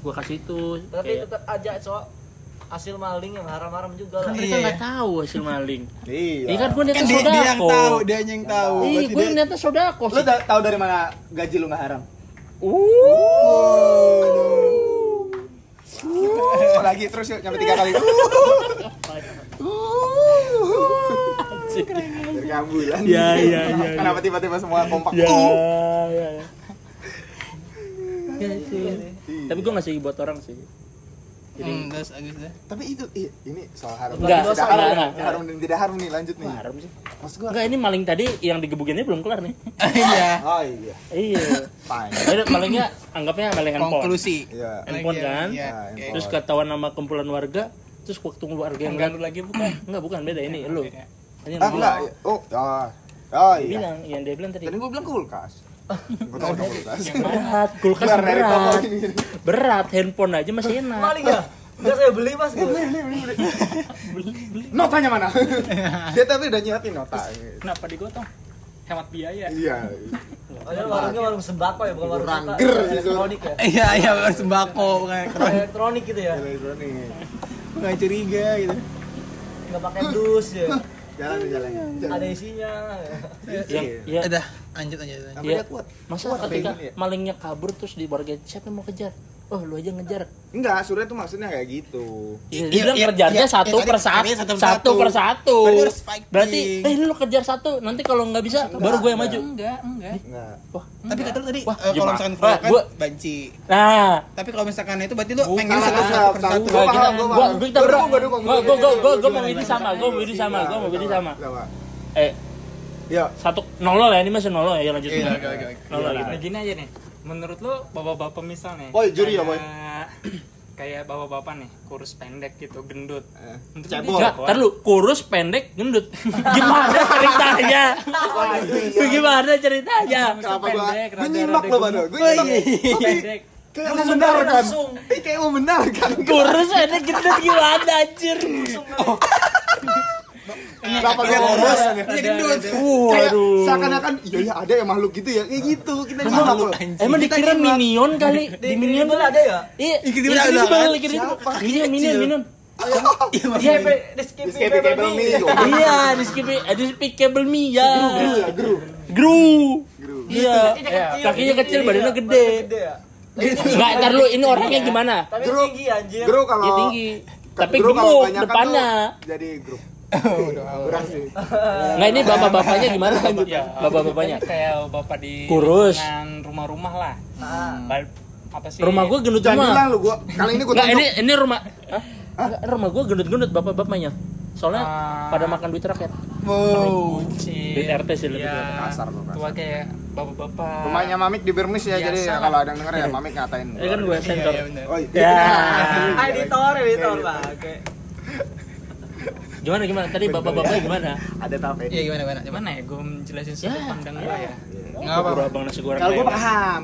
[SPEAKER 4] gue kasih itu.
[SPEAKER 7] tapi
[SPEAKER 1] Iya.
[SPEAKER 4] Kayak-
[SPEAKER 7] tetap aja cok hasil maling yang haram-haram juga
[SPEAKER 4] kan
[SPEAKER 5] Iya.
[SPEAKER 7] lah
[SPEAKER 4] mereka
[SPEAKER 6] Iya.
[SPEAKER 4] nggak tahu hasil maling.
[SPEAKER 1] iya
[SPEAKER 4] Iya kan gue niatnya
[SPEAKER 2] kan dia, dia yang
[SPEAKER 4] sodako.
[SPEAKER 2] tahu dia yang tahu
[SPEAKER 4] Iya
[SPEAKER 2] Berarti
[SPEAKER 4] gue
[SPEAKER 2] dia-
[SPEAKER 4] niatnya sodako.
[SPEAKER 1] lu da- tahu dari mana gaji lu nggak haram
[SPEAKER 4] Uh.
[SPEAKER 1] Oh, lagi terus yuk nyampe tiga kali dari kabulan
[SPEAKER 4] Iya iya iya.
[SPEAKER 1] kenapa tiba-tiba semua kompak
[SPEAKER 4] Ya,
[SPEAKER 1] Uh.
[SPEAKER 4] ya, ya. Ya, sih. Tapi gue ngasih buat orang sih. Jadi
[SPEAKER 5] Hmm, terus abis itu.
[SPEAKER 1] tapi itu iya, ini soal haram dan
[SPEAKER 4] Enggak,
[SPEAKER 1] tidak
[SPEAKER 4] enggak,
[SPEAKER 1] haram
[SPEAKER 4] enggak, enggak.
[SPEAKER 1] haram dan tidak haram nih lanjut nih
[SPEAKER 4] haram sih.
[SPEAKER 1] maksud gua
[SPEAKER 4] Enggak ini maling tadi yang digebukinnya belum kelar nih.
[SPEAKER 5] Iya.
[SPEAKER 1] oh iya
[SPEAKER 4] iya.
[SPEAKER 1] fine
[SPEAKER 4] Jadi palingnya anggapnya maling handphone.
[SPEAKER 5] Konklusi.
[SPEAKER 1] iya
[SPEAKER 4] Handphone kan.
[SPEAKER 5] Iya.
[SPEAKER 1] Nah,
[SPEAKER 5] oke.
[SPEAKER 1] handphone.
[SPEAKER 4] Terus ketahuan nama kumpulan warga, terus waktu keluarga yang
[SPEAKER 6] Enggak lu lagi bukan?
[SPEAKER 4] enggak bukan beda ini lu. Ini yang
[SPEAKER 1] ah
[SPEAKER 4] lu
[SPEAKER 1] enggak oh oh, oh
[SPEAKER 4] bilang
[SPEAKER 1] iya
[SPEAKER 4] yang dia bilang tadi.
[SPEAKER 1] tadi gua bilang kulkas Gua tau dong kulkas.
[SPEAKER 4] berat kulkas
[SPEAKER 1] Keluar dari toko
[SPEAKER 4] berat
[SPEAKER 1] ini.
[SPEAKER 4] berat handphone aja masih enak
[SPEAKER 7] maling ya nggak saya beli mas gitu. gue
[SPEAKER 1] Notanya mana? Dia tapi udah nyiapin nota.
[SPEAKER 6] Kenapa digotong? Hemat biaya.
[SPEAKER 1] Iya.
[SPEAKER 7] padahal warungnya warung sembako ya bukan warung sata.
[SPEAKER 1] Rangger, sih, Sur.
[SPEAKER 7] elektronik ya
[SPEAKER 5] Iya iya sembako bukan elektronik.
[SPEAKER 7] elektronik gitu ya
[SPEAKER 1] Elektronik.
[SPEAKER 5] Nggak curiga gitu.
[SPEAKER 7] nggak pakai dus ya
[SPEAKER 1] Jalan jalan. jalan. Iya.
[SPEAKER 7] ada isinya
[SPEAKER 4] yang ya,
[SPEAKER 5] Udah lanjut aja. lanjut.
[SPEAKER 1] Tapi
[SPEAKER 4] Iya.
[SPEAKER 1] dia kuat.
[SPEAKER 4] masa
[SPEAKER 1] Kuat
[SPEAKER 4] ketika
[SPEAKER 1] kayak gini ya?
[SPEAKER 4] malingnya kabur terus di warga siapa yang mau kejar oh lu aja ngejar
[SPEAKER 1] Enggak, Surya tuh maksudnya kayak gitu.
[SPEAKER 4] Iya,
[SPEAKER 5] Iya,
[SPEAKER 4] dia bilang
[SPEAKER 5] iya,
[SPEAKER 4] kerjanya
[SPEAKER 5] iya,
[SPEAKER 4] satu
[SPEAKER 5] iya,
[SPEAKER 4] per
[SPEAKER 5] tadi-
[SPEAKER 4] satu,
[SPEAKER 5] tadi satu per
[SPEAKER 4] satu per satu.
[SPEAKER 5] Berarti harus fighting.
[SPEAKER 4] Berarti, eh lu kejar satu, nanti kalau nggak bisa, baru gue yang maju.
[SPEAKER 5] Enggak, enggak.
[SPEAKER 4] Eh?
[SPEAKER 1] Enggak.
[SPEAKER 5] Tapi kata lu tadi
[SPEAKER 4] Wah,
[SPEAKER 5] eh, kalau
[SPEAKER 4] gimana?
[SPEAKER 5] misalkan
[SPEAKER 4] Wah,
[SPEAKER 5] keluar kan
[SPEAKER 4] gua-
[SPEAKER 5] banci.
[SPEAKER 4] Nah,
[SPEAKER 5] Tapi kalau misalkan itu berarti lu
[SPEAKER 4] Bukan,
[SPEAKER 5] pengen satu
[SPEAKER 1] enggak,
[SPEAKER 5] satu per
[SPEAKER 1] tahu.
[SPEAKER 5] satu.
[SPEAKER 4] gua
[SPEAKER 1] paham,
[SPEAKER 4] kita,
[SPEAKER 1] gua paham.
[SPEAKER 4] gua kita
[SPEAKER 1] Gua dukung,
[SPEAKER 4] berdua,
[SPEAKER 1] gua dukung,
[SPEAKER 4] gua
[SPEAKER 1] gua
[SPEAKER 4] gua gua
[SPEAKER 1] dukung,
[SPEAKER 4] gua
[SPEAKER 1] gua
[SPEAKER 4] gua
[SPEAKER 1] dukung.
[SPEAKER 4] mau ini sama, gua mau ini sama,
[SPEAKER 1] Iya,
[SPEAKER 4] gua mau ini sama.
[SPEAKER 1] Sama.
[SPEAKER 4] Eh,
[SPEAKER 1] Iya.
[SPEAKER 4] satu nol ya ini masih nol ya lanjut. gitu.
[SPEAKER 5] Iya,
[SPEAKER 4] Nol.
[SPEAKER 5] oke, oke, oke.
[SPEAKER 4] Nol lagi.
[SPEAKER 6] Nah, gini aja nih. Menurut lo bapak-bapak misal nih.
[SPEAKER 1] Woi, juri ya,
[SPEAKER 6] kayak-
[SPEAKER 1] Boy.
[SPEAKER 6] Kayak bapak-bapak nih, kurus pendek gitu, gendut.
[SPEAKER 1] Eh,
[SPEAKER 6] Menurut lo
[SPEAKER 1] Cebol.
[SPEAKER 6] dia-
[SPEAKER 4] Enggak, ntar lu kurus pendek gendut. Gimana ceritanya?
[SPEAKER 5] iya.
[SPEAKER 4] Gimana ceritanya?
[SPEAKER 1] Kenapa gua
[SPEAKER 6] Pendek, rada-rada
[SPEAKER 1] menyimak lo
[SPEAKER 6] gemuk.
[SPEAKER 1] pada? Gue
[SPEAKER 4] iya,
[SPEAKER 1] nyimak.
[SPEAKER 6] Pendek.
[SPEAKER 1] Kayak membenarkan. Eh, kayak membenarkan.
[SPEAKER 4] Kurus pendek gendut gimana anjir?
[SPEAKER 1] Kenapa dia ngomong?
[SPEAKER 5] Iya gendut.
[SPEAKER 1] Kayak
[SPEAKER 4] Waduh.
[SPEAKER 1] seakan-akan iya ya ada yang makhluk gitu ya. Kayak gitu kita nyimak
[SPEAKER 4] Emang,
[SPEAKER 1] lo.
[SPEAKER 4] emang dikira minion kali? Di minion
[SPEAKER 7] Incredible ada ya
[SPEAKER 4] Iya,
[SPEAKER 5] Incredible ada
[SPEAKER 4] Incredible,
[SPEAKER 5] kan?
[SPEAKER 4] Incredible.
[SPEAKER 1] Siapa?
[SPEAKER 4] Iya, minion, minion.
[SPEAKER 7] Iya, pe- di skip
[SPEAKER 1] Kayak Picable Me. goblok.
[SPEAKER 4] Iya, di skip ada speakable me ya.
[SPEAKER 1] Geru ya, geru.
[SPEAKER 4] Gru.
[SPEAKER 1] Geru.
[SPEAKER 4] Iya. Kakinya kecil, badannya gede.
[SPEAKER 7] ya
[SPEAKER 4] Enggak, ntar lu ini orangnya gimana?
[SPEAKER 7] tapi
[SPEAKER 1] Bro.
[SPEAKER 7] tinggi anjir
[SPEAKER 1] Geru
[SPEAKER 4] Dia
[SPEAKER 1] kalau
[SPEAKER 4] tinggi. Tapi
[SPEAKER 1] geru Oh. kalau
[SPEAKER 4] gemuk
[SPEAKER 1] kebanyakan
[SPEAKER 4] depannya. Oh,
[SPEAKER 1] tuh Jadi grup.
[SPEAKER 4] Enggak ini bapak-bapaknya gimana Pak?
[SPEAKER 1] Iya.
[SPEAKER 4] Bapak-bapaknya.
[SPEAKER 6] kayak bapak di
[SPEAKER 4] Kurus.
[SPEAKER 6] dengan rumah-rumah lah. Bal- Apa sih?
[SPEAKER 4] Rumah gua gendut
[SPEAKER 1] Jangan bilang
[SPEAKER 4] semua.
[SPEAKER 1] lu gua kali ini gua
[SPEAKER 4] Enggak, Nah, ini
[SPEAKER 1] tunjuk.
[SPEAKER 4] ini rumah Hah? Enggak, rumah gua gendut-gendut bapak-bapaknya. Soalnya
[SPEAKER 6] Ah.
[SPEAKER 4] pada makan duit rakyat.
[SPEAKER 5] Wow.
[SPEAKER 6] Kunci.
[SPEAKER 4] Duit RT sih lebih.
[SPEAKER 6] Iya.
[SPEAKER 1] Kasar lu, kasar.
[SPEAKER 6] Tua kayak bapak-bapak.
[SPEAKER 1] Rumahnya Mamik di Birmis ya, jadi ya
[SPEAKER 6] Biasa
[SPEAKER 1] kalau ada yang denger ya Mamik ngatain.
[SPEAKER 4] Ini Iya, kan gue sensor.
[SPEAKER 1] Oh iya.
[SPEAKER 4] Ya.
[SPEAKER 7] editor editor lah oke
[SPEAKER 4] Gimana gimana? Tadi bapak-bapak gimana?
[SPEAKER 1] Ada tape.
[SPEAKER 5] Iya gimana gimana? Gimana?
[SPEAKER 6] Gimana ya gue menjelasin sudut
[SPEAKER 4] Ya.
[SPEAKER 6] pandang gue ya.
[SPEAKER 5] Enggak apa-apa.
[SPEAKER 4] Bro, abang nasi goreng.
[SPEAKER 1] Kalau gue
[SPEAKER 4] lewat.
[SPEAKER 1] paham.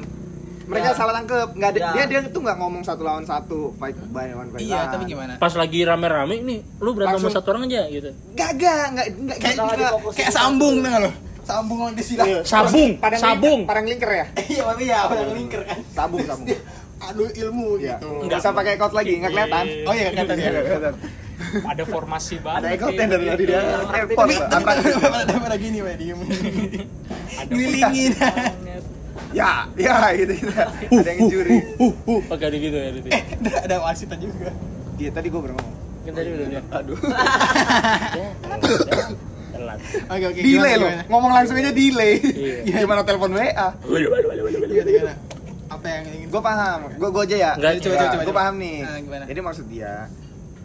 [SPEAKER 1] Mereka
[SPEAKER 4] Iya.
[SPEAKER 7] Ya.
[SPEAKER 1] salah tangkep. Nggak ada,
[SPEAKER 7] Ya.
[SPEAKER 1] dia dia tuh nggak ngomong satu lawan satu, fight by one fight.
[SPEAKER 5] Iya,
[SPEAKER 1] one.
[SPEAKER 5] tapi gimana?
[SPEAKER 4] Pas lagi rame-rame nih, lu berantem sama
[SPEAKER 1] Langsung.
[SPEAKER 4] satu orang aja gitu.
[SPEAKER 1] Gagak, nggak nggak gitu,
[SPEAKER 5] Kayak
[SPEAKER 1] nggak-
[SPEAKER 7] lagi
[SPEAKER 1] nggak-
[SPEAKER 7] fokus.
[SPEAKER 5] kayak sambung tengah lo. Sambung lagi di sila.
[SPEAKER 4] Sabung,
[SPEAKER 1] Padang lingker-
[SPEAKER 4] sabung.
[SPEAKER 1] Padang lingker ya?
[SPEAKER 5] Iya, tapi ya pada lingkar kan.
[SPEAKER 1] Sabung, sabung.
[SPEAKER 5] Aduh ilmu
[SPEAKER 1] Iya.
[SPEAKER 5] gitu.
[SPEAKER 1] Nggak usah pakai ekot lagi, nggak kelihatan.
[SPEAKER 5] Oh iya
[SPEAKER 1] Iya,
[SPEAKER 5] kata dia.
[SPEAKER 1] nggak kelihatan.
[SPEAKER 6] Ada formasi
[SPEAKER 1] Ada
[SPEAKER 6] banget.
[SPEAKER 1] ekotnya dari tadi dia. Repot.
[SPEAKER 5] Tapi tapi
[SPEAKER 1] Apa?
[SPEAKER 5] pada- tapi pada gini weh diem. Ngilingin.
[SPEAKER 1] Ya, ya gitu. gitu. Ada yang juri.
[SPEAKER 4] Uh, uh, pakai ada gitu ya gitu.
[SPEAKER 1] Eh.
[SPEAKER 5] Ada ada wasitnya juga.
[SPEAKER 1] Iya, tadi gue ngomong.
[SPEAKER 4] Kan tadi udah bilang.
[SPEAKER 1] Aduh.
[SPEAKER 4] Ya, telat, telat.
[SPEAKER 5] Oke oke.
[SPEAKER 1] Delay
[SPEAKER 5] gimana,
[SPEAKER 1] loh.
[SPEAKER 5] gimana?
[SPEAKER 1] Ngomong langsung aja delay.
[SPEAKER 4] Iya.
[SPEAKER 1] Gimana telepon WA?
[SPEAKER 5] Gimana, gimana? Apa yang ingin
[SPEAKER 1] Gue paham. Gue gue aja ya.
[SPEAKER 4] Nggak,
[SPEAKER 5] coba, coba, coba,
[SPEAKER 1] Gue
[SPEAKER 5] coba.
[SPEAKER 1] paham nih.
[SPEAKER 5] Ah, gimana?
[SPEAKER 1] Jadi maksud dia,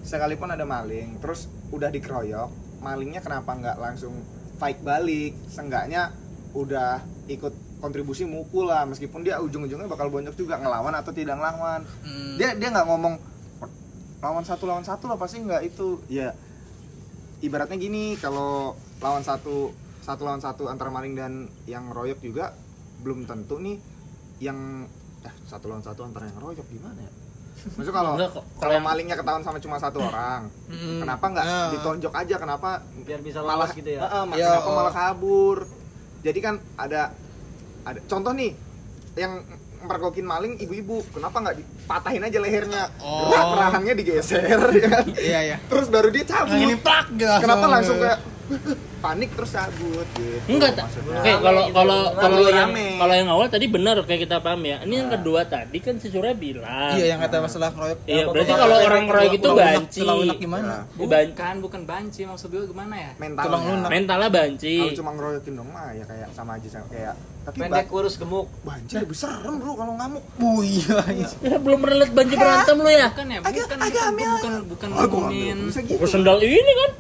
[SPEAKER 1] sekalipun ada maling, terus udah dikeroyok, malingnya kenapa nggak langsung fight balik? Seenggaknya udah ikut kontribusi mukul lah, meskipun dia ujung-ujungnya bakal bonjok juga ngelawan atau tidak ngelawan.
[SPEAKER 4] Hmm.
[SPEAKER 1] Dia dia nggak ngomong lawan satu lawan satu lah pasti nggak itu. Ya ibaratnya gini, kalau lawan satu satu lawan satu antara maling dan yang royok juga belum tentu nih yang eh satu lawan satu antara yang royok gimana ya? Maksudnya kalau
[SPEAKER 4] Enggak kok. Kalau
[SPEAKER 1] kalau
[SPEAKER 4] yang-
[SPEAKER 1] malingnya ketahuan sama cuma satu orang,
[SPEAKER 5] Hmm.
[SPEAKER 1] kenapa nggak
[SPEAKER 5] Ah.
[SPEAKER 1] ditonjok aja? Kenapa
[SPEAKER 7] biar bisa
[SPEAKER 1] malah
[SPEAKER 7] lawas gitu ya
[SPEAKER 1] Heeh, ma-
[SPEAKER 5] Iya,
[SPEAKER 1] kenapa
[SPEAKER 5] oh.
[SPEAKER 1] malah kabur? Jadi kan ada ada contoh nih yang mempergokin maling ibu-ibu, kenapa nggak dipatahin aja lehernya?
[SPEAKER 5] Oh.
[SPEAKER 1] Gerak, rahangnya digeser, ya kan?
[SPEAKER 5] Iya iya.
[SPEAKER 1] Terus baru dia cabut.
[SPEAKER 5] Ini plak gitu.
[SPEAKER 1] kenapa langsung kayak panik terus cabut gitu?
[SPEAKER 4] Enggak, tak.
[SPEAKER 1] maksudnya.
[SPEAKER 4] Oke, kalau kalau kalau
[SPEAKER 1] Rame. Nah.
[SPEAKER 4] yang kalau yang awal tadi benar kayak kita paham ya. Ini yang kedua tadi kan si Surya bilang.
[SPEAKER 5] Iya yang kata masalah keroyok.
[SPEAKER 4] Iya, berarti kalau orang ngeroyok itu
[SPEAKER 5] Tulang lunak-
[SPEAKER 4] banci.
[SPEAKER 5] Tulang lunak gimana?
[SPEAKER 4] Ban-
[SPEAKER 6] Bukan, bukan banci maksud gue gimana ya?
[SPEAKER 1] ya, mental
[SPEAKER 5] Tulang lunak.
[SPEAKER 4] Mentalnya banci.
[SPEAKER 1] Kalau cuma ngeroyokin dong mah ya kayak sama aja sama kayak tapi
[SPEAKER 7] pendek kurus gemuk
[SPEAKER 1] banjir lebih serem bro kalau ngamuk.
[SPEAKER 5] Bu iya.
[SPEAKER 4] Ya, belum pernah lihat banci berantem lu ya?
[SPEAKER 6] Bukan ya,
[SPEAKER 1] Agak-
[SPEAKER 6] bukan, bukan,
[SPEAKER 1] agak
[SPEAKER 6] bukan,
[SPEAKER 1] ambil.
[SPEAKER 6] bukan, bukan
[SPEAKER 1] Ah, gua
[SPEAKER 6] ngomongin,
[SPEAKER 1] ngambil. Bisa gitu.
[SPEAKER 4] Gua sendal ini kan.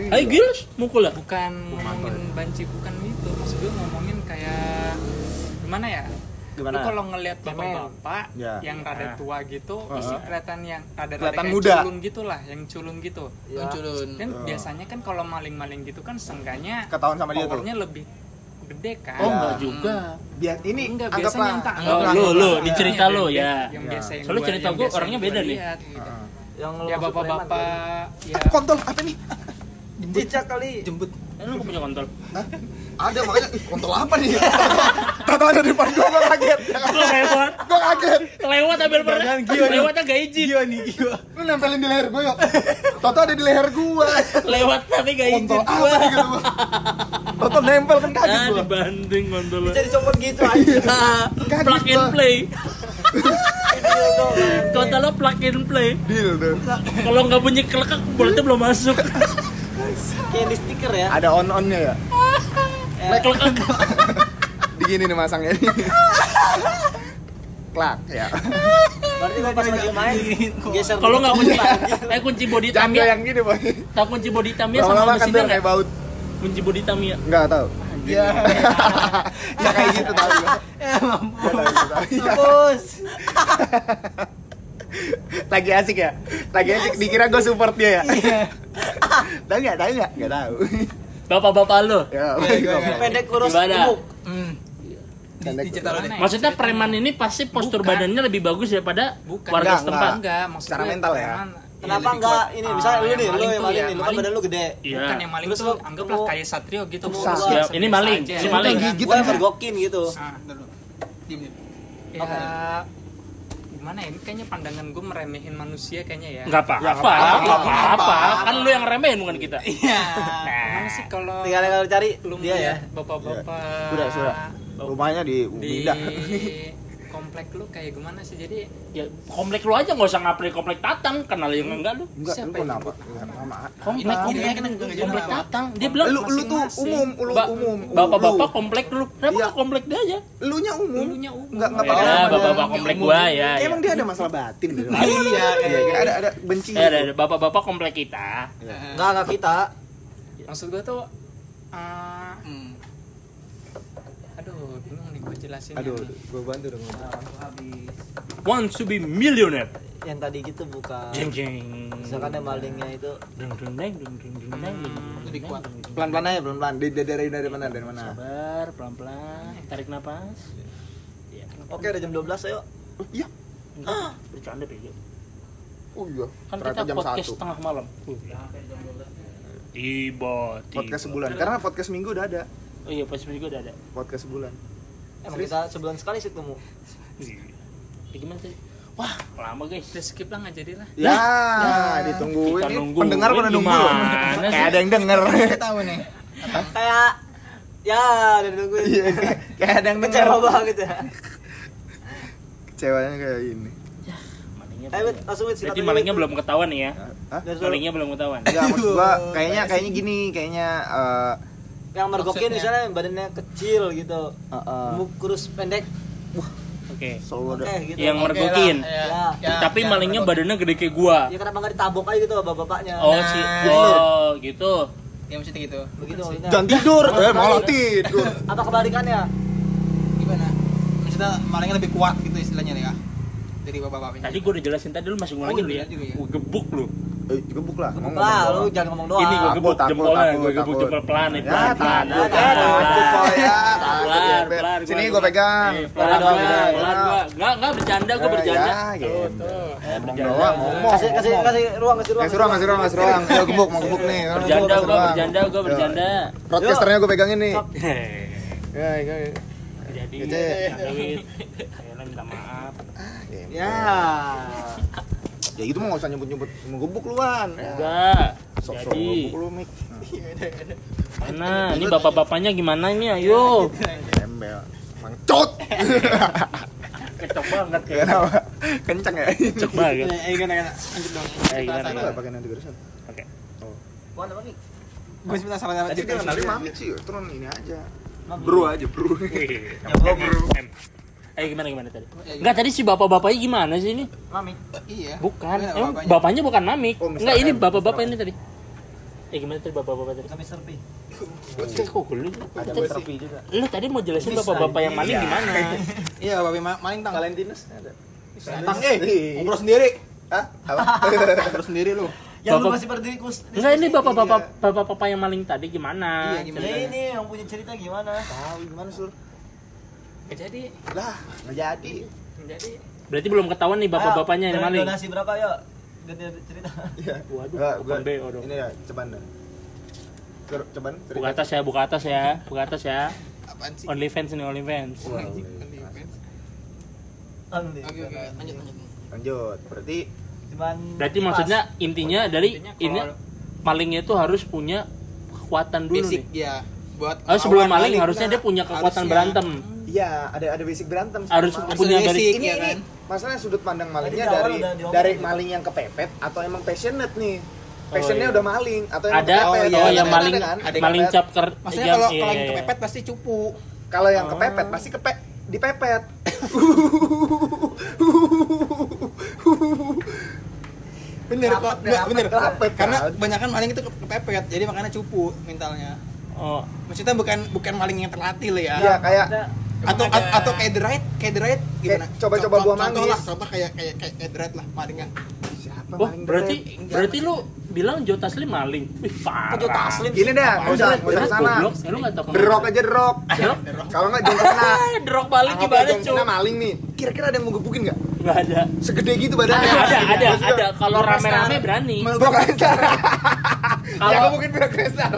[SPEAKER 1] Iya.
[SPEAKER 4] Ayo Gils, mukul ya.
[SPEAKER 6] bukan ngomongin banci, bukan itu. Maksud gue ngomongin kayak gimana ya?
[SPEAKER 1] Gimana?
[SPEAKER 6] Lu kalau ngelihat bapak-bapak
[SPEAKER 1] Ya.
[SPEAKER 6] yang
[SPEAKER 4] Ah.
[SPEAKER 6] rada tua gitu, pasti kelihatan yang rada-rada
[SPEAKER 1] Kelihatan
[SPEAKER 6] kayak
[SPEAKER 1] muda.
[SPEAKER 6] culun gitu lah, yang culun gitu.
[SPEAKER 5] Culun. Iya.
[SPEAKER 4] Ah.
[SPEAKER 6] Kan biasanya kan kalau maling-maling gitu kan sengganya
[SPEAKER 1] Ketahuan sama dia tuh.
[SPEAKER 6] powernya lebih gede kan
[SPEAKER 4] Oh enggak juga.
[SPEAKER 1] Biar ini
[SPEAKER 6] Enggak, biasanya
[SPEAKER 1] anggaplah
[SPEAKER 6] yang tak
[SPEAKER 4] Oh, lu lu di cerita
[SPEAKER 6] Yang
[SPEAKER 4] lu
[SPEAKER 6] biasa-
[SPEAKER 4] ya.
[SPEAKER 6] yang biasa yang
[SPEAKER 4] Soalnya
[SPEAKER 6] gua-
[SPEAKER 4] cerita
[SPEAKER 6] yang
[SPEAKER 4] gua
[SPEAKER 6] biasa yang
[SPEAKER 4] orangnya
[SPEAKER 6] gua
[SPEAKER 4] beda nih.
[SPEAKER 6] lihat,
[SPEAKER 1] Ah.
[SPEAKER 6] gitu.
[SPEAKER 7] yang lo
[SPEAKER 6] ya bapak-bapak ya
[SPEAKER 1] kontol apa nih?
[SPEAKER 7] cicak kali
[SPEAKER 5] jemput
[SPEAKER 4] Eh, lu punya kontol.
[SPEAKER 1] Ada makanya ih, kontol apa nih? Tahu ada di depan gua gua kaget.
[SPEAKER 4] Lu lewat,
[SPEAKER 1] Gua kaget.
[SPEAKER 4] lewat ambil pernah. Lewat agak izin.
[SPEAKER 1] Lu nempelin di leher gua yuk. Tahu ada di leher gua.
[SPEAKER 4] Lewat tapi gak izin.
[SPEAKER 1] Kontol apa nih kata gua? Kontol nempel kan kaget
[SPEAKER 4] Ah,
[SPEAKER 1] gua.
[SPEAKER 4] dibanting kontol.
[SPEAKER 7] jadi copot gitu aja
[SPEAKER 1] Kaget
[SPEAKER 4] Plug and
[SPEAKER 1] gua.
[SPEAKER 4] play. Kontol lo plug and play.
[SPEAKER 1] Dildo.
[SPEAKER 4] Kalau nggak bunyi kelekak, bolanya belum masuk.
[SPEAKER 7] kayak di stiker ya
[SPEAKER 1] Ada on-onnya ya?
[SPEAKER 4] Kelekak.
[SPEAKER 1] Di gini nih masangnya nih. Klak ya.
[SPEAKER 7] berarti lo pas lagi main geser
[SPEAKER 4] Kalau nggak kunci, eh kunci body
[SPEAKER 1] Jangan
[SPEAKER 4] Tamiya.
[SPEAKER 1] yang gini, Boy.
[SPEAKER 4] Tahu kunci body Tamiya
[SPEAKER 1] Lama-lama
[SPEAKER 4] sama
[SPEAKER 1] kan
[SPEAKER 4] mesinnya
[SPEAKER 1] kayak
[SPEAKER 4] nggak?
[SPEAKER 1] baut.
[SPEAKER 4] Kunci body Tamiya.
[SPEAKER 1] Enggak tahu. Iya. ya kayak gitu tahu. Ya mampu.
[SPEAKER 7] bos
[SPEAKER 1] Lagi asik ya. Lagi asik dikira gue support dia ya. tahu enggak? Tahu enggak? Enggak tahu.
[SPEAKER 4] Bapak-bapak lo.
[SPEAKER 1] Ya,
[SPEAKER 7] pendek kurus
[SPEAKER 4] Gimana?
[SPEAKER 7] gemuk
[SPEAKER 6] Aneh.
[SPEAKER 4] Maksudnya preman ini pasti postur
[SPEAKER 6] Bukan.
[SPEAKER 4] badannya lebih bagus daripada
[SPEAKER 6] Bukan.
[SPEAKER 1] Enggak,
[SPEAKER 4] warga setempat.
[SPEAKER 6] enggak maksudnya
[SPEAKER 1] Secara mental ya?
[SPEAKER 6] preman-
[SPEAKER 7] kenapa
[SPEAKER 6] lebih
[SPEAKER 7] enggak
[SPEAKER 6] kuat.
[SPEAKER 7] ini
[SPEAKER 6] Ah,
[SPEAKER 7] misalnya lu nih lu
[SPEAKER 6] maling
[SPEAKER 7] yang
[SPEAKER 6] tuh
[SPEAKER 7] maling
[SPEAKER 6] ya,
[SPEAKER 7] nih lu kan badan lu gede
[SPEAKER 4] Iya.
[SPEAKER 6] bukan yang maling
[SPEAKER 7] Terus
[SPEAKER 6] tuh
[SPEAKER 7] lu-
[SPEAKER 6] anggaplah
[SPEAKER 7] lu-
[SPEAKER 6] kayak satrio gitu lu
[SPEAKER 1] Usah.
[SPEAKER 4] Ya,
[SPEAKER 6] biasa-
[SPEAKER 4] ini
[SPEAKER 6] biasa
[SPEAKER 4] maling,
[SPEAKER 6] aja. kan? Iya.
[SPEAKER 4] si maling. kan
[SPEAKER 1] Gigit
[SPEAKER 7] gue yang
[SPEAKER 1] aja.
[SPEAKER 7] bergokin gitu
[SPEAKER 6] Ah,
[SPEAKER 5] diem diem
[SPEAKER 6] ya gimana ya ini kayaknya pandangan gue meremehin manusia kayaknya ya
[SPEAKER 4] Enggak apa-apa, enggak apa-apa. Kan lu yang remehin bukan kita.
[SPEAKER 6] iya gimana sih kalau
[SPEAKER 7] tinggal kalau cari
[SPEAKER 6] lu
[SPEAKER 7] dia ya
[SPEAKER 6] melihat bapak-bapak
[SPEAKER 1] Sudah, sudah. Rumahnya di
[SPEAKER 6] di
[SPEAKER 1] Ubinda.
[SPEAKER 6] komplek lu kayak gimana sih jadi
[SPEAKER 4] Ya komplek lu aja enggak usah ngapri komplek Tatang, kenal yang enggak lu.
[SPEAKER 1] Enggak, lu kenapa? Lama.
[SPEAKER 4] Komplek,
[SPEAKER 5] ini-
[SPEAKER 4] komplek,
[SPEAKER 5] ini- ini-
[SPEAKER 4] komplek
[SPEAKER 5] ini-
[SPEAKER 4] Tatang. Dia bilang
[SPEAKER 1] Lu lu tuh
[SPEAKER 6] masing-masing.
[SPEAKER 1] umum, lu
[SPEAKER 4] "Ba-
[SPEAKER 1] umum.
[SPEAKER 4] bapak-bapak komplek lu. Kenapa
[SPEAKER 1] Iya.
[SPEAKER 4] nggak komplek dia aja?
[SPEAKER 1] lu nya umum.
[SPEAKER 6] Dulunya umum.
[SPEAKER 1] Hmm? Enggak enggak
[SPEAKER 4] Ya, bapak-bapak komplek gua ya. ya.
[SPEAKER 1] Emang dia ada masalah batin gitu.
[SPEAKER 7] iya
[SPEAKER 1] Iya, ada ada benci.
[SPEAKER 4] Ya, ada ada bapak-bapak komplek kita.
[SPEAKER 7] enggak enggak kita
[SPEAKER 6] maksud gue tuh eh, aduh bingung nih gue jelasin ya.
[SPEAKER 1] Aduh, gua bantu dong.
[SPEAKER 4] Want to be millionaire.
[SPEAKER 7] yang tadi gitu bukan
[SPEAKER 4] Jeng jeng.
[SPEAKER 7] misalkan yang malingnya itu
[SPEAKER 4] Deng deng deng deng deng deng deng. Lebih Hmm, kuat. Nah.
[SPEAKER 1] Pelan-pelan aja, pelan-pelan. Dari dari dari mana? Dari mana?
[SPEAKER 4] Sabar, pelan-pelan. Tarik napas. Ya, kenapa?
[SPEAKER 7] oke udah jam 12 ayo
[SPEAKER 1] Iya.
[SPEAKER 4] Enggak, bercanda deh.
[SPEAKER 1] Oh iya.
[SPEAKER 4] Kan
[SPEAKER 1] Ternyata
[SPEAKER 4] kita
[SPEAKER 1] jam
[SPEAKER 4] podcast
[SPEAKER 1] 1.
[SPEAKER 4] tengah malam. Tiba, tiba.
[SPEAKER 1] Podcast sebulan. Karena podcast minggu udah ada.
[SPEAKER 4] Oh iya, podcast minggu udah ada.
[SPEAKER 1] Podcast sebulan.
[SPEAKER 7] emang kita sebulan sekali sih ketemu
[SPEAKER 4] Ya, gimana sih? Wah, lama guys.
[SPEAKER 6] udah skip lah nggak jadi lah
[SPEAKER 1] Ya, ditungguin.
[SPEAKER 4] kita
[SPEAKER 1] Ini
[SPEAKER 4] nungguin
[SPEAKER 1] Pendengar pada nunggu.
[SPEAKER 4] gimana sih?
[SPEAKER 1] Kayak ada yang denger.
[SPEAKER 5] tahu nih
[SPEAKER 7] kayak ya udah nungguin
[SPEAKER 1] Iya, Kayak ada yang denger.
[SPEAKER 7] kecewa banget ya
[SPEAKER 1] Kecewanya kayak ini.
[SPEAKER 4] Malingnya
[SPEAKER 7] ayo
[SPEAKER 4] belum-
[SPEAKER 7] Wit, langsung Wit
[SPEAKER 4] Berarti
[SPEAKER 7] eh, silakan,
[SPEAKER 4] malingnya
[SPEAKER 7] Wit.
[SPEAKER 4] belum ketahuan nih ya.
[SPEAKER 1] Hah?
[SPEAKER 7] Dari suruh-
[SPEAKER 4] Malingnya belum ketahuan.
[SPEAKER 1] Enggak, maksud gua kayaknya kayaknya gini, kayaknya eh
[SPEAKER 7] yang mergokin
[SPEAKER 6] Maksudnya?
[SPEAKER 7] misalnya yang badannya kecil gitu
[SPEAKER 1] eh, eh,
[SPEAKER 7] gemuk kurus pendek
[SPEAKER 4] Oke.
[SPEAKER 1] selalu ada
[SPEAKER 7] eh gitu
[SPEAKER 4] Yang mergokin.
[SPEAKER 7] ya.
[SPEAKER 4] Tapi malingnya badannya gede kayak gua.
[SPEAKER 7] ya kenapa nggak ditabok aja gitu bapak-bapaknya
[SPEAKER 4] Oh, si Oh, gitu.
[SPEAKER 5] ya maksudnya gitu
[SPEAKER 7] begitu maksudnya
[SPEAKER 1] Jangan tidur, eh malah tidur.
[SPEAKER 7] apa kebalikannya
[SPEAKER 5] gimana maksudnya malingnya lebih kuat gitu istilahnya nih ya dari bapak-bapaknya
[SPEAKER 4] Tadi gua udah jelasin tadi lu masih ngulangin
[SPEAKER 5] Oh,
[SPEAKER 4] lu ya.
[SPEAKER 5] iya juga ya.
[SPEAKER 4] Gua gebuk lu.
[SPEAKER 1] Eh, gebuk lah. Ngomong
[SPEAKER 7] lah
[SPEAKER 1] doang.
[SPEAKER 7] lu jangan ngomong doang
[SPEAKER 4] Ini gua
[SPEAKER 1] Takut,
[SPEAKER 4] gebuk
[SPEAKER 1] takut,
[SPEAKER 4] jempolnya,
[SPEAKER 1] takut,
[SPEAKER 4] gua gebuk
[SPEAKER 1] takut.
[SPEAKER 4] jempol pelan nih,
[SPEAKER 1] Ya,
[SPEAKER 4] pelan pelan.
[SPEAKER 1] takut, takut, Boy,
[SPEAKER 7] pelan,
[SPEAKER 1] ya, takut,
[SPEAKER 4] Pelan,
[SPEAKER 1] ya,
[SPEAKER 4] pelan.
[SPEAKER 1] Sini gue pegang.
[SPEAKER 4] Pelan,
[SPEAKER 7] doang,
[SPEAKER 4] pelan,
[SPEAKER 7] pelan.
[SPEAKER 4] pelan gua. Enggak, enggak bercanda, gua
[SPEAKER 1] Eh,
[SPEAKER 4] bercanda.
[SPEAKER 1] ya, gitu. Ngomong
[SPEAKER 4] bercanda.
[SPEAKER 1] doang, ngomong.
[SPEAKER 7] kasih kasih kasih ruang kasih ruang
[SPEAKER 1] Kasih ruang, kasih ruang, kasih ruang. Ayo gebuk, mau gebuk nih. Ayo,
[SPEAKER 4] Bercanda
[SPEAKER 1] kasih
[SPEAKER 4] gua,
[SPEAKER 1] ruang.
[SPEAKER 4] bercanda gua,
[SPEAKER 1] Yo.
[SPEAKER 4] bercanda.
[SPEAKER 1] Broadcasternya gue pegangin nih.
[SPEAKER 4] Hehehe.
[SPEAKER 1] Ya, ya, ya.
[SPEAKER 4] Jadi,
[SPEAKER 1] Gitu ya.
[SPEAKER 4] Kang Wit, ayolah minta maaf.
[SPEAKER 1] Ya. Ya gitu mau nggak usah nyebut-nyebut mau gebuk luan.
[SPEAKER 4] Enggak.
[SPEAKER 1] Ya. Sok-sok
[SPEAKER 4] Jadi,
[SPEAKER 1] gebuk lu, Mik.
[SPEAKER 4] mana? Ini bapak-bapaknya gimana nih? Ayo.
[SPEAKER 1] Tembel. Mangcut.
[SPEAKER 4] Kecok banget kayak.
[SPEAKER 1] Kenapa? Kenceng ya?
[SPEAKER 4] Kecok banget.
[SPEAKER 5] eh gimana gimana lanjut dong
[SPEAKER 4] Eh, gimana,
[SPEAKER 1] Lu
[SPEAKER 4] gimana?
[SPEAKER 1] nggak pakai nanti gerusan.
[SPEAKER 4] Oke.
[SPEAKER 7] Mau apa nih
[SPEAKER 5] gue sebentar sama-sama
[SPEAKER 1] Tadi dia
[SPEAKER 5] cerita
[SPEAKER 1] kenalin
[SPEAKER 5] sih.
[SPEAKER 1] mami sih, turun ini aja. Bro aja, bro.
[SPEAKER 4] Eh gimana gimana tadi? Enggak tadi si bapak-bapaknya gimana sih ini?
[SPEAKER 7] mami
[SPEAKER 5] iya
[SPEAKER 4] Bukan.
[SPEAKER 5] Gimana
[SPEAKER 4] Emang
[SPEAKER 5] bapaknya?
[SPEAKER 4] bapaknya bukan Mamik.
[SPEAKER 1] Oh, Mr.
[SPEAKER 4] Enggak ini
[SPEAKER 1] M.
[SPEAKER 4] bapak-bapak ini tadi. Eh gimana tadi bapak-bapak tadi?
[SPEAKER 7] kami serpi
[SPEAKER 4] Eh, Kok gue lu?
[SPEAKER 7] ada serpi juga
[SPEAKER 4] Lu tadi mau jelasin bapak-bapak yang maling gimana?
[SPEAKER 5] iya bapak ma- maling tang
[SPEAKER 1] Valentinus ada.
[SPEAKER 5] tang eh ngobrol sendiri
[SPEAKER 1] Hah? Apa?
[SPEAKER 5] ngobrol sendiri lu
[SPEAKER 7] yang Ya, lu
[SPEAKER 4] Bapak-
[SPEAKER 7] masih berdiskus
[SPEAKER 4] Enggak ini bapak-bapak bapak-bapak yang maling tadi gimana?
[SPEAKER 5] Iya, gimana?
[SPEAKER 7] ya
[SPEAKER 4] ceritanya?
[SPEAKER 7] ini yang punya cerita gimana
[SPEAKER 1] tahu gimana sur
[SPEAKER 6] jadi
[SPEAKER 1] lah nggak jadi
[SPEAKER 6] jadi
[SPEAKER 4] Berarti belum ketahuan nih bapak-bapaknya
[SPEAKER 7] Ayo,
[SPEAKER 4] yang maling.
[SPEAKER 7] donasi berapa yuk gede cerita
[SPEAKER 1] Iya.
[SPEAKER 4] Waduh,
[SPEAKER 1] Nggak,
[SPEAKER 4] open
[SPEAKER 1] gua,
[SPEAKER 4] BO dong.
[SPEAKER 1] Ini ya, ceban dah. Cer- Ceban, cerita.
[SPEAKER 4] Buka atas ya, buka atas ya, buka atas ya.
[SPEAKER 5] Apaan sih? kan
[SPEAKER 4] Only fans nih, only fans.
[SPEAKER 1] Wow.
[SPEAKER 7] Ambil.
[SPEAKER 5] Oke oke lanjut lanjut.
[SPEAKER 1] Lanjut. Berarti
[SPEAKER 7] cuman
[SPEAKER 4] Berarti
[SPEAKER 7] kipas.
[SPEAKER 4] maksudnya intinya dari
[SPEAKER 6] Intinya kalau-
[SPEAKER 4] ini malingnya itu harus punya kekuatan dulu
[SPEAKER 5] Basic
[SPEAKER 4] nih.
[SPEAKER 5] ya buat
[SPEAKER 4] Harus sebelum
[SPEAKER 5] lawan
[SPEAKER 4] maling harusnya
[SPEAKER 5] Nah,
[SPEAKER 4] dia punya kekuatan
[SPEAKER 5] harusnya.
[SPEAKER 4] berantem.
[SPEAKER 1] iya, ada ada basic berantem. sama
[SPEAKER 4] Harus
[SPEAKER 1] maling.
[SPEAKER 4] punya
[SPEAKER 5] Harus
[SPEAKER 4] dari
[SPEAKER 5] basic,
[SPEAKER 1] ini,
[SPEAKER 5] ya kan?
[SPEAKER 1] ini masalah sudut pandang malingnya
[SPEAKER 7] Tadi di awal
[SPEAKER 1] dari
[SPEAKER 7] udah diomongin
[SPEAKER 1] dari
[SPEAKER 7] gitu.
[SPEAKER 1] maling yang kepepet atau emang passionate nih. Passionnya
[SPEAKER 4] iya.
[SPEAKER 1] udah maling atau emang
[SPEAKER 4] ada
[SPEAKER 1] kepepet.
[SPEAKER 4] oh,
[SPEAKER 5] iya,
[SPEAKER 4] yang
[SPEAKER 5] ada,
[SPEAKER 4] maling
[SPEAKER 1] ada kan? Ada yang
[SPEAKER 4] maling
[SPEAKER 1] kepepet.
[SPEAKER 4] cap ker
[SPEAKER 5] Maksudnya
[SPEAKER 4] yang-
[SPEAKER 5] kalau
[SPEAKER 4] iya,
[SPEAKER 5] kalau yang
[SPEAKER 4] iya, iya.
[SPEAKER 5] kepepet pasti cupu.
[SPEAKER 1] Kalau
[SPEAKER 4] Oh.
[SPEAKER 1] yang kepepet pasti kepe dipepet.
[SPEAKER 5] Bener
[SPEAKER 7] Rapet
[SPEAKER 5] kok,
[SPEAKER 7] deh,
[SPEAKER 5] Nggak,
[SPEAKER 7] rapet.
[SPEAKER 5] bener.
[SPEAKER 1] Rapet,
[SPEAKER 5] Karena
[SPEAKER 1] kan?
[SPEAKER 5] kebanyakan maling itu ke- kepepet, jadi makanya cupu mentalnya.
[SPEAKER 4] Oh,
[SPEAKER 5] Maksudnya bukan bukan maling yang terlatih lah ya.
[SPEAKER 1] Iya, kayak
[SPEAKER 5] Atau
[SPEAKER 6] Emang ada-
[SPEAKER 5] atau kayak the right, kayak the right gimana?
[SPEAKER 1] Kayak coba-coba
[SPEAKER 5] Contoh-
[SPEAKER 1] buah
[SPEAKER 5] contoh
[SPEAKER 1] manggis.
[SPEAKER 5] lah, contoh kayak kayak kayak, kayak the right lah malingnya.
[SPEAKER 1] siapa
[SPEAKER 4] oh
[SPEAKER 1] maling
[SPEAKER 4] berarti berarti lu bilang Joe Taslim maling. Wih, parah.
[SPEAKER 7] Kok Jota Taslim sih?
[SPEAKER 1] Gini dah, nggak usah, nggak usah
[SPEAKER 4] Berat,
[SPEAKER 1] kesana.
[SPEAKER 4] goblok. Eh, Lu enggak tahu kemana.
[SPEAKER 1] Derok aja derok.
[SPEAKER 4] Derok?
[SPEAKER 1] Kalau nggak jangan kena.
[SPEAKER 4] Drop balik
[SPEAKER 1] Anggapnya
[SPEAKER 4] gimana,
[SPEAKER 1] John
[SPEAKER 4] Cuk?
[SPEAKER 1] Cena maling nih. Kira-kira ada yang mau gebukin nggak?
[SPEAKER 4] Enggak ada.
[SPEAKER 1] Segede gitu badannya.
[SPEAKER 4] Ada, ada,
[SPEAKER 1] Terus juga
[SPEAKER 4] ada. Kalau rame-rame berani.
[SPEAKER 1] Brock Lesnar. ya
[SPEAKER 4] Kalau-
[SPEAKER 1] gebukin Brock Lesnar.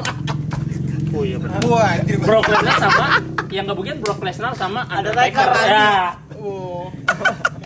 [SPEAKER 4] Oh iya benar.
[SPEAKER 5] Wah, anjir.
[SPEAKER 4] Brock Lesnar sama yang kebukin Brock Lesnar sama
[SPEAKER 7] Undertaker
[SPEAKER 4] Undertaker.
[SPEAKER 7] tadi.
[SPEAKER 4] Ya.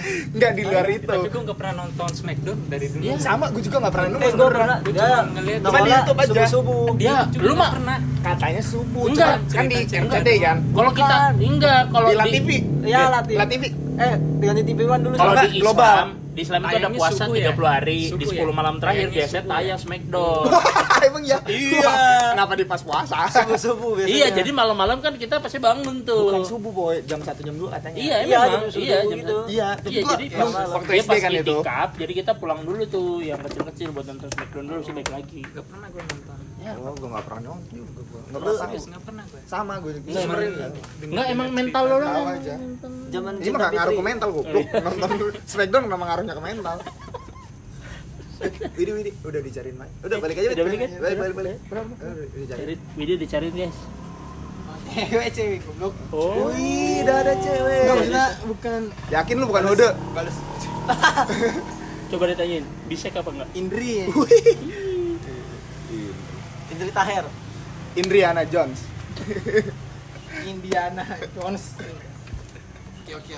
[SPEAKER 1] Nggak di luar itu.
[SPEAKER 6] tapi gue nggak pernah nonton Smackdown dari dulu
[SPEAKER 4] Iya.
[SPEAKER 1] Sama, gue juga nggak pernah nemu.
[SPEAKER 7] eh gue pernah
[SPEAKER 6] Gua
[SPEAKER 7] dia
[SPEAKER 6] cuma ngeliat.
[SPEAKER 7] nongolnya
[SPEAKER 1] Cuma di YouTube aja.
[SPEAKER 7] subuh-subuh
[SPEAKER 4] Dia Ya, lu
[SPEAKER 6] Cuma
[SPEAKER 4] mah
[SPEAKER 6] Iya, pernah
[SPEAKER 1] Katanya subuh.
[SPEAKER 4] Enggak,
[SPEAKER 1] cuman kan di
[SPEAKER 6] cerita-cerita
[SPEAKER 1] MCD kan.
[SPEAKER 4] kalau kita enggak kalau
[SPEAKER 1] Di Iya,
[SPEAKER 4] di
[SPEAKER 1] Latifi.
[SPEAKER 7] ya latih
[SPEAKER 1] Latifi.
[SPEAKER 7] eh dengan TV One dulu
[SPEAKER 4] kalau
[SPEAKER 7] sama
[SPEAKER 4] di
[SPEAKER 1] Loba.
[SPEAKER 4] Islam di Islam itu ada
[SPEAKER 6] Tayangnya
[SPEAKER 4] puasa
[SPEAKER 6] subuh ya?
[SPEAKER 4] 30 hari di
[SPEAKER 6] Subuh
[SPEAKER 4] 10
[SPEAKER 6] ya?
[SPEAKER 4] malam terakhir
[SPEAKER 6] Tayangnya
[SPEAKER 4] biasanya
[SPEAKER 6] subuh ya?
[SPEAKER 4] tayang Smackdown
[SPEAKER 1] Emang ya? Iya. Kenapa di pas puasa?
[SPEAKER 7] subuh biasanya
[SPEAKER 4] iya jadi malam-malam kan kita pasti bangun tuh
[SPEAKER 1] Bukan
[SPEAKER 6] ya?
[SPEAKER 1] subuh boy, jam 1 jam 2 katanya.
[SPEAKER 4] Iya,
[SPEAKER 7] Iya,
[SPEAKER 4] emang.
[SPEAKER 7] jam subuh
[SPEAKER 4] Iya, jam
[SPEAKER 7] gitu.
[SPEAKER 1] Iya,
[SPEAKER 4] Iya,
[SPEAKER 1] gua-
[SPEAKER 4] jadi
[SPEAKER 1] gua
[SPEAKER 4] pas
[SPEAKER 1] waktu
[SPEAKER 4] dia
[SPEAKER 1] SD
[SPEAKER 4] pas
[SPEAKER 1] kan itu.
[SPEAKER 4] itikaf, jadi kita pulang dulu tuh yang kecil-kecil buat nonton Smackdown dulu sih balik lagi.
[SPEAKER 6] nggak pernah gue nonton
[SPEAKER 1] Oh, gue nggak pernah nonton juga gua. Nggak
[SPEAKER 6] Lu-
[SPEAKER 1] pernah tahu.
[SPEAKER 6] serius nggak pernah gue
[SPEAKER 1] Sama gue juga.
[SPEAKER 4] Nggak,
[SPEAKER 1] Sebenernya
[SPEAKER 4] emang-
[SPEAKER 1] nggak.
[SPEAKER 4] Enggak, emang
[SPEAKER 6] ya?
[SPEAKER 4] mental lo
[SPEAKER 21] Tahu
[SPEAKER 4] doang.
[SPEAKER 21] aja.
[SPEAKER 7] zaman
[SPEAKER 1] Ini
[SPEAKER 7] Cinta
[SPEAKER 1] mah nggak ngaruh
[SPEAKER 7] Fitri.
[SPEAKER 1] ke mental goblok. Nonton Smackdown kenapa ngaruhnya ke mental? Eh, Widi, Widi, udah dicariin Mike. Udah balik aja. Widi.
[SPEAKER 4] Udah balik ya?
[SPEAKER 1] Balik, balik, balik. Eh, udah dicariin.
[SPEAKER 4] Cari video dicariin, guys.
[SPEAKER 5] Cewek cewek goblok.
[SPEAKER 4] Oh.
[SPEAKER 1] Wih, udah ada cewek.
[SPEAKER 5] Enggak maksudnya bukan
[SPEAKER 1] Yakin lu bukan Hode?
[SPEAKER 5] balas
[SPEAKER 4] Coba ditanyain, bisa apa enggak?
[SPEAKER 5] Indri.
[SPEAKER 7] Fitri Taher
[SPEAKER 1] Indriana Jones.
[SPEAKER 5] Indiana Jones. Oke oke.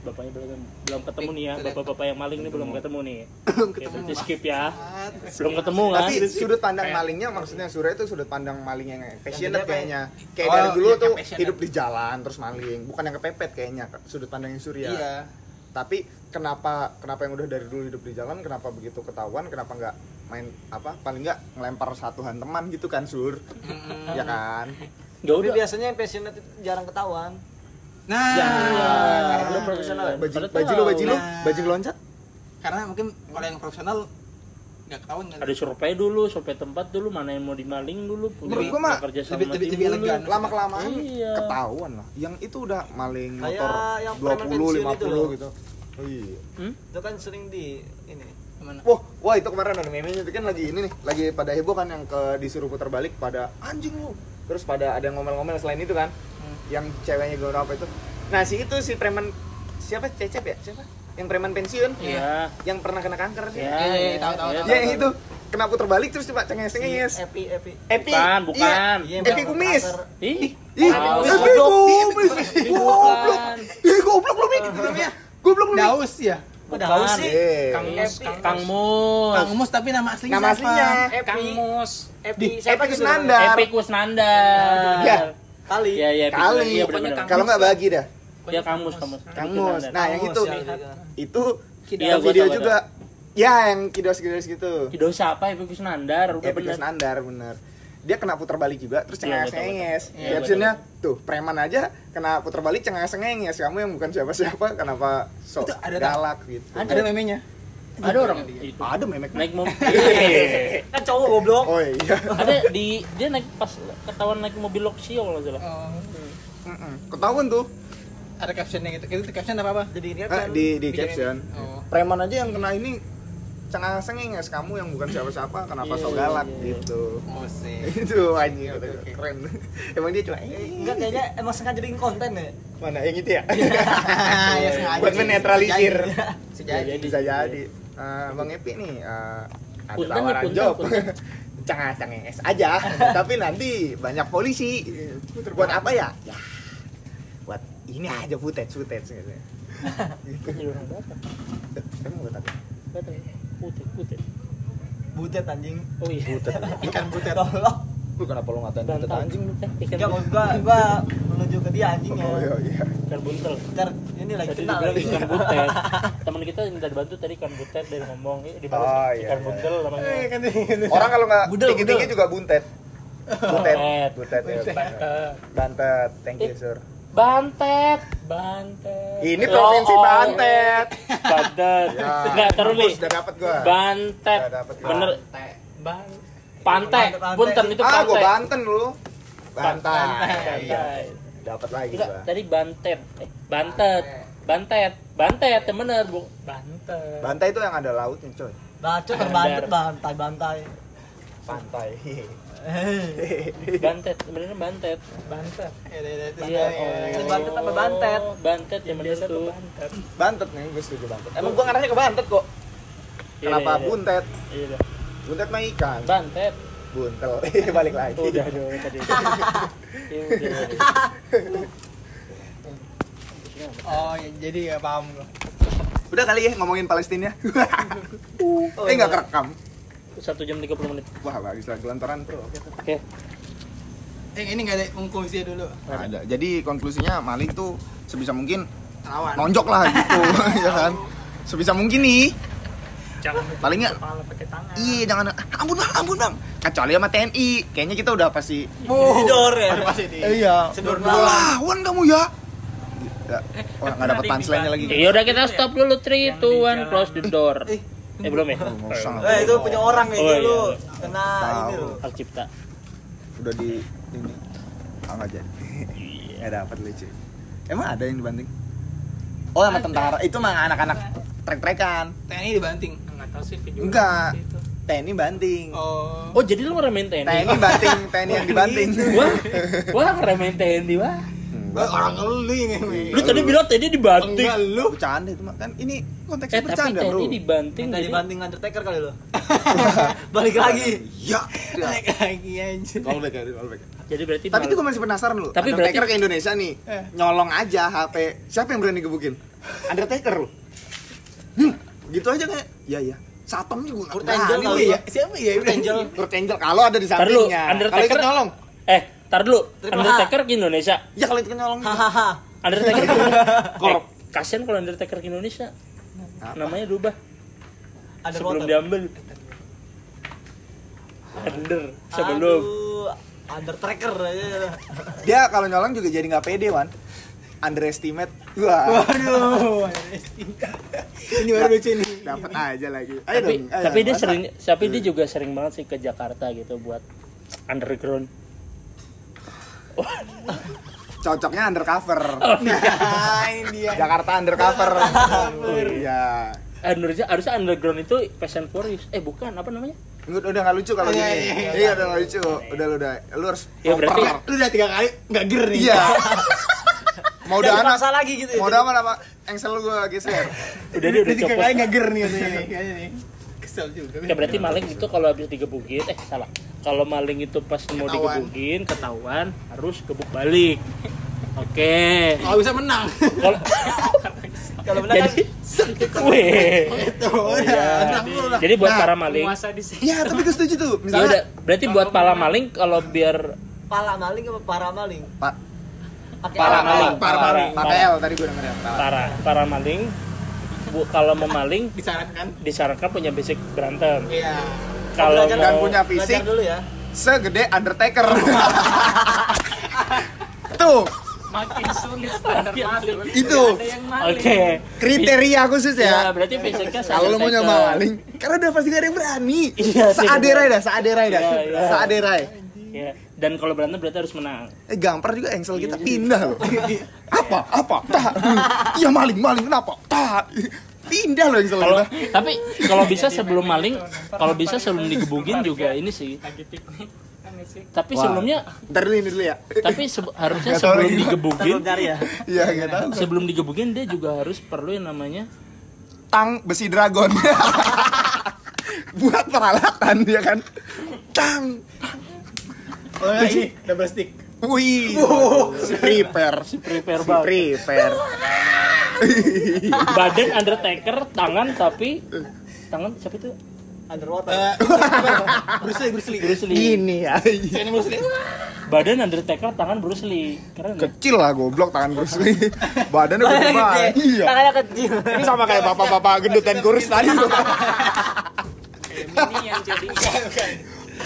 [SPEAKER 4] Bapaknya belum belum ketemu nih ya. Bapak-bapak yang maling nih belum ketemu nih.
[SPEAKER 5] Belum
[SPEAKER 4] Oke,
[SPEAKER 5] ketemu.
[SPEAKER 4] berarti skip ya.
[SPEAKER 5] Mat.
[SPEAKER 4] Belum ketemu kan?
[SPEAKER 1] Tapi sudut pandang malingnya maksudnya Surya itu sudut pandang maling yang passionate
[SPEAKER 7] Yang gede,
[SPEAKER 1] kayaknya. Kayak
[SPEAKER 5] Oh,
[SPEAKER 1] dari dulu
[SPEAKER 5] iya, yang
[SPEAKER 1] tuh
[SPEAKER 5] passionate.
[SPEAKER 1] hidup di jalan terus maling, bukan yang kepepet kayaknya sudut pandangnya Surya.
[SPEAKER 5] Iya.
[SPEAKER 1] Tapi kenapa kenapa yang udah dari dulu hidup di jalan kenapa begitu ketahuan? Kenapa nggak main apa paling nggak ngelempar satuan teman gitu kan Sur? ya kan?
[SPEAKER 4] Enggak
[SPEAKER 7] tapi
[SPEAKER 4] udah.
[SPEAKER 7] biasanya yang passionate itu jarang ketahuan
[SPEAKER 5] Nah,
[SPEAKER 1] Ya, karena lu profesional. ya. Bajing
[SPEAKER 4] Padahal
[SPEAKER 1] bajing lu
[SPEAKER 4] tahu.
[SPEAKER 1] bajing lu
[SPEAKER 5] Nah.
[SPEAKER 1] bajing loncat.
[SPEAKER 5] karena mungkin kalau yang profesional nggak ketahuan kan.
[SPEAKER 4] Ada survei dulu, survei tempat dulu, mana yang mau dimaling dulu,
[SPEAKER 1] Menurut gua mah
[SPEAKER 4] kerja sama
[SPEAKER 5] lebih- lebih-
[SPEAKER 4] tim
[SPEAKER 5] lebih
[SPEAKER 4] dulu.
[SPEAKER 5] elegan.
[SPEAKER 1] lama kelamaan
[SPEAKER 4] Iya.
[SPEAKER 1] Iya. ketahuan lah yang itu udah maling
[SPEAKER 7] Kayak
[SPEAKER 1] motor
[SPEAKER 7] yang
[SPEAKER 1] dua
[SPEAKER 7] preman
[SPEAKER 1] puluh
[SPEAKER 7] pensiun
[SPEAKER 1] lima
[SPEAKER 7] itu loh.
[SPEAKER 1] puluh gitu oh, iya.
[SPEAKER 7] itu kan sering di ini
[SPEAKER 5] Gimana?
[SPEAKER 1] wah wah itu kemarin ada meme-nya itu kan lagi ini nih lagi pada heboh kan yang ke disuruh putar balik pada anjing lu terus pada ada yang ngomel-ngomel selain itu kan yang ceweknya gue apa itu nah si itu si preman siapa cecep ya siapa yang preman pensiun
[SPEAKER 4] Iya.
[SPEAKER 1] yang pernah kena kanker sih
[SPEAKER 4] Iya,
[SPEAKER 5] Iya, iya, tahu, tahu,
[SPEAKER 4] iya.
[SPEAKER 5] tahu.
[SPEAKER 1] ya yang itu kena putar balik terus coba cengenges cengenges
[SPEAKER 7] Epi Epi
[SPEAKER 1] Epi
[SPEAKER 4] Bukan,
[SPEAKER 1] iya.
[SPEAKER 4] bukan.
[SPEAKER 7] Iya,
[SPEAKER 1] Epi
[SPEAKER 7] yang
[SPEAKER 1] kumis
[SPEAKER 7] kanker.
[SPEAKER 4] Ih,
[SPEAKER 1] Ih, eh,
[SPEAKER 4] Tahu.
[SPEAKER 1] Epi kumis goblok ih Eh, goblok lu Mik. ya? goblok lu Mik.
[SPEAKER 5] Daus ya.
[SPEAKER 7] kok tahu sih
[SPEAKER 1] Eh,
[SPEAKER 6] Kang Mus Kang
[SPEAKER 4] Kang Mus.
[SPEAKER 5] Kang Mus tapi nama aslinya
[SPEAKER 1] nama
[SPEAKER 5] siapa?
[SPEAKER 1] aslinya
[SPEAKER 6] Mus Kang Mus
[SPEAKER 1] Epi
[SPEAKER 7] Epi siapa gitu
[SPEAKER 1] Kusnandar
[SPEAKER 4] Epic Kusnandar.
[SPEAKER 1] Ya.
[SPEAKER 7] kali
[SPEAKER 4] Ya, ya, Epic
[SPEAKER 1] Kali.
[SPEAKER 4] Kusnandar. Iya, bener-bener.
[SPEAKER 6] Pokoknya Kang
[SPEAKER 1] kalau nggak bagi dah
[SPEAKER 4] Ya, Kang Mus, Kang Mus.
[SPEAKER 1] Kang
[SPEAKER 4] Epic
[SPEAKER 1] Mus
[SPEAKER 4] Kusnandar.
[SPEAKER 1] nah yang itu
[SPEAKER 7] Kamus, ya,
[SPEAKER 1] itu
[SPEAKER 4] Iya,
[SPEAKER 1] ada
[SPEAKER 4] gua
[SPEAKER 1] video
[SPEAKER 4] tahu,
[SPEAKER 1] juga ya yang kidos kidos gitu
[SPEAKER 4] Ih, dosa apa Epic Kusnandar? Udah
[SPEAKER 1] Epi
[SPEAKER 4] bener.
[SPEAKER 1] Kusnandar Iya, bener dia kena putar balik juga terus cengenges
[SPEAKER 4] Iya, betul, betul.
[SPEAKER 1] cengenges
[SPEAKER 4] Iya,
[SPEAKER 1] ya maksudnya tuh preman aja kena putar balik cengenges cengenges kamu yang bukan siapa siapa kenapa sok
[SPEAKER 5] Itu ada tak?
[SPEAKER 1] galak gitu
[SPEAKER 5] Ada memenya.
[SPEAKER 4] Ada orang itu.
[SPEAKER 1] ada memek
[SPEAKER 4] Naik mobil. Iya.
[SPEAKER 7] kan cowok goblok
[SPEAKER 1] oh iya
[SPEAKER 4] Ada di dia naik pas ketahuan naik mobil Luxio kalau nggak salah.
[SPEAKER 5] Oh,
[SPEAKER 1] Mm-mm. ketahuan tuh
[SPEAKER 5] ada captionnya gitu. Itu caption apa apa?
[SPEAKER 7] jadi ini
[SPEAKER 1] Eh,
[SPEAKER 7] kan
[SPEAKER 1] di di caption
[SPEAKER 5] Oh.
[SPEAKER 1] preman aja yang kena ini cengang senging es kamu yang bukan siapa-siapa kenapa so
[SPEAKER 4] Iya,
[SPEAKER 1] galak
[SPEAKER 4] iya, iya.
[SPEAKER 1] gitu
[SPEAKER 5] Musik.
[SPEAKER 1] itu anjing kata gua. keren emang dia cuma "Eh,
[SPEAKER 7] Enggak kayaknya emang sengaja bikin konten ya.
[SPEAKER 1] mana yang itu ya iya,
[SPEAKER 7] ya sengaja.
[SPEAKER 1] buat menetralisir
[SPEAKER 4] Sejadi.
[SPEAKER 1] bisa jadi Eh, bang Epi nih eh, ada
[SPEAKER 4] Punten nih,
[SPEAKER 1] tawaran
[SPEAKER 4] punten,
[SPEAKER 1] job
[SPEAKER 4] punten.
[SPEAKER 1] cengang senging es aja tapi nanti banyak polisi buat apa ya ya buat ini aja footage footage gitu
[SPEAKER 4] Ini orang Batak.
[SPEAKER 1] emang gue tadi
[SPEAKER 4] Batak. Putih, putih.
[SPEAKER 7] Butet anjing.
[SPEAKER 4] Oh iya.
[SPEAKER 7] Ikan butet. Tolong.
[SPEAKER 3] Lu kenapa lu ngatain butet
[SPEAKER 4] Bantal.
[SPEAKER 3] anjing lu?
[SPEAKER 4] Eh, ikan
[SPEAKER 7] Enggak maksud gua gua menuju ke dia anjing ya.
[SPEAKER 1] oh iya iya
[SPEAKER 4] ikan buntel.
[SPEAKER 7] Ntar ini lagi
[SPEAKER 4] Tadi
[SPEAKER 7] kenal
[SPEAKER 4] dibilang
[SPEAKER 7] lagi.
[SPEAKER 4] ikan butet. Teman kita minta dibantu tadi ikan butet dari ngomong eh, dibalas
[SPEAKER 1] Oh, iya,
[SPEAKER 4] ikan
[SPEAKER 1] iya.
[SPEAKER 4] buntel namanya.
[SPEAKER 1] orang kalau nggak
[SPEAKER 7] Budel,
[SPEAKER 1] tinggi tinggi
[SPEAKER 7] budel.
[SPEAKER 1] juga buntet buntet
[SPEAKER 4] Buntet.
[SPEAKER 1] buntet ya, buntet.
[SPEAKER 4] Bantet.
[SPEAKER 1] bantet thank you sur
[SPEAKER 4] Bantet. Bantet.
[SPEAKER 1] ini provinsi
[SPEAKER 4] Oh, oh.
[SPEAKER 1] bantet
[SPEAKER 4] Bantet.
[SPEAKER 1] Ya,
[SPEAKER 4] Enggak terus nih.
[SPEAKER 1] mampus, udah dapet gua
[SPEAKER 4] Bantet.
[SPEAKER 1] Udah dapet gua.
[SPEAKER 4] Bener.
[SPEAKER 6] Bang.
[SPEAKER 4] Pantai.
[SPEAKER 7] Pantai.
[SPEAKER 4] Punten itu
[SPEAKER 1] ah gua
[SPEAKER 4] pantai.
[SPEAKER 1] banten lu bantai iya
[SPEAKER 4] Pantai.
[SPEAKER 1] dapat lagi
[SPEAKER 4] Enggak,
[SPEAKER 1] gua
[SPEAKER 4] tadi bantet. Eh, bantet. Bantet. Bantet, yang bener, Bu.
[SPEAKER 6] Banten.
[SPEAKER 1] bantai itu yang ada lautnya coy
[SPEAKER 7] Bacot terbantet bantai-bantai.
[SPEAKER 1] pantai
[SPEAKER 4] Bantet, beneran bantet.
[SPEAKER 6] Banten.
[SPEAKER 7] Eh,
[SPEAKER 4] Iya,
[SPEAKER 7] Si bantet apa bantet?
[SPEAKER 4] Bantet yang bener tuh.
[SPEAKER 1] bantet nih gue setuju bantet emang
[SPEAKER 7] gua ngarahnya ke bantet kok.
[SPEAKER 4] Iya,
[SPEAKER 1] kenapa
[SPEAKER 4] iya, iya.
[SPEAKER 1] buntet
[SPEAKER 4] Iya, dah.
[SPEAKER 1] buntet mah ikan
[SPEAKER 4] Bantet.
[SPEAKER 1] buntel Iya, balik lagi
[SPEAKER 4] Udah dong tadi. Iya, udah, udah.
[SPEAKER 5] Oh, ya, jadi ya paham loh.
[SPEAKER 1] udah kali ya ngomongin Palestina
[SPEAKER 4] Oh,
[SPEAKER 1] eh
[SPEAKER 4] iya.
[SPEAKER 1] nggak kerekam
[SPEAKER 4] Satu jam 30 menit.
[SPEAKER 1] wah bagus lah gelantoran bro
[SPEAKER 4] Oke.
[SPEAKER 5] Eh, ini nggak ada konklusi dulu.
[SPEAKER 1] Nah, ada. Jadi konklusinya maling tuh sebisa mungkin
[SPEAKER 5] Lawan.
[SPEAKER 1] nonjok lah gitu, ya kan? Sebisa mungkin nih.
[SPEAKER 6] Jangan
[SPEAKER 1] Paling nggak,
[SPEAKER 6] kepala pakai tangan.
[SPEAKER 1] iya jangan. Ampun bang, ampun bang. Kecuali sama TNI, kayaknya kita udah pasti.
[SPEAKER 7] Tidur ya.
[SPEAKER 1] Iya.
[SPEAKER 7] Sedur Eh, lawan.
[SPEAKER 1] Lawan kamu ya. Ya, Wah nggak dapat punchline-nya lagi.
[SPEAKER 4] Ya udah kita stop dulu 3 2 1 close the door. Eh, belum ya?
[SPEAKER 1] Oh, Nggak usah, nggak
[SPEAKER 7] Eh itu punya orang ya
[SPEAKER 4] Oh,
[SPEAKER 7] itu
[SPEAKER 4] iya.
[SPEAKER 7] lu. Kena ini
[SPEAKER 1] Tahu.
[SPEAKER 7] lu.
[SPEAKER 4] Hak cipta.
[SPEAKER 1] Udah di ini. Ah nggak jadi. Nggak dapat lucu. Emang ada yang dibanting? Oh sama tentara, itu mah anak-anak trek-trekan.
[SPEAKER 5] TNI dibanting.
[SPEAKER 6] Enggak tahu sih video.
[SPEAKER 1] Enggak.
[SPEAKER 6] itu.
[SPEAKER 1] TNI banting.
[SPEAKER 5] Oh.
[SPEAKER 4] Oh, jadi lu ngeremehin TNI.
[SPEAKER 1] TNI banting, TNI yang dibanting.
[SPEAKER 7] gitu.
[SPEAKER 4] Wah, wah ngeremehin TNI wah.
[SPEAKER 1] Enggak,
[SPEAKER 5] Orang lu yang ini.
[SPEAKER 4] Lu tadi bilang TNI dibanting.
[SPEAKER 5] Enggak lu.
[SPEAKER 1] bercanda itu mah kan ini konteksnya
[SPEAKER 4] Eh, tapi
[SPEAKER 1] bercanda, Bro.
[SPEAKER 4] TNI dibanting.
[SPEAKER 7] Minta
[SPEAKER 4] jadi-
[SPEAKER 7] dibanting Undertaker kali lu. Balik lagi.
[SPEAKER 1] Ya.
[SPEAKER 5] Naik lagi anjir.
[SPEAKER 1] Kalau back kalau back.
[SPEAKER 4] Jadi berarti
[SPEAKER 1] Tapi
[SPEAKER 4] mal-
[SPEAKER 1] itu gue masih penasaran lu.
[SPEAKER 4] Tapi
[SPEAKER 1] Undertaker
[SPEAKER 4] berarti-
[SPEAKER 1] ke Indonesia nih.
[SPEAKER 5] Eh.
[SPEAKER 1] Nyolong aja HP. Siapa yang berani gebukin? Undertaker lu. Hmm, gitu aja kayak. Ya ya. Satam juga nggak
[SPEAKER 7] Kurt Angle
[SPEAKER 1] berani
[SPEAKER 7] tahu
[SPEAKER 1] lu ya.
[SPEAKER 7] gua.
[SPEAKER 1] Siapa ya?
[SPEAKER 7] Kurt Angle.
[SPEAKER 1] Kurt Angle. Kalau ada di
[SPEAKER 4] Tar dulu,
[SPEAKER 1] sampingnya. Kalau
[SPEAKER 4] Undertaker
[SPEAKER 1] ikut nyolong.
[SPEAKER 4] Eh, tar dulu.
[SPEAKER 7] Triple H.
[SPEAKER 4] Undertaker ke Indonesia.
[SPEAKER 1] Ya kalau ikut nyolong.
[SPEAKER 7] Hahaha.
[SPEAKER 4] Undertaker ke
[SPEAKER 1] Korup.
[SPEAKER 4] Eh, kasihan kalau Undertaker ke Indonesia.
[SPEAKER 1] Apa?
[SPEAKER 4] Namanya diubah
[SPEAKER 7] Ada
[SPEAKER 4] sebelum
[SPEAKER 7] motor.
[SPEAKER 4] diambil. Under sebelum.
[SPEAKER 7] Aduh, Undertaker aja.
[SPEAKER 1] Dia kalau nyolong juga jadi nggak pede, Wan. Underestimate. Wah.
[SPEAKER 5] Waduh. Ini baru lucu nih.
[SPEAKER 1] Dapat aja lagi. Ayo
[SPEAKER 4] Tapi
[SPEAKER 1] dong, Hmm. ayo,
[SPEAKER 4] tapi dia
[SPEAKER 1] mantap.
[SPEAKER 4] sering tapi dia juga sering banget sih ke Jakarta gitu buat underground.
[SPEAKER 1] cocoknya undercover.
[SPEAKER 5] Nah, ini dia.
[SPEAKER 1] Jakarta undercover. Iya.
[SPEAKER 4] Eh, Harusnya harusnya underground itu fashion Furious. Eh bukan apa namanya?
[SPEAKER 1] Enggak udah nggak lucu kalau
[SPEAKER 5] Iya,
[SPEAKER 1] gini.
[SPEAKER 5] iya, iya.
[SPEAKER 1] Iya udah nggak lucu. Udah lu udah lu harus
[SPEAKER 4] Ya berarti
[SPEAKER 5] Lu udah tiga kali nggak ger nih.
[SPEAKER 1] Iya. Mau udah anak.
[SPEAKER 7] dipaksa lagi gitu ya.
[SPEAKER 1] Mau udah apa apa engsel gua geser.
[SPEAKER 4] udah dia udah
[SPEAKER 5] Udah tiga
[SPEAKER 4] copot.
[SPEAKER 5] kali nggak ger nih katanya nih. Kayaknya nih. Kesel juga.
[SPEAKER 4] Ya berarti
[SPEAKER 1] Iya,
[SPEAKER 4] maling itu kalau habis digebukin eh salah. Kalau maling itu pas mau
[SPEAKER 5] Ketahuan.
[SPEAKER 4] digebukin ketahuan harus gebuk balik. Oke.
[SPEAKER 5] Kalau bisa menang.
[SPEAKER 4] Kalau
[SPEAKER 7] Kalau benar kan Oh, iya.
[SPEAKER 4] jadi Weh.
[SPEAKER 1] Gitu.
[SPEAKER 5] Tuh, udah.
[SPEAKER 4] Jadi buat
[SPEAKER 1] Nah,
[SPEAKER 4] para maling
[SPEAKER 6] Penguasa di sini.
[SPEAKER 1] Ya tapi gue setuju tuh.
[SPEAKER 4] Ya udah,
[SPEAKER 1] Misalnya
[SPEAKER 4] berarti buat para maling kalau biar
[SPEAKER 7] pala maling apa para maling?
[SPEAKER 1] Pa-
[SPEAKER 7] Pakai
[SPEAKER 4] Para
[SPEAKER 7] alat
[SPEAKER 4] maling.
[SPEAKER 1] para maling,
[SPEAKER 4] Para-
[SPEAKER 1] pakai L tadi gua ya, dengerin. Para.
[SPEAKER 4] para para maling bu, kalau memaling
[SPEAKER 5] Disarankan.
[SPEAKER 4] disarankan punya basic berantem.
[SPEAKER 5] Iya.
[SPEAKER 4] Kalau
[SPEAKER 7] belajar
[SPEAKER 1] Dan
[SPEAKER 4] mau
[SPEAKER 1] punya
[SPEAKER 7] Belajar
[SPEAKER 1] fisik
[SPEAKER 7] dulu ya.
[SPEAKER 1] segede Undertaker. tuh,
[SPEAKER 6] Makin sulit standar
[SPEAKER 4] Makin
[SPEAKER 6] maling.
[SPEAKER 4] sulit.
[SPEAKER 1] Itu.
[SPEAKER 6] Ada yang maling.
[SPEAKER 4] Oke.
[SPEAKER 1] kriteria khusus
[SPEAKER 4] Ya,
[SPEAKER 7] Iya,
[SPEAKER 1] ya.
[SPEAKER 4] berarti fisiknya
[SPEAKER 1] Kalau lu mau
[SPEAKER 4] Undertaker.
[SPEAKER 1] nyoba maling, karena udah pasti gak ada yang berani.
[SPEAKER 4] Iya sih,
[SPEAKER 1] Seaderai
[SPEAKER 4] bener.
[SPEAKER 1] dah, seaderai dah.
[SPEAKER 4] Iya, iya.
[SPEAKER 1] Seaderai.
[SPEAKER 4] Ya. Dan kalau berantem berarti harus menang.
[SPEAKER 1] Eh gampar juga engsel kita pindah loh. apa? Apa? Tak. Hmm. Iya maling, maling kenapa? Tak. Pindah loh yang
[SPEAKER 4] kalau
[SPEAKER 1] salah.
[SPEAKER 4] tapi kalau bisa sebelum maling kalau bisa sebelum digebukin juga ini sih
[SPEAKER 6] lagi piknik kan sih
[SPEAKER 4] tapi
[SPEAKER 3] Wah.
[SPEAKER 4] sebelumnya
[SPEAKER 1] Ntar dulu ini dulu ya.
[SPEAKER 4] tapi sebe- harusnya
[SPEAKER 1] Nggak tahu
[SPEAKER 4] sebelum
[SPEAKER 1] lagi.
[SPEAKER 4] digebukin
[SPEAKER 3] ya
[SPEAKER 1] Iya, enggak tahu.
[SPEAKER 4] sebelum digebukin dia juga harus perlu yang namanya
[SPEAKER 1] Tang besi dragon. Buat peralatan dia kan. Tang.
[SPEAKER 2] Oh, ya, ini double stick.
[SPEAKER 1] Wih. Si prepare. Si
[SPEAKER 4] prepare banget
[SPEAKER 1] prepare.
[SPEAKER 4] badan undertaker tangan tapi tangan siapa itu
[SPEAKER 2] Underwater. Bruce Lee, Bruce Lee.
[SPEAKER 4] Bruce Lee
[SPEAKER 1] Ini ya.
[SPEAKER 2] Ini Bruce Lee.
[SPEAKER 4] badan undertaker tangan Bruce Lee keren ya?
[SPEAKER 1] Kecil lah goblok tangan Bruce Lee. Badannya gede banget. Iya.
[SPEAKER 7] Tangannya kecil.
[SPEAKER 1] Ini sama kayak bapak-bapak gendut dan kurus tadi tuh.
[SPEAKER 6] ini yang jadi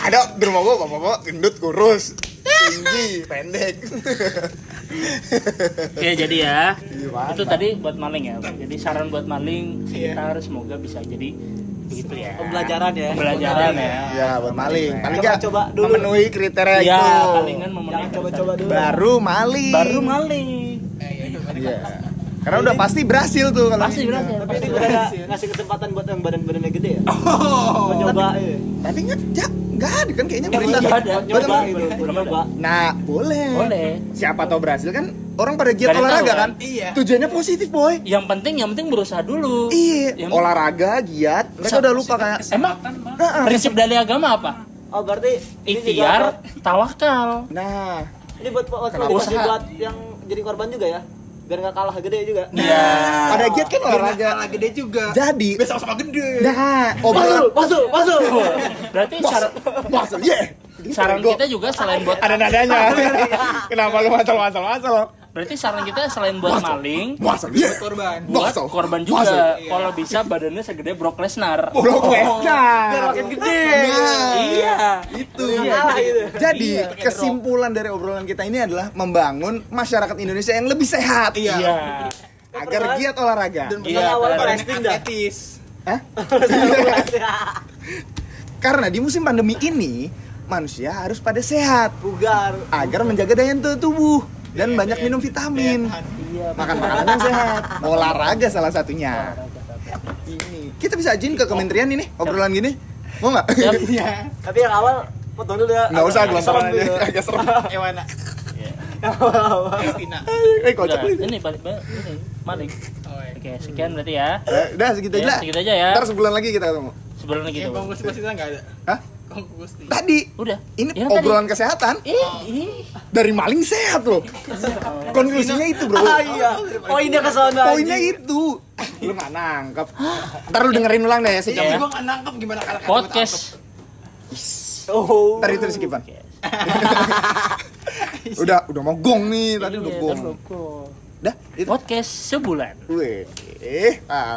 [SPEAKER 1] Ada di rumah gua bapak-bapak gendut kurus. Tinggi, pendek.
[SPEAKER 4] Oke jadi ya itu tadi buat maling ya jadi saran buat maling
[SPEAKER 1] Iya.
[SPEAKER 4] sekitar semoga bisa jadi begitu ya
[SPEAKER 7] Pembelajaran ya.
[SPEAKER 4] pembelajaran ya
[SPEAKER 1] Ya, buat maling. Paling enggak
[SPEAKER 7] Coba-coba dulu.
[SPEAKER 1] memenuhi kriteria
[SPEAKER 4] ya
[SPEAKER 1] itu.
[SPEAKER 4] palingan memenuhi
[SPEAKER 7] Jangan coba-coba dulu.
[SPEAKER 1] Baru maling.
[SPEAKER 4] baru maling
[SPEAKER 1] Iya. Karena udah pasti berhasil tuh kalau
[SPEAKER 4] pasti
[SPEAKER 1] ini.
[SPEAKER 4] berarti
[SPEAKER 7] Tapi ini udah ada ngasih kesempatan buat yang badan-badannya gede ya. Buat nyoba. iya.
[SPEAKER 1] Tapi nggak, ja, nggak ada kan kayaknya
[SPEAKER 7] Nyoba,
[SPEAKER 1] berita.
[SPEAKER 4] nggak ada.
[SPEAKER 1] Betul
[SPEAKER 7] Nyoba
[SPEAKER 1] kan?
[SPEAKER 7] gitu. buat Nyoba.
[SPEAKER 1] Nah, boleh.
[SPEAKER 4] boleh
[SPEAKER 1] Siapa tahu berhasil kan? Orang pada giat
[SPEAKER 4] Nggak ada
[SPEAKER 1] olahraga
[SPEAKER 4] tahu,
[SPEAKER 1] kan?
[SPEAKER 4] kan?
[SPEAKER 5] Iya.
[SPEAKER 1] Tujuannya positif, boy.
[SPEAKER 4] yang penting yang penting berusaha dulu
[SPEAKER 1] Iya,
[SPEAKER 4] Yang-
[SPEAKER 1] olahraga giat. Mereka udah lupa kayak
[SPEAKER 4] emang
[SPEAKER 1] Nah,
[SPEAKER 4] prinsip dari agama apa
[SPEAKER 7] Oh berarti ini juga
[SPEAKER 4] ikhtiar
[SPEAKER 7] buat-
[SPEAKER 4] tawakal
[SPEAKER 1] nah,
[SPEAKER 7] Ini buat buat
[SPEAKER 1] Kenapa?
[SPEAKER 7] buat-
[SPEAKER 4] Usaha.
[SPEAKER 7] buat yang jadi korban juga ya. Biar nggak kalah gede juga.
[SPEAKER 1] Iya.
[SPEAKER 7] Nah.
[SPEAKER 1] pada giat kan olahraga.
[SPEAKER 5] Kepala gede juga.
[SPEAKER 1] Jadi,
[SPEAKER 2] Besok sama gede.
[SPEAKER 1] nah,
[SPEAKER 7] Masuk,
[SPEAKER 1] obrolan
[SPEAKER 7] masuk, masuk.
[SPEAKER 4] berarti saran,
[SPEAKER 1] masuk. Yeah.
[SPEAKER 4] saran kita juga selain buat
[SPEAKER 1] ada nadanya. Kenapa lu masal masal masal?
[SPEAKER 4] berarti saran kita selain buat maling
[SPEAKER 1] Masal. Yeah.
[SPEAKER 5] Korban.
[SPEAKER 4] buat
[SPEAKER 1] Masuk.
[SPEAKER 4] korban
[SPEAKER 1] Masuk.
[SPEAKER 4] juga kalau bisa badannya segede Brock Lesnar
[SPEAKER 1] Bro,
[SPEAKER 7] Biar makin gede.
[SPEAKER 1] Nah,
[SPEAKER 4] iya
[SPEAKER 1] itu.
[SPEAKER 7] Kalah gitu.
[SPEAKER 1] Jadi kesimpulan dari obrolan kita ini adalah membangun masyarakat Indonesia yang lebih sehat.
[SPEAKER 4] iya
[SPEAKER 1] Agar giat olahraga.
[SPEAKER 5] Dan
[SPEAKER 7] Iya, awalnya wrestling dah.
[SPEAKER 5] atletis.
[SPEAKER 1] Hah? Karena di musim pandemi ini manusia harus pada sehat
[SPEAKER 7] Bugar.
[SPEAKER 1] agar menjaga daya tu- tubuh
[SPEAKER 4] Iya,
[SPEAKER 1] dan banyak minum vitamin. Makan makanan yang sehat, olahraga salah satunya. Ini kita bisa ajuin ke kementerian ini obrolan gini. Mau nggak?
[SPEAKER 4] Siap.
[SPEAKER 7] Tapi yang awal potong dulu ya.
[SPEAKER 1] Nggak usah
[SPEAKER 7] Agak serem
[SPEAKER 1] gelombang aja.
[SPEAKER 7] gitu.
[SPEAKER 1] Agak serem.
[SPEAKER 5] Ewana. Eh, Kristina.
[SPEAKER 1] Eh kocak
[SPEAKER 4] Udah,
[SPEAKER 1] lu.
[SPEAKER 4] ini balik balik ini maling
[SPEAKER 7] Oh, iya.
[SPEAKER 4] oke sekian berarti ya
[SPEAKER 1] Eh, Udah segitu
[SPEAKER 4] Ya,
[SPEAKER 1] aja.
[SPEAKER 4] segitu aja ya.
[SPEAKER 1] Ntar sebulan lagi kita ketemu.
[SPEAKER 4] sebelumnya
[SPEAKER 5] Ya,
[SPEAKER 4] gitu
[SPEAKER 5] Bang Gusti pasti nggak ada.
[SPEAKER 1] Hah?
[SPEAKER 5] Bang Gusti.
[SPEAKER 1] Tadi
[SPEAKER 4] udah
[SPEAKER 1] ini
[SPEAKER 4] Yang Iya, tadi.
[SPEAKER 1] obrolan kesehatan
[SPEAKER 4] Ih, ih.
[SPEAKER 1] dari maling sehat loh. Konklusinya itu, Bro.
[SPEAKER 7] Ah iya. Poinnya ke sana.
[SPEAKER 1] Poinnya
[SPEAKER 7] anjing.
[SPEAKER 1] itu. Eh, Lu nggak nangkep. Ntar lu dengerin ulang deh ya. sih.
[SPEAKER 4] Iya.
[SPEAKER 5] Gua nggak nangkep gimana kalau kata
[SPEAKER 4] podcast
[SPEAKER 7] Oh.
[SPEAKER 1] Ntar itu skipan. udah udah mau gong nih tadi udah
[SPEAKER 4] Iya,
[SPEAKER 1] gong.
[SPEAKER 4] terus lo-
[SPEAKER 1] Dah, itu.
[SPEAKER 4] podcast sebulan
[SPEAKER 1] Wih, eh, ah,